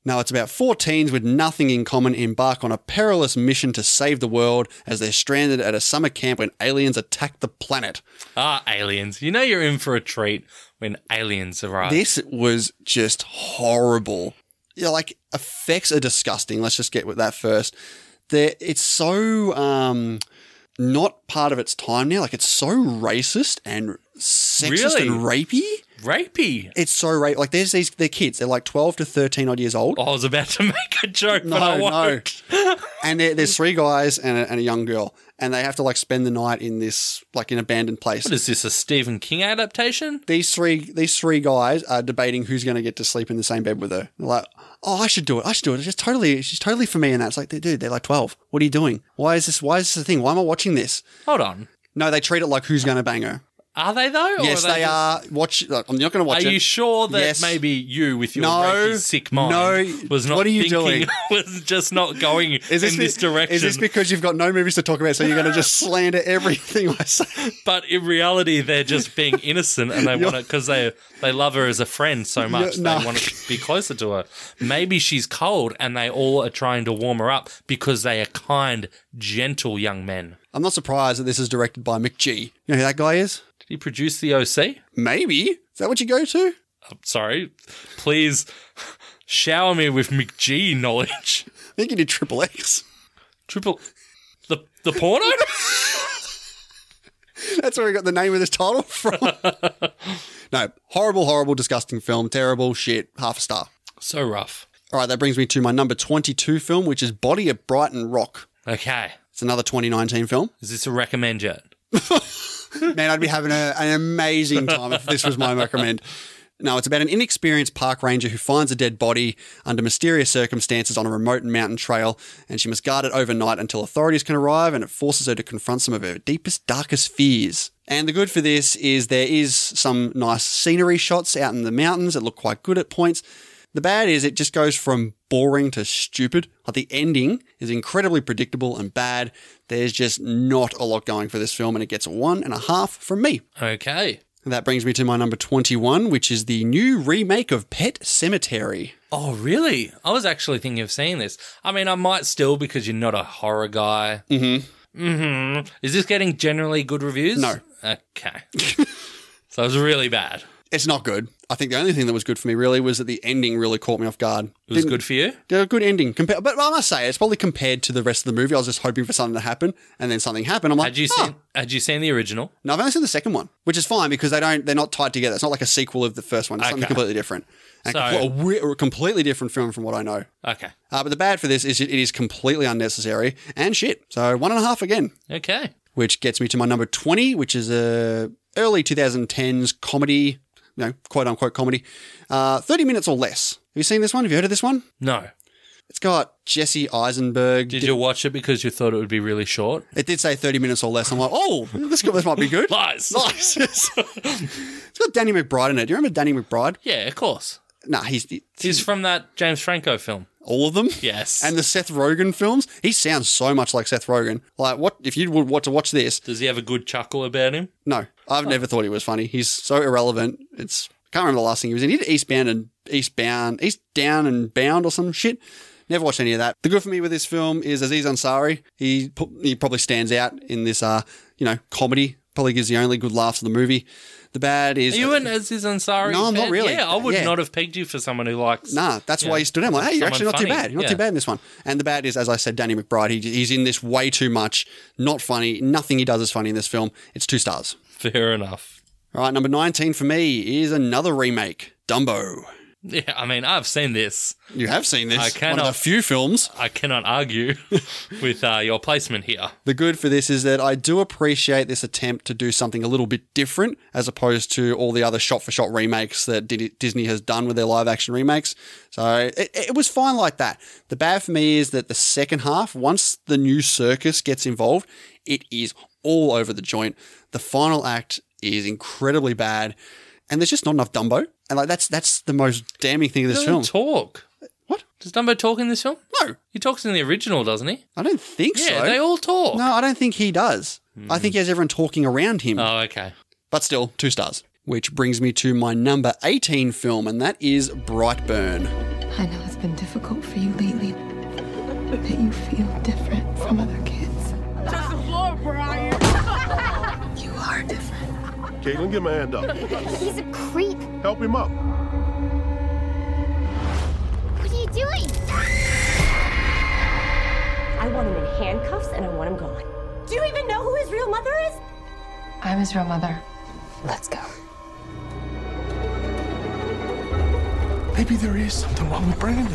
[SPEAKER 2] no, it's about four teens with nothing in common embark on a perilous mission to save the world as they're stranded at a summer camp when aliens attack the planet.
[SPEAKER 1] ah, aliens. You know you're in for a treat when aliens arrive.
[SPEAKER 2] This was just horrible. Yeah, like effects are disgusting. Let's just get with that first. There, it's so um, not part of its time now. Like it's so racist and sexist
[SPEAKER 1] Really?
[SPEAKER 2] and rapey.
[SPEAKER 1] Rapey.
[SPEAKER 2] It's so rape. Like there's these, they're kids. They're like twelve to thirteen odd years old.
[SPEAKER 1] Oh, I was about to make a joke, but
[SPEAKER 2] No,
[SPEAKER 1] I
[SPEAKER 2] no.
[SPEAKER 1] won't.
[SPEAKER 2] and there, there's three guys and a, and a young girl, and they have to like spend the night in this like an abandoned place.
[SPEAKER 1] What is this, a Stephen King adaptation?
[SPEAKER 2] these three these three guys are debating who's going to get to sleep in the same bed with her. They're like, oh, I should do it. I should do it. It's just totally, she's totally for me. And that's like, dude, they're like twelve. What are you doing? Why is this? Why is this a thing? Why am I watching this?
[SPEAKER 1] Hold on.
[SPEAKER 2] No, they treat it like who's going to bang her.
[SPEAKER 1] Are Oh, they though? or
[SPEAKER 2] yes,
[SPEAKER 1] are
[SPEAKER 2] they,
[SPEAKER 1] just-
[SPEAKER 2] are. Watch. Like, I'm not going to watch
[SPEAKER 1] Are
[SPEAKER 2] it.
[SPEAKER 1] you sure that
[SPEAKER 2] Yes.
[SPEAKER 1] maybe you, with your
[SPEAKER 2] No.
[SPEAKER 1] rapey sick mind,
[SPEAKER 2] No.
[SPEAKER 1] was not
[SPEAKER 2] What are you
[SPEAKER 1] thinking,
[SPEAKER 2] doing?
[SPEAKER 1] was just not going in
[SPEAKER 2] be-
[SPEAKER 1] this direction?
[SPEAKER 2] Is this because you've got no movies to talk about, so you're going to just slander everything I say?
[SPEAKER 1] but in reality, they're just being innocent and they want it because they they love her as a friend so much.
[SPEAKER 2] You're- no.
[SPEAKER 1] They want to be closer to her. Maybe she's cold and they all are trying to warm her up because they are kind, gentle young men.
[SPEAKER 2] I'm not surprised that this is directed by Mick G. You know who that guy is?
[SPEAKER 1] Did he produce the OC?
[SPEAKER 2] Maybe is that what you go to?
[SPEAKER 1] I'm sorry. Please shower me with McG knowledge.
[SPEAKER 2] I think you did Triple X.
[SPEAKER 1] Triple. The, the porno?
[SPEAKER 2] That's where I got the name of this title from. no, horrible, horrible, disgusting film. Terrible shit. Half a star.
[SPEAKER 1] so rough.
[SPEAKER 2] All right, that brings me to my number 22 film, which is Body of Brighton Rock.
[SPEAKER 1] Okay.
[SPEAKER 2] It's another 2019 film.
[SPEAKER 1] Is this a recommend yet?
[SPEAKER 2] Man, I'd be having a, an amazing time if this was my recommend. No, it's about an inexperienced park ranger who finds a dead body under mysterious circumstances on a remote mountain trail, and she must guard it overnight until authorities can arrive, and it forces her to confront some of her deepest, darkest fears. And the good for this is there is some nice scenery shots out in the mountains that look quite good at points. The bad is it just goes from boring to stupid. Like the ending is incredibly predictable and bad. There's just not a lot going for this film, and it gets a one and a half from me.
[SPEAKER 1] Okay.
[SPEAKER 2] And That brings me to my number 21, which is the new remake of Pet Cemetery.
[SPEAKER 1] Oh, really? I was actually thinking of seeing this. I mean, I might still because you're not a horror guy. Mm hmm. Mm hmm. Is this getting generally good reviews?
[SPEAKER 2] Mm-hmm. No.
[SPEAKER 1] Okay. so it was really bad.
[SPEAKER 2] It's not good. I think the only thing that was good for me really was that the ending really caught me off guard.
[SPEAKER 1] It was good for you?
[SPEAKER 2] Yeah, good ending. Compa- but I must say, it's probably compared to the rest of the movie. I was just hoping for something to happen, and then something happened. I'm like,
[SPEAKER 1] Had you
[SPEAKER 2] "Ah."
[SPEAKER 1] seen had you seen the original?
[SPEAKER 2] No, I've only seen the second one, which is fine because they don't—they're not tied together. It's not like a sequel of the first one. It's something
[SPEAKER 1] Okay.
[SPEAKER 2] completely different, and
[SPEAKER 1] So-
[SPEAKER 2] compl- a, wi- a completely different film from what I know.
[SPEAKER 1] Okay.
[SPEAKER 2] Uh, but the bad for this is it is completely unnecessary and shit. So one and a half again.
[SPEAKER 1] Okay.
[SPEAKER 2] which gets me to my number 20, which is a early 2010s comedy, you know, quote unquote comedy, uh, 30 minutes or less. Have you seen this one? Have you heard of this one?
[SPEAKER 1] No.
[SPEAKER 2] It's got Jesse Eisenberg.
[SPEAKER 1] Did you watch it because you thought it would be really short?
[SPEAKER 2] It did say 30 minutes or less. I'm like, oh, this, could, this might be good.
[SPEAKER 1] Lies.
[SPEAKER 2] Nice. it's got Danny McBride in it. Do you remember Danny McBride?
[SPEAKER 1] Yeah, of course.
[SPEAKER 2] Nah, he's, he's
[SPEAKER 1] He's from that James Franco film.
[SPEAKER 2] all of them.
[SPEAKER 1] Yes.
[SPEAKER 2] And the Seth Rogen films, he sounds so much like Seth Rogen. Like, what if you would want to watch this?
[SPEAKER 1] Does he have a good chuckle about him?
[SPEAKER 2] No, I've never thought he was funny. He's so irrelevant. It's can't remember the last thing he was in. He did Eastbound and Eastbound, East Down and Bound or some shit. Never watched any of that. The good for me with this film is Aziz Ansari. He pu- he probably stands out in this uh you know comedy. Probably gives the only good laughs of the movie. The bad is
[SPEAKER 1] Are you an Aziz Ansari?
[SPEAKER 2] No, I'm not
[SPEAKER 1] fan?
[SPEAKER 2] really.
[SPEAKER 1] Yeah, I would
[SPEAKER 2] Yeah.
[SPEAKER 1] not have pegged you for someone who likes.
[SPEAKER 2] Nah, that's
[SPEAKER 1] you
[SPEAKER 2] why
[SPEAKER 1] know,
[SPEAKER 2] he stood out. I'm like, hey,
[SPEAKER 1] someone
[SPEAKER 2] you're actually not too
[SPEAKER 1] funny.
[SPEAKER 2] bad. You're not
[SPEAKER 1] Yeah.
[SPEAKER 2] too bad in this one. And the bad is, as I said, Danny McBride. He, he's in this way too much. Not funny. Nothing he does is funny in this film. It's two stars.
[SPEAKER 1] Fair enough.
[SPEAKER 2] All right, number 19 for me is another remake, Dumbo.
[SPEAKER 1] Yeah, I mean, I've seen this.
[SPEAKER 2] You have seen this.
[SPEAKER 1] I
[SPEAKER 2] One
[SPEAKER 1] cannot-
[SPEAKER 2] of the few films.
[SPEAKER 1] I cannot argue with uh, your placement here.
[SPEAKER 2] The good for this is that I do appreciate this attempt to do something a little bit different as opposed to all the other shot for shot remakes that Di- Disney has done with their live action remakes. So it, it was fine like that. The bad for me is that the second half, once the new circus gets involved, it is all over the joint. The final act is incredibly bad. And there's just not enough Dumbo. And like that's that's the most damning thing of this
[SPEAKER 1] He
[SPEAKER 2] film.
[SPEAKER 1] doesn't talk.
[SPEAKER 2] What?
[SPEAKER 1] Does Dumbo talk in this film?
[SPEAKER 2] No.
[SPEAKER 1] He talks in the original, doesn't he?
[SPEAKER 2] I don't think so.
[SPEAKER 1] Yeah, they all talk.
[SPEAKER 2] No, I don't think he does. I think he has everyone talking around him.
[SPEAKER 1] Oh, okay.
[SPEAKER 2] But still, two stars. Which brings me to my number 18 film, and that is Brightburn.
[SPEAKER 12] I know it's been difficult for you lately, that you feel different from other kids.
[SPEAKER 13] Touch the floor, Brian.
[SPEAKER 12] You are different.
[SPEAKER 13] Caitlin, get my hand up.
[SPEAKER 14] He's a creep.
[SPEAKER 13] Help him up.
[SPEAKER 14] What are you doing?
[SPEAKER 15] I want him in handcuffs and I want him gone. Do you even know who his real mother is?
[SPEAKER 12] I'm his real mother.
[SPEAKER 15] Let's go.
[SPEAKER 13] Maybe there is something wrong with Brandon.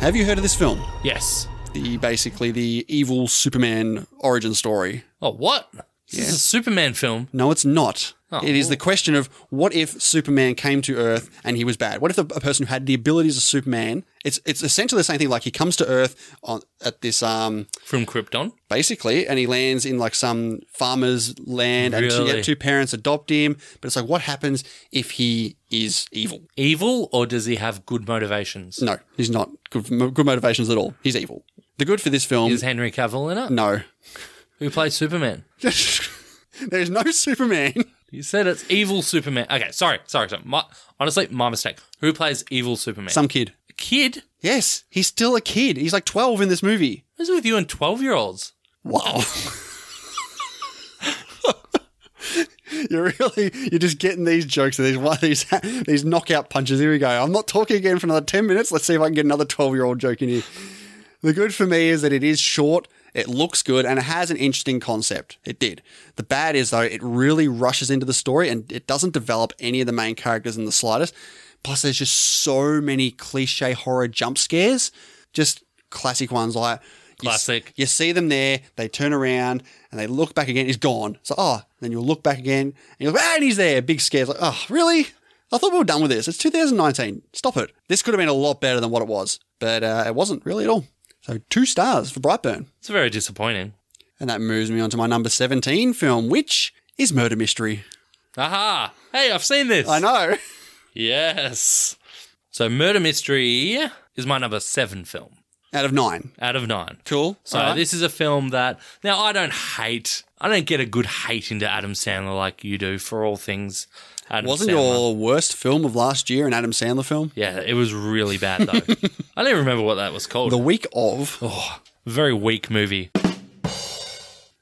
[SPEAKER 2] Have you heard of this film?
[SPEAKER 1] Yes.
[SPEAKER 2] The basically the evil Superman origin story.
[SPEAKER 1] Oh, what? This is a Superman film.
[SPEAKER 2] No, it's not.
[SPEAKER 1] Oh.
[SPEAKER 2] It is the question of what if Superman came to Earth and he was bad? What if the, a person who had the abilities of Superman? It's it's essentially the same thing. Like he comes to Earth on at this um
[SPEAKER 1] From Krypton.
[SPEAKER 2] basically, and he lands in like some farmer's land, and two,
[SPEAKER 1] Really?
[SPEAKER 2] yeah, two parents adopt him. But it's like, what happens if he is evil?
[SPEAKER 1] Evil, or does he have good motivations?
[SPEAKER 2] No, he's not good, good motivations at all. He's evil. The good for this film.
[SPEAKER 1] Is Henry Cavill in it?
[SPEAKER 2] no,
[SPEAKER 1] Who plays Superman?
[SPEAKER 2] there's no Superman.
[SPEAKER 1] You said it's evil Superman. Okay, sorry, sorry. sorry. My, honestly, my mistake. Who plays evil Superman?
[SPEAKER 2] Some kid.
[SPEAKER 1] kid?
[SPEAKER 2] Yes, he's still a kid. He's like 12 in this movie.
[SPEAKER 1] What's with you and 12 year olds?
[SPEAKER 2] Wow. You're really you're just getting these jokes and these one these these knockout punches. Here we go. I'm not talking again for another ten minutes. Let's see if I can get another twelve year old joke in here. The good for me is that it is short, it looks good, and it has an interesting concept. It did. The bad is though, it really rushes into the story and it doesn't develop any of the main characters in the slightest. Plus, there's just so many cliche horror jump scares, just classic ones like you s-
[SPEAKER 1] Classic.
[SPEAKER 2] you see them there, they turn around and they look back again, he's gone. So, oh, then you'll look back again and you're like, ah, and he's there. Big scares. Like, oh, really? I thought we were done with this. It's 2019. Stop it. This could have been a lot better than what it was, but uh, it wasn't really at all. So, two stars for Brightburn.
[SPEAKER 1] It's very disappointing.
[SPEAKER 2] And that moves me on to my number 17 film, which is Murder Mystery.
[SPEAKER 1] Aha! Hey, I've seen this.
[SPEAKER 2] I know.
[SPEAKER 1] Yes. So, Murder Mystery is my number seven film
[SPEAKER 2] Out of nine.
[SPEAKER 1] out of nine.
[SPEAKER 2] Cool.
[SPEAKER 1] So
[SPEAKER 2] All right.
[SPEAKER 1] this is a film that now I don't hate. I don't get a good hate into Adam Sandler like you do for all things. Adam
[SPEAKER 2] wasn't
[SPEAKER 1] Sandler.
[SPEAKER 2] your worst film of last year an Adam Sandler film?
[SPEAKER 1] yeah? It was really bad though. I don't even remember what that was called.
[SPEAKER 2] The week of.
[SPEAKER 1] Oh, Very weak movie.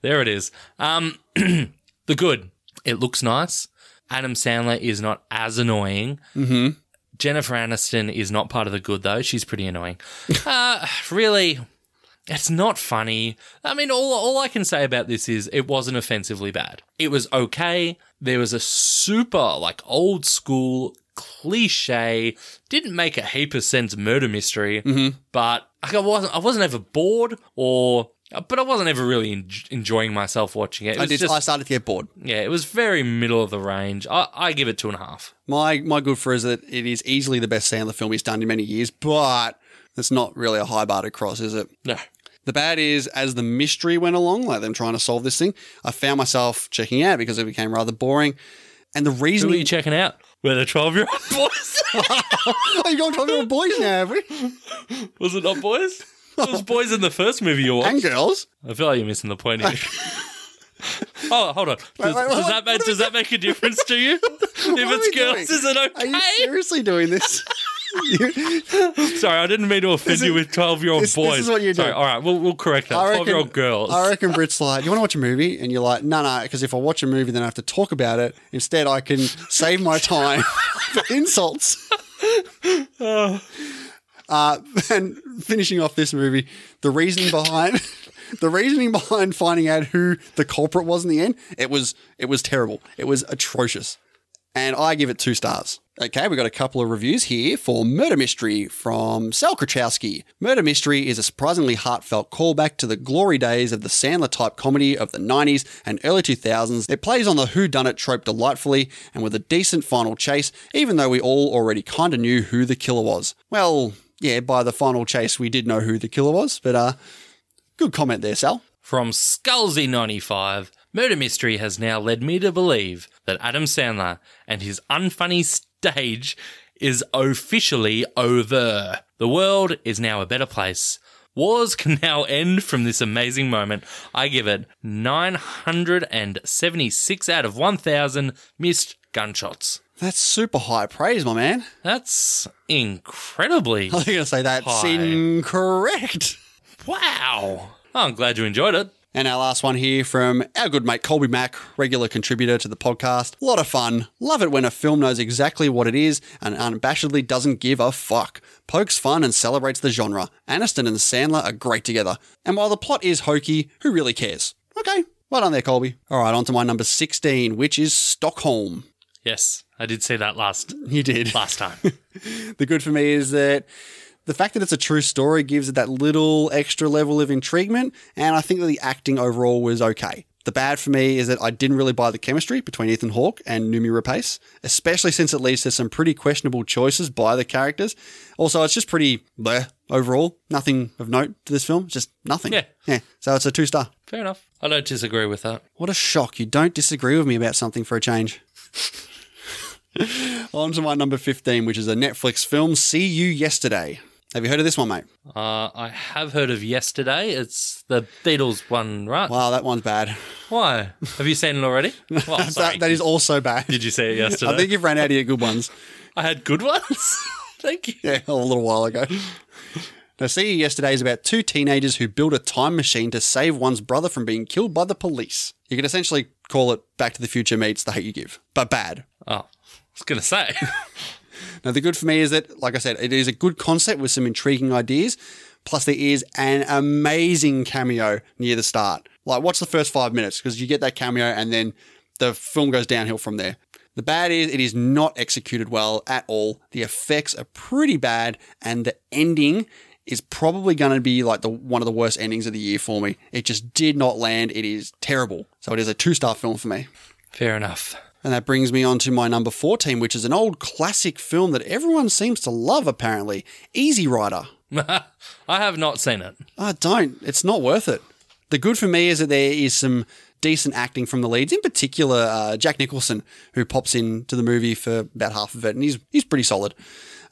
[SPEAKER 1] There it is. Um, the good. It looks nice. Adam Sandler is not as annoying.
[SPEAKER 2] Mm-hmm.
[SPEAKER 1] Jennifer Aniston is not part of the good though. She's pretty annoying. uh, really, it's not funny. I mean, all all I can say about this is it wasn't offensively bad. It was okay. There was a super like old school cliche. Didn't make a heap of sense murder mystery,
[SPEAKER 2] Mm-hmm.
[SPEAKER 1] but like, I wasn't I wasn't ever bored or. But I wasn't ever really en- enjoying myself watching it. It
[SPEAKER 2] I,
[SPEAKER 1] was
[SPEAKER 2] did,
[SPEAKER 1] just-
[SPEAKER 2] I started to get bored.
[SPEAKER 1] yeah, it was very middle of the range. I, I give it two and a half.
[SPEAKER 2] My my good for is that it is easily the best Sandler film he's done in many years, but it's not really a high bar to cross, is it?
[SPEAKER 1] No.
[SPEAKER 2] The bad is as the mystery went along, like them trying to solve this thing, I found myself checking out because it became rather boring. And the reason
[SPEAKER 1] Who are you checking out? We're the 12 year old boys.
[SPEAKER 2] Are Oh, you going 12 year old boys now, have we?
[SPEAKER 1] Was it not boys? It was boys in the first movie you watched.
[SPEAKER 2] And girls.
[SPEAKER 1] I feel like you're missing the point here. oh, hold on. Does, does
[SPEAKER 2] wait, what-
[SPEAKER 1] that, make, does that make a difference to you? if
[SPEAKER 2] What are
[SPEAKER 1] it's
[SPEAKER 2] we
[SPEAKER 1] girls,
[SPEAKER 2] doing?
[SPEAKER 1] is it okay?
[SPEAKER 2] Are you seriously doing this?
[SPEAKER 1] Sorry, I didn't mean to offend
[SPEAKER 2] This
[SPEAKER 1] you
[SPEAKER 2] is-
[SPEAKER 1] with 12 year old
[SPEAKER 2] this-
[SPEAKER 1] boys.
[SPEAKER 2] this is what you're
[SPEAKER 1] Sorry,
[SPEAKER 2] doing.
[SPEAKER 1] all right, we'll, we'll correct that. 12 year old girls.
[SPEAKER 2] I reckon Brit's like, you want to watch a movie? And you're like, no, no, because if I watch a movie, then I have to talk about it. Instead, I can save my time for insults. Uh, and finishing off this movie, the reasoning behind the reasoning behind finding out who the culprit was in the end, it was it was terrible. It was atrocious. And I give it two stars. Okay, we got a couple of reviews here for Murder Mystery from Sal Krachowski. Murder Mystery is a surprisingly heartfelt callback to the glory days of the Sandler type comedy of the 90s and early 2000s. It plays on the whodunit trope delightfully and with a decent final chase, even though we all already kinda knew who the killer was. Well, yeah, by the final chase, we did know who the killer was, but uh, good comment there, Sal.
[SPEAKER 1] From Skullsy95, Murder Mystery has now led me to believe that Adam Sandler and his unfunny stage is officially over. The world is now a better place. Wars can now end from this amazing moment. I give it 976 out of 1,000 missed gunshots.
[SPEAKER 2] That's super high praise, my man.
[SPEAKER 1] That's incredibly.
[SPEAKER 2] I was going to say that's
[SPEAKER 1] Hi.
[SPEAKER 2] incorrect.
[SPEAKER 1] Wow. Oh, I'm glad you enjoyed it.
[SPEAKER 2] And our last one here from our good mate Colby Mack, regular contributor to the podcast. A lot of fun. Love it when a film knows exactly what it is and unabashedly doesn't give a fuck. Pokes fun and celebrates the genre. Aniston and Sandler are great together. And while the plot is hokey, who really cares? Okay, well done there, Colby. All right, on to my number 16, which is Stockholm.
[SPEAKER 1] Yes, I did see that last.
[SPEAKER 2] You did.
[SPEAKER 1] Last time.
[SPEAKER 2] the good for me is that the fact that it's a true story gives it that little extra level of intriguement, and I think that the acting overall was okay. The bad for me is that I didn't really buy the chemistry between Ethan Hawke and Numi Rapace, especially since it leads to some pretty questionable choices by the characters. Also, it's just pretty bleh overall. Nothing of note to this film, just nothing.
[SPEAKER 1] Yeah.
[SPEAKER 2] Yeah. So it's a two star.
[SPEAKER 1] Fair enough. I don't disagree with that.
[SPEAKER 2] What a shock. You don't disagree with me about something for a change. On to my number 15, which is a Netflix film, See You Yesterday. Have you heard of this one, mate?
[SPEAKER 1] Uh, I have heard of yesterday. It's the Beatles one, right?
[SPEAKER 2] Wow, that one's bad.
[SPEAKER 1] Why? Have you seen it already? Well, sorry.
[SPEAKER 2] that, that is also bad.
[SPEAKER 1] Did you see it yesterday?
[SPEAKER 2] I think you've ran out of your good ones.
[SPEAKER 1] I had good ones. Thank you.
[SPEAKER 2] Yeah, a little while ago. Now, See You Yesterday is about two teenagers who build a time machine to save one's brother from being killed by the police. You could essentially call it Back to the Future meets The Hate You Give, but bad.
[SPEAKER 1] Oh, I was going to say.
[SPEAKER 2] Now, the good for me is that, like I said, it is a good concept with some intriguing ideas. Plus, there is an amazing cameo near the start. Like, watch the first five minutes because you get that cameo and then the film goes downhill from there. The bad is it is not executed well at all. The effects are pretty bad, and the ending is probably going to be like the one of the worst endings of the year for me. It just did not land. It is terrible. So it is a two-star film for me.
[SPEAKER 1] Fair enough.
[SPEAKER 2] And that brings me on to my number 14, which is an old classic film that everyone seems to love, apparently Easy Rider.
[SPEAKER 1] I have not seen it.
[SPEAKER 2] I don't. It's not worth it. The good for me is that there is some decent acting from the leads, in particular uh, Jack Nicholson, who pops into the movie for about half of it, and he's, he's pretty solid.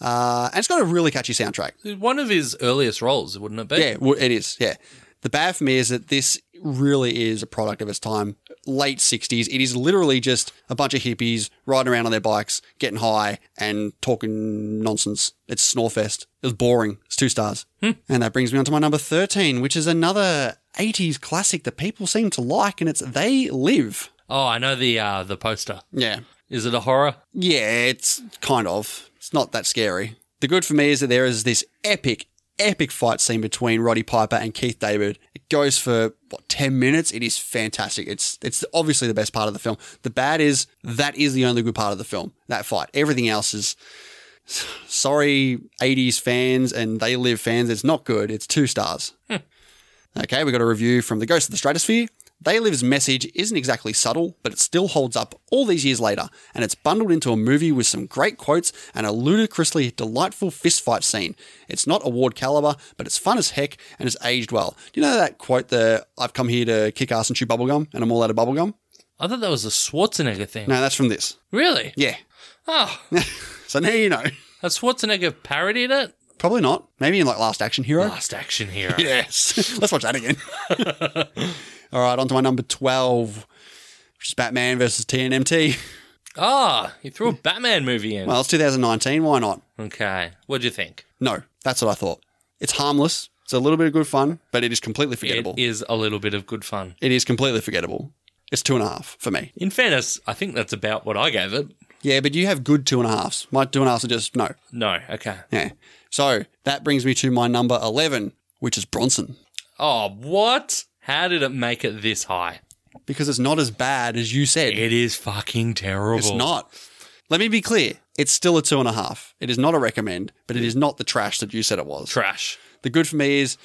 [SPEAKER 2] Uh, and it's got a really catchy soundtrack.
[SPEAKER 1] One of his earliest roles, wouldn't it be?
[SPEAKER 2] Yeah, well, it is. Yeah. The bad for me is that this really is a product of its time. Late 60s. It is literally just a bunch of hippies riding around on their bikes, getting high, and talking nonsense. It's Snorefest. It was boring. It's two stars. And that brings me on to my number 13, which is another 80s classic that people seem to like, and it's They Live.
[SPEAKER 1] Oh, I know the uh, the poster.
[SPEAKER 2] Yeah.
[SPEAKER 1] Is it a horror?
[SPEAKER 2] Yeah, it's kind of. It's not that scary. The good for me is that there is this epic, epic fight scene between Roddy Piper and Keith David. It goes for what ten minutes. It is fantastic. It's it's obviously the best part of the film. The bad is that is the only good part of the film. That fight. Everything else is sorry, '80s fans and they live fans. It's not good. It's two stars. Okay, we got a review from the Ghost of the Stratosphere. They Live's message isn't exactly subtle, but it still holds up all these years later, and it's bundled into a movie with some great quotes and a ludicrously delightful fistfight scene. It's not award caliber, but it's fun as heck and it's aged well. Do you know that quote, the I've come here to kick ass and chew bubblegum, and I'm all out of bubblegum?
[SPEAKER 1] I thought that was a Schwarzenegger thing.
[SPEAKER 2] No, that's from this.
[SPEAKER 1] Really?
[SPEAKER 2] Yeah.
[SPEAKER 1] Oh.
[SPEAKER 2] so now you know.
[SPEAKER 1] Has Schwarzenegger parodied it?
[SPEAKER 2] Probably not. Maybe in like Last Action Hero.
[SPEAKER 1] Last Action Hero.
[SPEAKER 2] yes. Let's watch that again. All right, on to my number 12, which is Batman versus TNMT.
[SPEAKER 1] Ah, you threw a Batman movie in.
[SPEAKER 2] Well, it's 2019. Why not?
[SPEAKER 1] Okay. What'd you think?
[SPEAKER 2] No, that's what I thought. It's harmless. It's a little bit of good fun, but it is completely forgettable.
[SPEAKER 1] It is a little bit of good fun.
[SPEAKER 2] It is completely forgettable. It's two and a half for me.
[SPEAKER 1] In fairness, I think that's about what I gave it.
[SPEAKER 2] Yeah, but you have good two and a halves. My two and a halves are just no.
[SPEAKER 1] No, okay.
[SPEAKER 2] Yeah. So that brings me to my number 11, which is Bronson.
[SPEAKER 1] Oh, what? How did it make it this high?
[SPEAKER 2] Because it's not as bad as you said.
[SPEAKER 1] It is fucking terrible.
[SPEAKER 2] It's not. Let me be clear. It's still a two and a half. It is not a recommend, but it is not the trash that you said it was.
[SPEAKER 1] Trash.
[SPEAKER 2] The good for me is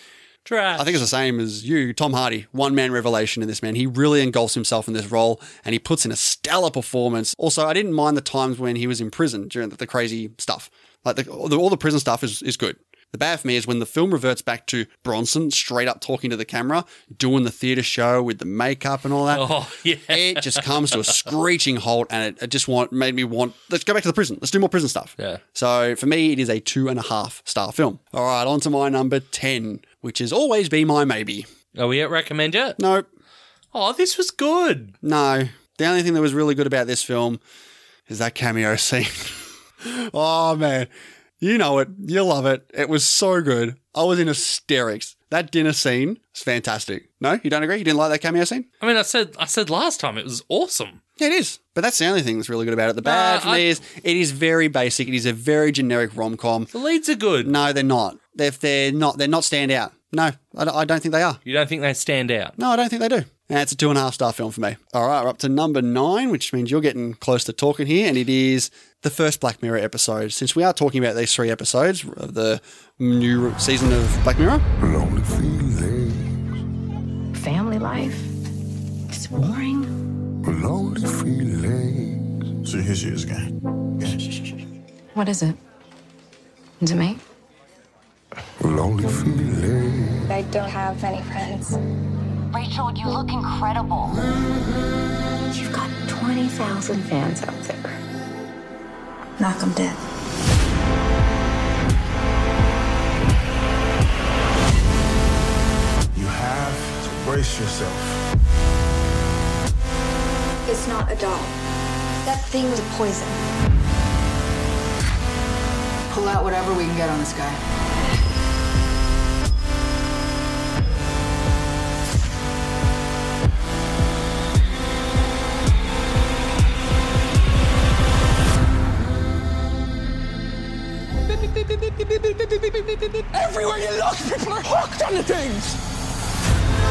[SPEAKER 1] Trash.
[SPEAKER 2] I think it's the same as you, Tom Hardy, one man revelation in this man. He really engulfs himself in this role and he puts in a stellar performance. Also, I didn't mind the times when he was in prison during the, the crazy stuff. Like the, all the- all the prison stuff is, is good. The bad for me is when the film reverts back to Bronson straight up talking to the camera, doing the theater show with the makeup and all that.
[SPEAKER 1] Oh, yeah.
[SPEAKER 2] It just comes to a screeching halt and it, it just want made me want, let's go back to the prison. Let's do more prison stuff.
[SPEAKER 1] Yeah.
[SPEAKER 2] So for me, it is a two and a half star film. All right, on to my number 10, which is always be my maybe.
[SPEAKER 1] Are we at recommend yet?
[SPEAKER 2] Nope.
[SPEAKER 1] Oh, this was good.
[SPEAKER 2] No. The only thing that was really good about this film is that cameo scene. oh, man. You know it. You love it. It was so good. I was in hysterics. That dinner scene was fantastic. No, you don't agree? You didn't like that cameo scene?
[SPEAKER 1] I mean, I said I said last time it was awesome.
[SPEAKER 2] Yeah, it is. But that's the only thing that's really good about it. The bad for
[SPEAKER 1] I-
[SPEAKER 2] me is it is very basic. It is a very generic rom com.
[SPEAKER 1] The leads are good.
[SPEAKER 2] No, they're not. They're, they're not. They're not stand out. No, I don't, I don't think they are.
[SPEAKER 1] You don't think they stand out?
[SPEAKER 2] No, I don't think they do. And it's a two and a half star film for me. All right, we're up to number nine, which means you're getting close to talking here, and it is the first Black Mirror episode. Since we are talking about these three episodes of the new season of Black Mirror,
[SPEAKER 16] Lonely feeling,
[SPEAKER 12] Family life. It's boring.
[SPEAKER 16] lonely feeling. So here she is again.
[SPEAKER 12] What is it? Is it me?
[SPEAKER 16] Lonely feeling.
[SPEAKER 14] I don't have any friends.
[SPEAKER 7] Rachel, you look incredible.
[SPEAKER 14] You've got 20,000 fans out there. Knock them dead.
[SPEAKER 16] You have to brace yourself.
[SPEAKER 14] It's not a doll. That thing was poison.
[SPEAKER 17] Pull out whatever we can get on this guy.
[SPEAKER 13] Everywhere you look, people are hooked on the things.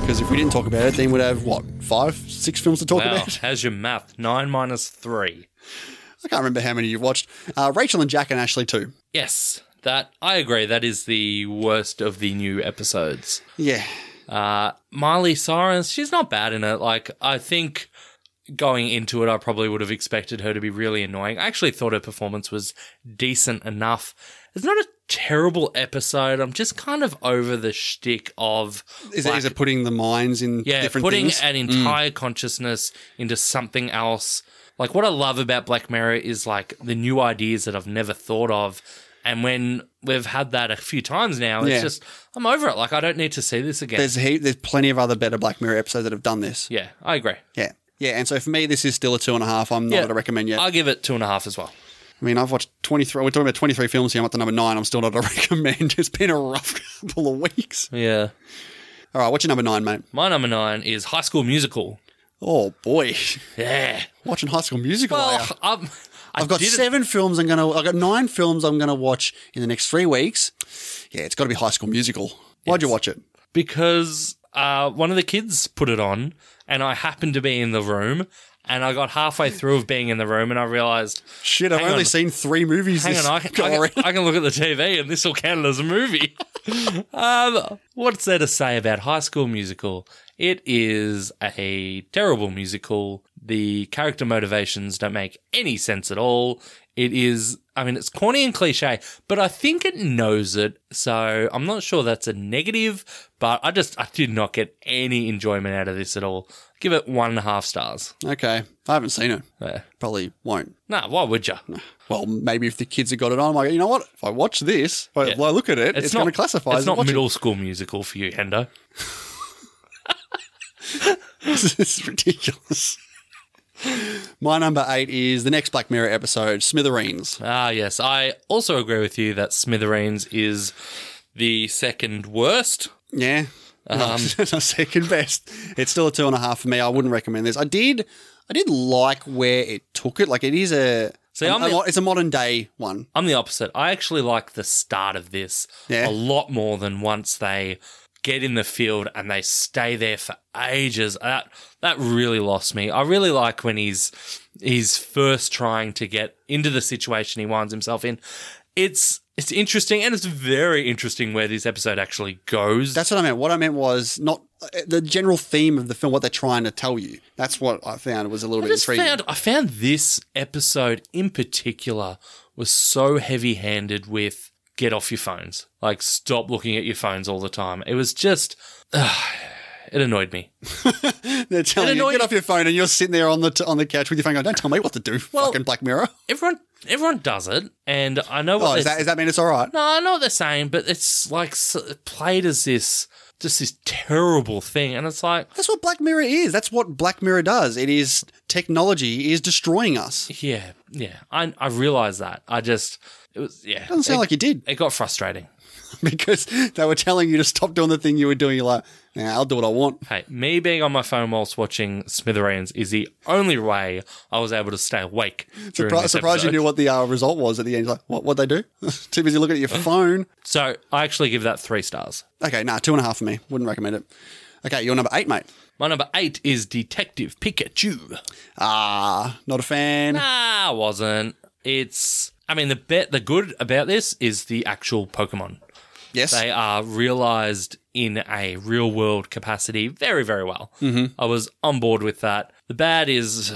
[SPEAKER 2] because if we didn't talk about it, then we'd have what five, six films to talk
[SPEAKER 1] wow,
[SPEAKER 2] about.
[SPEAKER 1] how's your math? Nine minus three.
[SPEAKER 2] I can't remember how many you've watched. Uh, Rachel and Jack and Ashley too.
[SPEAKER 1] Yes, that I agree. That is the worst of the new episodes.
[SPEAKER 2] Yeah,
[SPEAKER 1] Uh, Miley Cyrus, she's not bad in it. Like, I think going into it, I probably would have expected her to be really annoying. I actually thought her performance was decent enough. It's not a terrible episode. I'm just kind of over the shtick of
[SPEAKER 2] is,
[SPEAKER 1] like,
[SPEAKER 2] it, is it putting the minds in
[SPEAKER 1] yeah,
[SPEAKER 2] different
[SPEAKER 1] putting
[SPEAKER 2] things?
[SPEAKER 1] an
[SPEAKER 2] Mm.
[SPEAKER 1] entire consciousness into something else. Like what I love about Black Mirror is like the new ideas that I've never thought of. And when we've had that a few times now, it's
[SPEAKER 2] Yeah.
[SPEAKER 1] just I'm over it. Like I don't need to see this again.
[SPEAKER 2] There's he- there's plenty of other better Black Mirror episodes that have done this.
[SPEAKER 1] yeah, I agree.
[SPEAKER 2] Yeah. Yeah, and so for me, this is still a two and a half. I'm not
[SPEAKER 1] Yeah.
[SPEAKER 2] going to recommend yet. I
[SPEAKER 1] I'll give it two and a half as well.
[SPEAKER 2] mean, I've watched 23. We're talking about 23 films here. I'm at the number nine. I'm still not a recommend. It's been a rough couple of weeks.
[SPEAKER 1] Yeah.
[SPEAKER 2] All right, what's your number nine, mate?
[SPEAKER 1] My number nine is High School Musical.
[SPEAKER 2] Oh, boy.
[SPEAKER 1] Yeah.
[SPEAKER 2] Watching High School Musical.
[SPEAKER 1] Well,
[SPEAKER 2] are ya?
[SPEAKER 1] I'm, I
[SPEAKER 2] Oh, I've got
[SPEAKER 1] didn't-
[SPEAKER 2] seven films I'm going to, I've got nine films I'm going to watch in the next three weeks. Yeah, it's got to be High School Musical. Why'd you watch it?
[SPEAKER 1] because uh, one of the kids put it on, and I happened to be in the room, and I got halfway through of being in the room, and I realized
[SPEAKER 2] Shit, I've
[SPEAKER 1] Hang
[SPEAKER 2] only
[SPEAKER 1] on.
[SPEAKER 2] seen three movies
[SPEAKER 1] Hang
[SPEAKER 2] this
[SPEAKER 1] on, I can, I, can, I can look at the TV and this will count as a movie. um, what's there to say about High School Musical? It is a terrible musical. The character motivations don't make any sense at all. It is, I mean, it's corny and cliche, but I think it knows it. So I'm not sure that's a negative, but I just, I did not get any enjoyment out of this at all. Give it one and a half stars.
[SPEAKER 2] Okay. I haven't seen it. Probably won't.
[SPEAKER 1] Nah, why would you?
[SPEAKER 2] Well, maybe if the kids have got it on, I'm like, you know what? If I watch this, if I- if I look at it, it's, going to classify
[SPEAKER 1] It's
[SPEAKER 2] as
[SPEAKER 1] not
[SPEAKER 2] watching.
[SPEAKER 1] middle school musical for you, Hendo.
[SPEAKER 2] this is ridiculous. My number eight is the next Black Mirror episode, Smithereens.
[SPEAKER 1] Ah, yes. I also agree with you that Smithereens is the second worst.
[SPEAKER 2] Yeah.
[SPEAKER 1] Um,
[SPEAKER 2] Not second best. It's still a two and a half for me. I wouldn't recommend this. I did, I did like where it took it. Like it is a,
[SPEAKER 1] See,
[SPEAKER 2] a-
[SPEAKER 1] I'm
[SPEAKER 2] a
[SPEAKER 1] the-
[SPEAKER 2] mo- it's a modern day one.
[SPEAKER 1] I'm the opposite. I actually like the start of this
[SPEAKER 2] Yeah.
[SPEAKER 1] a lot more than once they get in the field and they stay there for ages. That that really lost me. I really like when he's he's first trying to get into the situation he winds himself in. It's it's interesting and it's very interesting where this episode actually goes.
[SPEAKER 2] That's what I meant. What I meant was not uh, the general theme of the film. What they're trying to tell you. That's what I found was a little
[SPEAKER 1] I
[SPEAKER 2] bit
[SPEAKER 1] just
[SPEAKER 2] intriguing.
[SPEAKER 1] found I found this episode in particular was so heavy-handed with get off your phones, like stop looking at your phones all the time. It was just it annoyed me.
[SPEAKER 2] They're telling you
[SPEAKER 1] annoyed-
[SPEAKER 2] get off your phone, and you're sitting there on the t- on the couch with your phone, going, "Don't tell me what to do." fucking Black Mirror.
[SPEAKER 1] Everyone everyone does it, and I know what
[SPEAKER 2] Oh, is
[SPEAKER 1] they're-
[SPEAKER 2] that is that mean it's all right?
[SPEAKER 1] No, I know what they're saying, but it's like s- played as this just this terrible thing, and it's like
[SPEAKER 2] That's what Black Mirror is. That's what Black Mirror does. It is technology is destroying us.
[SPEAKER 1] yeah, yeah. I I realized that. I just it was yeah.
[SPEAKER 2] Doesn't sound
[SPEAKER 1] It-
[SPEAKER 2] like you did
[SPEAKER 1] it got frustrating.
[SPEAKER 2] because they were telling you to stop doing the thing you were doing. You're like, nah, I'll do what I want.
[SPEAKER 1] Hey, me being on my phone whilst watching Smithereens is the only way I was able to stay awake. during
[SPEAKER 2] Surpri-
[SPEAKER 1] this
[SPEAKER 2] surprised you
[SPEAKER 1] episode.
[SPEAKER 2] knew what the uh, result was at the end. You're like, what? What they do? Too busy looking at your phone.
[SPEAKER 1] So I actually give that three stars.
[SPEAKER 2] Okay, nah, two and a half for me. Wouldn't recommend it. Okay, you're number eight, mate.
[SPEAKER 1] My number eight is Detective Pikachu.
[SPEAKER 2] Ah, not a fan.
[SPEAKER 1] Nah, I wasn't. It's. I mean, the bet the good about this is the actual Pokemon.
[SPEAKER 2] Yes.
[SPEAKER 1] They are realized in a real world capacity very, very well.
[SPEAKER 2] Mhm.
[SPEAKER 1] I was on board with that. The bad is,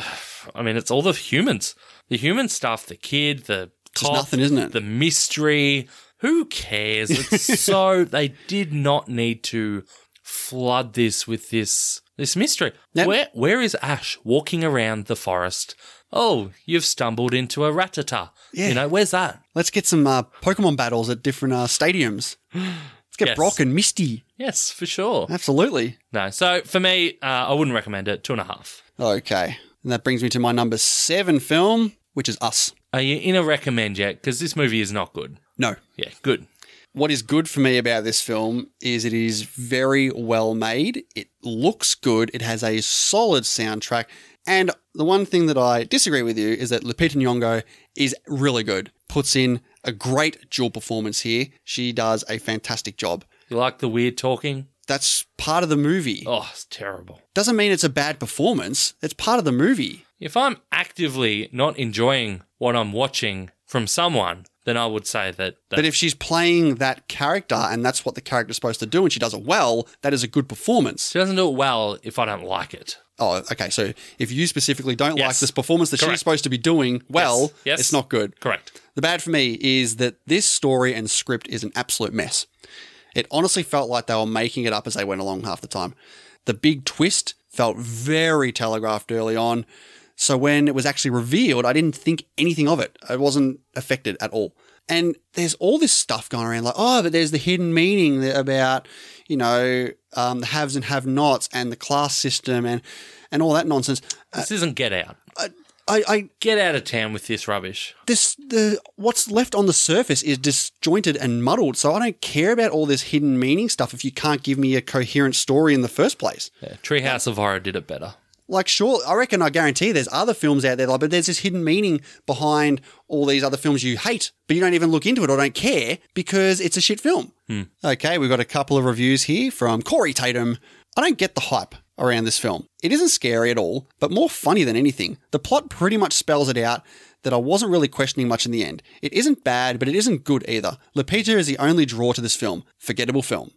[SPEAKER 1] I mean, it's all the humans. The human stuff, the kid, the cop,
[SPEAKER 2] nothing, isn't it?
[SPEAKER 1] The mystery. Who cares? It's so they did not need to flood this with this this mystery. Where where is Ash walking around the forest? Oh, you've stumbled into a ratata.
[SPEAKER 2] Yeah.
[SPEAKER 1] You know, where's that?
[SPEAKER 2] Let's get some uh, Pokemon battles at different uh, stadiums. Let's get
[SPEAKER 1] Yes.
[SPEAKER 2] Brock and Misty.
[SPEAKER 1] Yes, for sure.
[SPEAKER 2] Absolutely.
[SPEAKER 1] No, so for me, uh, I wouldn't recommend it. Two and a half.
[SPEAKER 2] Okay. And that brings me to my number seven film, which is Us.
[SPEAKER 1] Are you in a recommend yet? Because this movie is not good.
[SPEAKER 2] No.
[SPEAKER 1] Yeah, good.
[SPEAKER 2] What is good for me about this film is it is very well made. It looks good. It has a solid soundtrack. And the one thing that I disagree with you is that Lupita Nyong'o is really good. Puts in a great dual performance here. She does a fantastic job.
[SPEAKER 1] You like the weird talking?
[SPEAKER 2] That's part of the movie.
[SPEAKER 1] Oh, it's terrible.
[SPEAKER 2] Doesn't mean it's a bad performance. It's part of the movie.
[SPEAKER 1] If I'm actively not enjoying what I'm watching from someone, then I would say that. that
[SPEAKER 2] But if she's playing that character and that's what the character's supposed to do and she does it well, that is a good performance.
[SPEAKER 1] she doesn't do it well, if I don't like it,
[SPEAKER 2] Oh, okay. So if you specifically don't like
[SPEAKER 1] Yes.
[SPEAKER 2] this performance that she's
[SPEAKER 1] Correct.
[SPEAKER 2] supposed to be doing well,
[SPEAKER 1] Yes. Yes.
[SPEAKER 2] it's not good.
[SPEAKER 1] correct.
[SPEAKER 2] The bad for me is that this story and script is an absolute mess. It honestly felt like they were making it up as they went along half the time. The big twist felt very telegraphed early on. So when it was actually revealed, I didn't think anything of it. I wasn't affected at all. And there's all this stuff going around like, oh, but there's the hidden meaning there about, you know, um, the haves and have nots and the class system and, and all that nonsense. Uh,
[SPEAKER 1] This isn't Get Out.
[SPEAKER 2] I, I
[SPEAKER 1] Get out of town with this rubbish.
[SPEAKER 2] this the what's left on the surface is disjointed and muddled so i don't care about all this hidden meaning stuff if you can't give me a coherent story in the first place
[SPEAKER 1] Yeah, Treehouse of Horror did it better.
[SPEAKER 2] like sure i reckon i guarantee there's other films out there like, but there's this hidden meaning behind all these other films you hate but you don't even look into it or don't care because it's a shit film okay we've got a couple of reviews here from corey tatum i don't get the hype around this film it isn't scary at all but more funny than anything the plot pretty much spells it out that I wasn't really questioning much in the end. It isn't bad, but it isn't good either. Lupita is the only draw to this film. Forgettable film.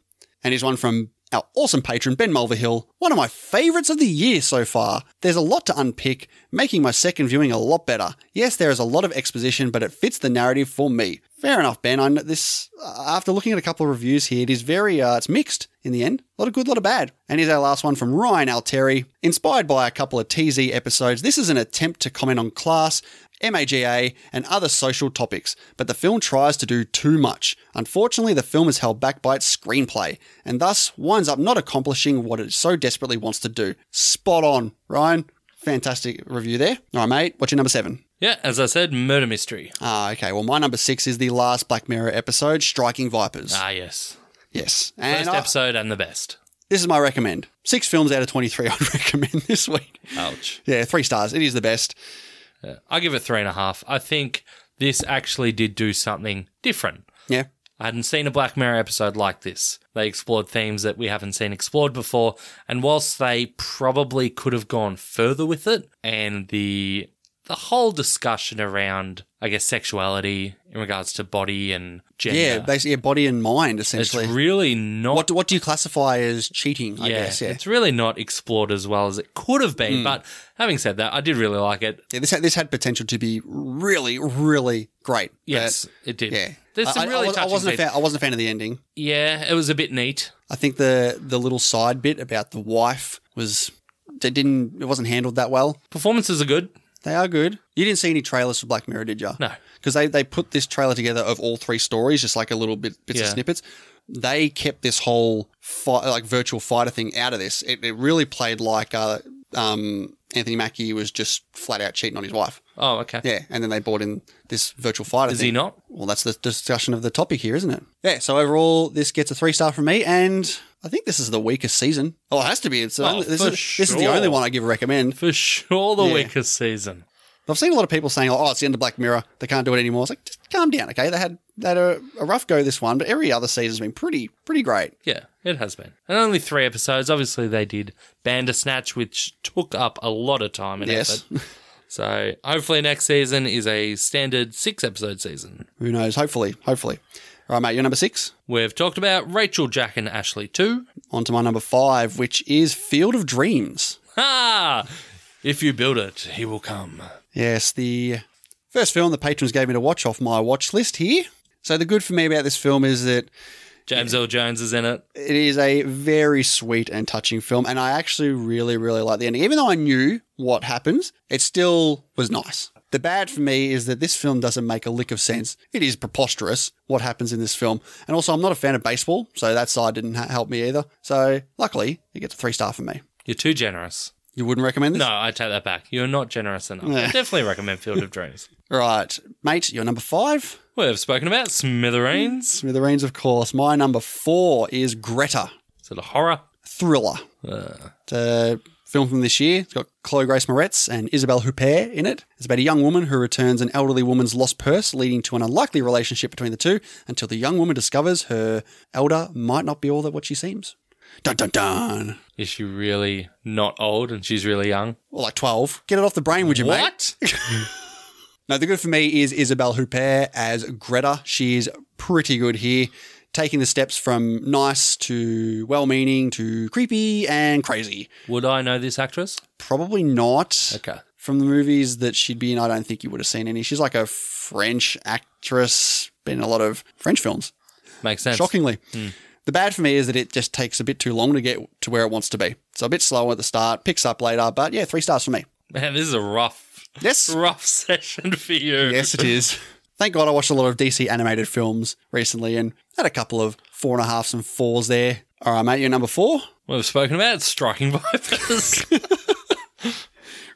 [SPEAKER 2] And here's one from our awesome patron, Ben Mulverhill, one of my favourites of the year so far. There's a lot to unpick, making my second viewing a lot better. Yes, there is a lot of exposition, but it fits the narrative for me. Fair enough, Ben. I know this uh, after looking at a couple of reviews here, it is very uh, it's mixed in the end. A lot of good, a lot of bad. And here's our last one from Ryan Alteri. Inspired by a couple of TZ episodes, this is an attempt to comment on class, MAGA, and other social topics, but the film tries to do too much. Unfortunately, the film is held back by its screenplay, and thus winds up not accomplishing what it so desperately wants to do. Spot on, Ryan. Fantastic review there. All right, mate, what's your number seven?
[SPEAKER 1] Yeah, as I said, murder mystery.
[SPEAKER 2] Ah, okay. Well, my number six is the last Black Mirror episode, Striking Vipers.
[SPEAKER 1] Ah, yes.
[SPEAKER 2] Yes.
[SPEAKER 1] First
[SPEAKER 2] I-
[SPEAKER 1] episode and the best.
[SPEAKER 2] this is my recommend. Six films out of 23 I'd recommend this week.
[SPEAKER 1] Ouch.
[SPEAKER 2] Yeah, three stars. It is the best.
[SPEAKER 1] Yeah, I give it three and a half. I think this actually did do something different.
[SPEAKER 2] Yeah.
[SPEAKER 1] I hadn't seen a Black Mirror episode like this. They explored themes that we haven't seen explored before, and whilst they probably could have gone further with it, and the the whole discussion around, I guess, sexuality in regards to body and gender.
[SPEAKER 2] Yeah, basically, yeah, body and mind, essentially.
[SPEAKER 1] It's really not.
[SPEAKER 2] What do, what do you classify as cheating? I
[SPEAKER 1] yeah,
[SPEAKER 2] guess. Yeah.
[SPEAKER 1] it's really not explored as well as it could have been.
[SPEAKER 2] Mm.
[SPEAKER 1] But having said that, I did really like it.
[SPEAKER 2] yeah. This had this had potential to be really, really great.
[SPEAKER 1] Yes, it did.
[SPEAKER 2] Yeah.
[SPEAKER 1] There's some
[SPEAKER 2] I- I- I
[SPEAKER 1] really
[SPEAKER 2] was- I,
[SPEAKER 1] touching
[SPEAKER 2] wasn't a
[SPEAKER 1] bits.
[SPEAKER 2] fan. I wasn't a fan of the ending.
[SPEAKER 1] Yeah, it was a bit neat.
[SPEAKER 2] I think the the little side bit about the wife was it didn't it wasn't handled that well.
[SPEAKER 1] Performances are good.
[SPEAKER 2] They are good. You didn't see any trailers for Black Mirror, did you?
[SPEAKER 1] No.
[SPEAKER 2] because they they put this trailer together of all three stories, just like a little bit bits
[SPEAKER 1] Yeah.
[SPEAKER 2] of snippets. They kept this whole fight, like virtual fighter thing out of this. It, it really played like uh, um, Anthony Mackie was just flat out cheating on his wife.
[SPEAKER 1] Oh, okay.
[SPEAKER 2] Yeah, and then they brought in this virtual fighter.
[SPEAKER 1] Is
[SPEAKER 2] thing.
[SPEAKER 1] he not?
[SPEAKER 2] Well, that's the discussion of the topic here, isn't it? Yeah. So overall, this gets a three star from me, and I think this is the weakest season. Oh, it has to be. It's
[SPEAKER 1] Oh,
[SPEAKER 2] only- this,
[SPEAKER 1] for
[SPEAKER 2] is, this is the
[SPEAKER 1] sure.
[SPEAKER 2] only one I give a recommend.
[SPEAKER 1] For sure, the
[SPEAKER 2] Yeah.
[SPEAKER 1] weakest season.
[SPEAKER 2] I've seen a lot of people saying, "Oh, it's the end of Black Mirror. They can't do it anymore." It's like, just calm down, okay? They had they had a, a rough go this one, but every other season's been pretty pretty great.
[SPEAKER 1] Yeah, it has been. And only three episodes. Obviously, they did Bandersnatch, which took up a lot of time and
[SPEAKER 2] Yes.
[SPEAKER 1] effort. So hopefully, next season is a standard six episode season.
[SPEAKER 2] Who knows? Hopefully, hopefully. All right, mate. Your number six.
[SPEAKER 1] We've talked about Rachel, Jack, and Ashley too.
[SPEAKER 2] On to my number five, which is Field of Dreams.
[SPEAKER 1] Ha! If you build it, he will come.
[SPEAKER 2] Yes, the first film the patrons gave me to watch off my watch list here. So the good for me about this film is that
[SPEAKER 1] James Earl Jones is in it.
[SPEAKER 2] it is a very sweet and touching film, and I actually really, really like the ending. Even though I knew what happens, it still was nice. The bad for me is that this film doesn't make a lick of sense. It is preposterous what happens in this film, and also I'm not a fan of baseball, so that side didn't ha- help me either. So luckily, it gets a three star from me.
[SPEAKER 1] You're too generous.
[SPEAKER 2] You wouldn't recommend this?
[SPEAKER 1] No, I take that back. You're not generous enough. I
[SPEAKER 2] Yeah.
[SPEAKER 1] definitely recommend Field of Dreams.
[SPEAKER 2] Right, mate, you're number five.
[SPEAKER 1] We've spoken about Smithereens.
[SPEAKER 2] Smithereens, of course. My number four is Greta.
[SPEAKER 1] Is it a horror?
[SPEAKER 2] Thriller.
[SPEAKER 1] Uh,
[SPEAKER 2] It's a film from this year. It's got Chloe Grace Moretz and Isabelle Huppert in it. It's about a young woman who returns an elderly woman's lost purse, leading to an unlikely relationship between the two until the young woman discovers her elder might not be all that what she seems. Dun dun dun.
[SPEAKER 1] is she really not old and she's really young?
[SPEAKER 2] Or like 12. Get it off the brain, would you, mate?
[SPEAKER 1] What?
[SPEAKER 2] No, the good for me is Isabelle Huppert as Greta. She is pretty good here, taking the steps from nice to well meaning to creepy and crazy.
[SPEAKER 1] Would I know this actress?
[SPEAKER 2] Probably not.
[SPEAKER 1] Okay.
[SPEAKER 2] From the movies that she'd be in, I don't think you would have seen any. She's like a French actress, been in a lot of French films,
[SPEAKER 1] Makes sense.
[SPEAKER 2] shockingly.
[SPEAKER 1] Hmm.
[SPEAKER 2] The bad for me is that it just takes a bit too long to get to where it wants to be. So a bit slow at the start, picks up later, but yeah, three stars for me.
[SPEAKER 1] Man, this is a rough,
[SPEAKER 2] Yes.
[SPEAKER 1] rough session for you.
[SPEAKER 2] Yes, it is. Thank God I watched a lot of DC animated films recently and had a couple of four and a halfs and fours there. All right, mate, you're number four.
[SPEAKER 1] We've spoken about striking vipers.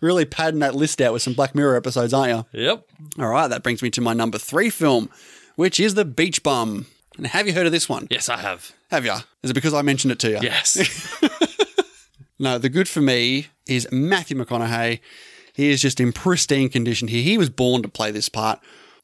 [SPEAKER 2] Really padding that list out with some Black Mirror episodes, aren't
[SPEAKER 1] yep.
[SPEAKER 2] you? All right, that brings me to my number three film, which is The Beach Bum. And have you heard of this one?
[SPEAKER 1] Yes, I have.
[SPEAKER 2] Have you? Is it because I mentioned it to you?
[SPEAKER 1] Yes.
[SPEAKER 2] No, the good for me is Matthew McConaughey. He is just in pristine condition here. He was born to play this part.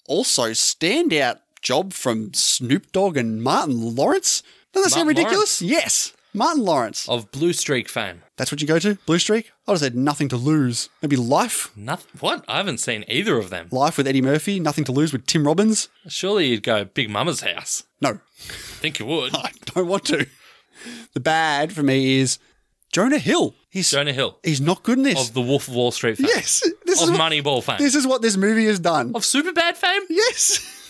[SPEAKER 2] Also, standout job from Snoop Dogg and Martin Lawrence. Doesn't that sound
[SPEAKER 1] Martin
[SPEAKER 2] ridiculous? Yes, Martin Lawrence.
[SPEAKER 1] of Blue Streak fame.
[SPEAKER 2] That's what you go to? Blue Streak? I would have said nothing to lose. Maybe Life?
[SPEAKER 1] Nothing. What? I haven't seen either of them.
[SPEAKER 2] Life with Eddie Murphy, Nothing to Lose with Tim Robbins?
[SPEAKER 1] Surely you'd go Big Mama's house.
[SPEAKER 2] No,
[SPEAKER 1] I think you would.
[SPEAKER 2] I don't want to. The bad for me is Jonah Hill. He's
[SPEAKER 1] Jonah Hill.
[SPEAKER 2] He's not good in this.
[SPEAKER 1] Of the Wolf of Wall Street fame.
[SPEAKER 2] Yes, this
[SPEAKER 1] of
[SPEAKER 2] is what-
[SPEAKER 1] Moneyball fame.
[SPEAKER 2] This is what this movie has done.
[SPEAKER 1] Of super bad fame?
[SPEAKER 2] Yes.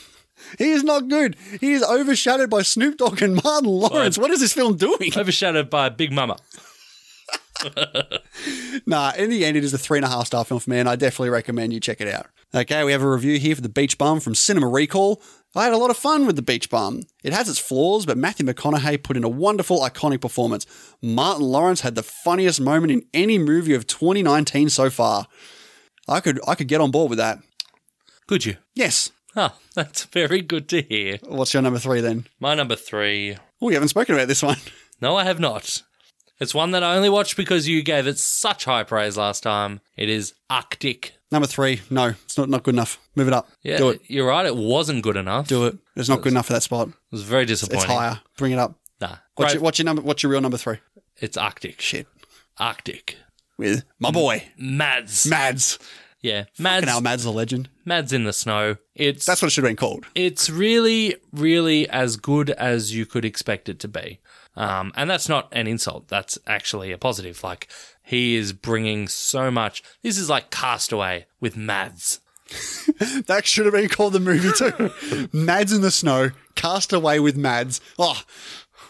[SPEAKER 2] He is not good. He is overshadowed by Snoop Dogg and Martin Lawrence. what is this film doing?
[SPEAKER 1] Overshadowed by Big Mama.
[SPEAKER 2] Nah, in the end, it is a three and a half star film for me, and I definitely recommend you check it out. Okay, we have a review here for The Beach Bum from Cinema Recall. I had a lot of fun with The Beach Bum. It has its flaws, but Matthew McConaughey put in a wonderful, iconic performance. Martin Lawrence had the funniest moment in any movie of 2019 so far. I could I could get on board with that.
[SPEAKER 1] Could you?
[SPEAKER 2] Yes.
[SPEAKER 1] Ah, that's very good to hear.
[SPEAKER 2] What's your number three then?
[SPEAKER 1] My number three.
[SPEAKER 2] Oh, you haven't spoken about this one.
[SPEAKER 1] No, I have not. It's one that I only watched because you gave it such high praise last time. It is Arctic.
[SPEAKER 2] Number three. No, it's not, not good enough. Move it up.
[SPEAKER 1] Yeah,
[SPEAKER 2] Do it.
[SPEAKER 1] you're right. It wasn't good enough.
[SPEAKER 2] Do it. It's not good enough for that spot.
[SPEAKER 1] It was very
[SPEAKER 2] It's, it's
[SPEAKER 1] disappointing.
[SPEAKER 2] higher. Bring it up.
[SPEAKER 1] Nah. Great.
[SPEAKER 2] What's your, what's your number? What's your real number three?
[SPEAKER 1] It's Arctic.
[SPEAKER 2] Shit.
[SPEAKER 1] Arctic.
[SPEAKER 2] With my boy
[SPEAKER 1] Mads.
[SPEAKER 2] Mads.
[SPEAKER 1] Yeah.
[SPEAKER 2] Fucking hell,
[SPEAKER 1] Mads.
[SPEAKER 2] Mads the legend.
[SPEAKER 1] Mads in the snow. It's
[SPEAKER 2] That's what it should have been called.
[SPEAKER 1] it's really, really as good as you could expect it to be. Um, and that's not an insult. That's actually a positive. Like, he is bringing so much. This is like Castaway with Mads.
[SPEAKER 2] That should have been called the movie too. Mads in the snow, cast away with Mads. Oh,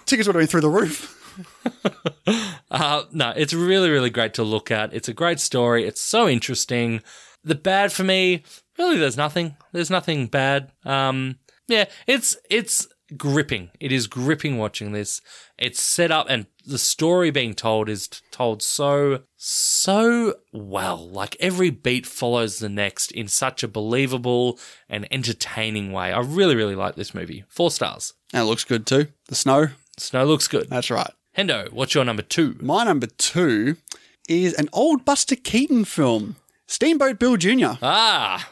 [SPEAKER 2] tickets would have been through the roof.
[SPEAKER 1] Uh, no, it's really, really great to look at. It's a great story. It's so interesting. The bad for me, really, there's nothing. There's nothing bad. Um, yeah, it's it's gripping. It is gripping watching this. It's set up, and the story being told is t- told so so well. Like every beat follows the next in such a believable and entertaining way. I really, really like this movie. Four stars.
[SPEAKER 2] That looks good too. The snow.
[SPEAKER 1] Snow looks good.
[SPEAKER 2] That's right.
[SPEAKER 1] Hendo, what's your number two?
[SPEAKER 2] My number two is an old Buster Keaton film, Steamboat Bill Jr.
[SPEAKER 1] Ah,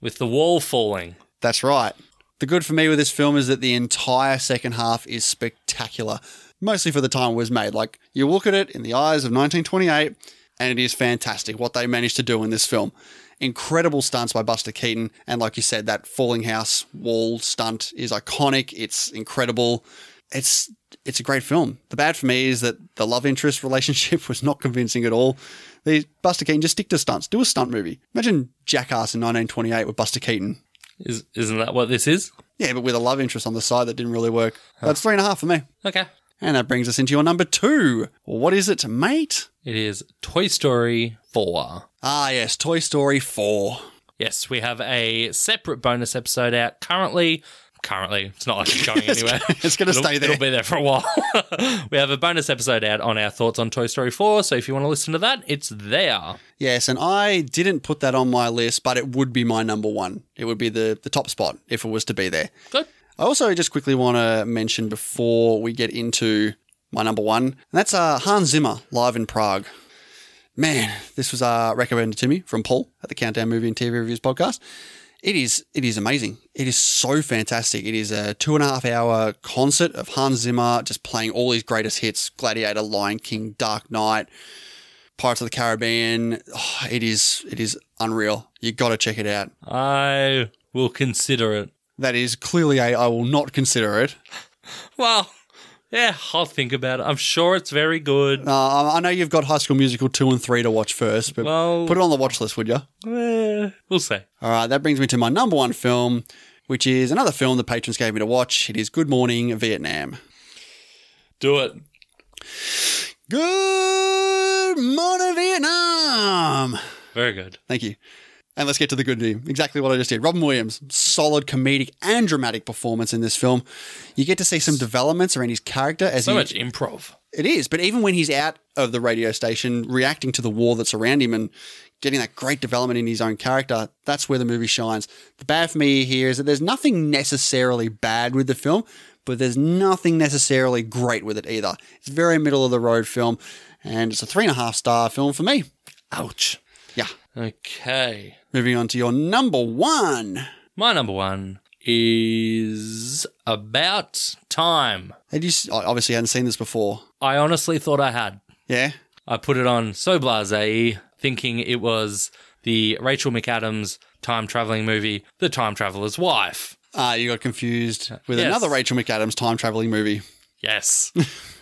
[SPEAKER 1] with the wall falling.
[SPEAKER 2] That's right. The good for me with this film is that the entire second half is spectacular, mostly for the time it was made. Like, you look at it in the eyes of 1928, and it is fantastic what they managed to do in this film. Incredible stunts by Buster Keaton, and like you said, that falling house wall stunt is iconic. It's incredible. It's it's a great film. The bad for me is that the love interest relationship was not convincing at all. These Buster Keaton just stick to stunts. Do a stunt movie. Imagine Jackass in 1928 with Buster Keaton.
[SPEAKER 1] Is isn't that what this is?
[SPEAKER 2] Yeah, but with a love interest on the side that didn't really work. That's three and a half for me.
[SPEAKER 1] Okay.
[SPEAKER 2] And that brings us into your number two. What is it, mate?
[SPEAKER 1] It is Toy Story 4.
[SPEAKER 2] Ah, yes, Toy Story 4.
[SPEAKER 1] Yes, we have a separate bonus episode out currently. Currently, it's not like it's going anywhere.
[SPEAKER 2] It's going to
[SPEAKER 1] It'll-
[SPEAKER 2] stay there.
[SPEAKER 1] It'll be there for a while. we have a bonus episode out on our thoughts on Toy Story 4, so if you want to listen to that, it's there.
[SPEAKER 2] Yes, and I didn't put that on my list, but it would be my number one. It would be the, the top spot if it was to be there.
[SPEAKER 1] Good.
[SPEAKER 2] I also just quickly want to mention before we get into my number one, and that's uh, Hans Zimmer live in Prague. Man, this was uh, recommended to me from Paul at the Countdown Movie and TV Reviews podcast. It is it is amazing. It is so fantastic. It is a two and a half hour concert of Hans Zimmer just playing all his greatest hits: Gladiator, Lion King, Dark Knight, Pirates of the Caribbean. Oh, it is it is unreal. You got to check it out.
[SPEAKER 1] I will consider it.
[SPEAKER 2] That is clearly a I will not consider it.
[SPEAKER 1] Well, yeah, I'll think about it. I'm sure it's very good.
[SPEAKER 2] Uh, I know you've got High School Musical 2 and 3 to watch first, but
[SPEAKER 1] Well-
[SPEAKER 2] put it on the watch list, would you?
[SPEAKER 1] Eh, we'll see.
[SPEAKER 2] All right, that brings me to my number one film, which is another film the patrons gave me to watch. It is Good Morning Vietnam.
[SPEAKER 1] Do it.
[SPEAKER 2] Good Morning Vietnam!
[SPEAKER 1] Very good.
[SPEAKER 2] Thank you. And let's get to the good news. Exactly what I just did. Robin Williams, solid comedic and dramatic performance in this film. You get to see some developments around his character as
[SPEAKER 1] So
[SPEAKER 2] he
[SPEAKER 1] much improv.
[SPEAKER 2] It is, but even when he's out of the radio station, reacting to the war that's around him and getting that great development in his own character, that's where the movie shines. The bad for me here is that there's nothing necessarily bad with the film, but there's nothing necessarily great with it either. It's a very middle of the road film, and it's a three and a half star film for me.
[SPEAKER 1] Ouch.
[SPEAKER 2] Yeah.
[SPEAKER 1] Okay.
[SPEAKER 2] Moving on to your number one.
[SPEAKER 1] My number one is about time.
[SPEAKER 2] Had you s- I obviously hadn't seen this before.
[SPEAKER 1] I honestly thought I had.
[SPEAKER 2] Yeah.
[SPEAKER 1] I put it on so blase, thinking it was the Rachel McAdams time traveling movie, The Time Traveler's Wife.
[SPEAKER 2] Ah, you got confused with
[SPEAKER 1] Yes.
[SPEAKER 2] another Rachel McAdams time traveling movie.
[SPEAKER 1] Yes,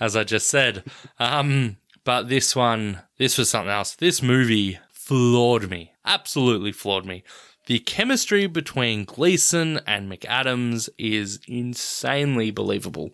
[SPEAKER 1] as I just said. Um, but this one, this was something else. This movie floored me, absolutely floored me. The chemistry between Gleason and McAdams is insanely believable.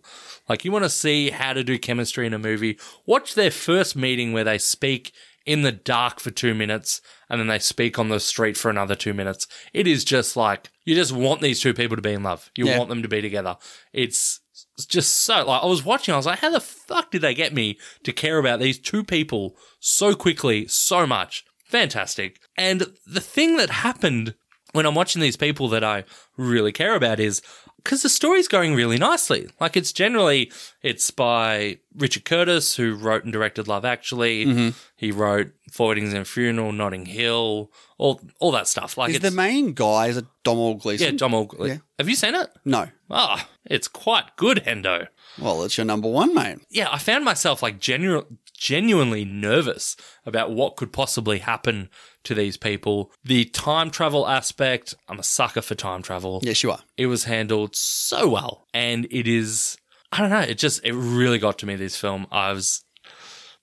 [SPEAKER 1] Like, you want to see how to do chemistry in a movie? Watch their first meeting where they speak in the dark for two minutes and then they speak on the street for another two minutes. It is just like, you just want these two people to be in love. You
[SPEAKER 10] Yeah.
[SPEAKER 1] want them to be together. It's it's just so, like, I was watching, I was like, how the fuck did they get me to care about these two people so quickly, so much? Fantastic. And the thing that happened when I'm watching these people that I really care about is because the story's going really nicely. Like it's generally it's by Richard Curtis who wrote and directed Love Actually.
[SPEAKER 2] Mhm.
[SPEAKER 1] He wrote Four Weddings and a Funeral, Notting Hill, all all that stuff. Like
[SPEAKER 2] Is
[SPEAKER 1] it's
[SPEAKER 2] the main guy is a Domhnall Gleeson?
[SPEAKER 1] yeah, Domhnall. Gle-
[SPEAKER 2] Yeah.
[SPEAKER 1] Have you seen it?
[SPEAKER 2] No.
[SPEAKER 1] Ah, it's quite good, Hendo.
[SPEAKER 2] Well, it's your number one, mate.
[SPEAKER 1] yeah, I found myself like genu- genuinely nervous about what could possibly happen to these people. The time travel aspect, I'm a sucker for time travel.
[SPEAKER 2] Yes, you are.
[SPEAKER 1] It was handled so well. And it is, I don't know, it just, it really got to me, this film. I was,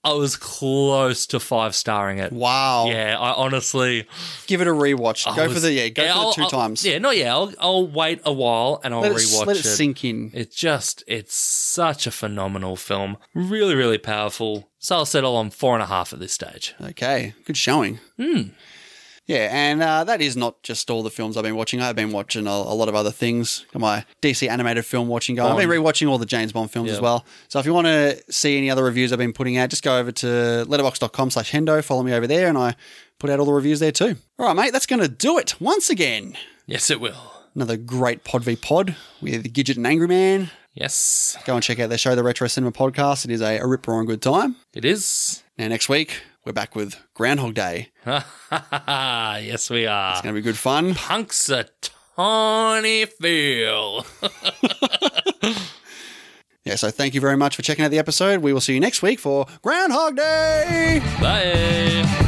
[SPEAKER 1] I was close to five starring it.
[SPEAKER 2] Wow.
[SPEAKER 1] Yeah, I honestly.
[SPEAKER 2] Give it a rewatch.
[SPEAKER 1] I
[SPEAKER 2] go for
[SPEAKER 1] was-
[SPEAKER 2] the yeah. Go for
[SPEAKER 1] I'll-
[SPEAKER 2] the 2
[SPEAKER 1] I'll-
[SPEAKER 2] times.
[SPEAKER 1] Yeah, no, yeah. I'll, I'll wait a while and I'll
[SPEAKER 2] Let it s-
[SPEAKER 1] rewatch
[SPEAKER 2] let it sink in.
[SPEAKER 1] It just, it's such a phenomenal film. Really, really powerful. So I'll settle on four and a half at this stage.
[SPEAKER 2] Okay, good showing. Yeah, and uh, that is not just all the films I've been watching. I've been watching a, a lot of other things. Got My DC animated film watching going. I've been rewatching all the James Bond films
[SPEAKER 1] Yeah.
[SPEAKER 2] as well. So if you want to see any other reviews I've been putting out, just go over to letterbox.com slash hendo. Follow me over there, and I put out all the reviews there too. All right, mate, that's going to do it once again.
[SPEAKER 1] Yes, it will.
[SPEAKER 2] Another great Pod v Pod with Gidget and Angry Man.
[SPEAKER 1] Yes,
[SPEAKER 2] Go and check out their show, the Retro Cinema Podcast. It is a, a rip roaring good time.
[SPEAKER 1] it is.
[SPEAKER 2] Now, next week, we're back with Groundhog Day.
[SPEAKER 1] yes, we are. It's
[SPEAKER 2] going to be good fun.
[SPEAKER 1] Punks a tawny feel.
[SPEAKER 2] Yeah, so thank you very much for checking out the episode. We will see you next week for Groundhog Day.
[SPEAKER 1] Bye.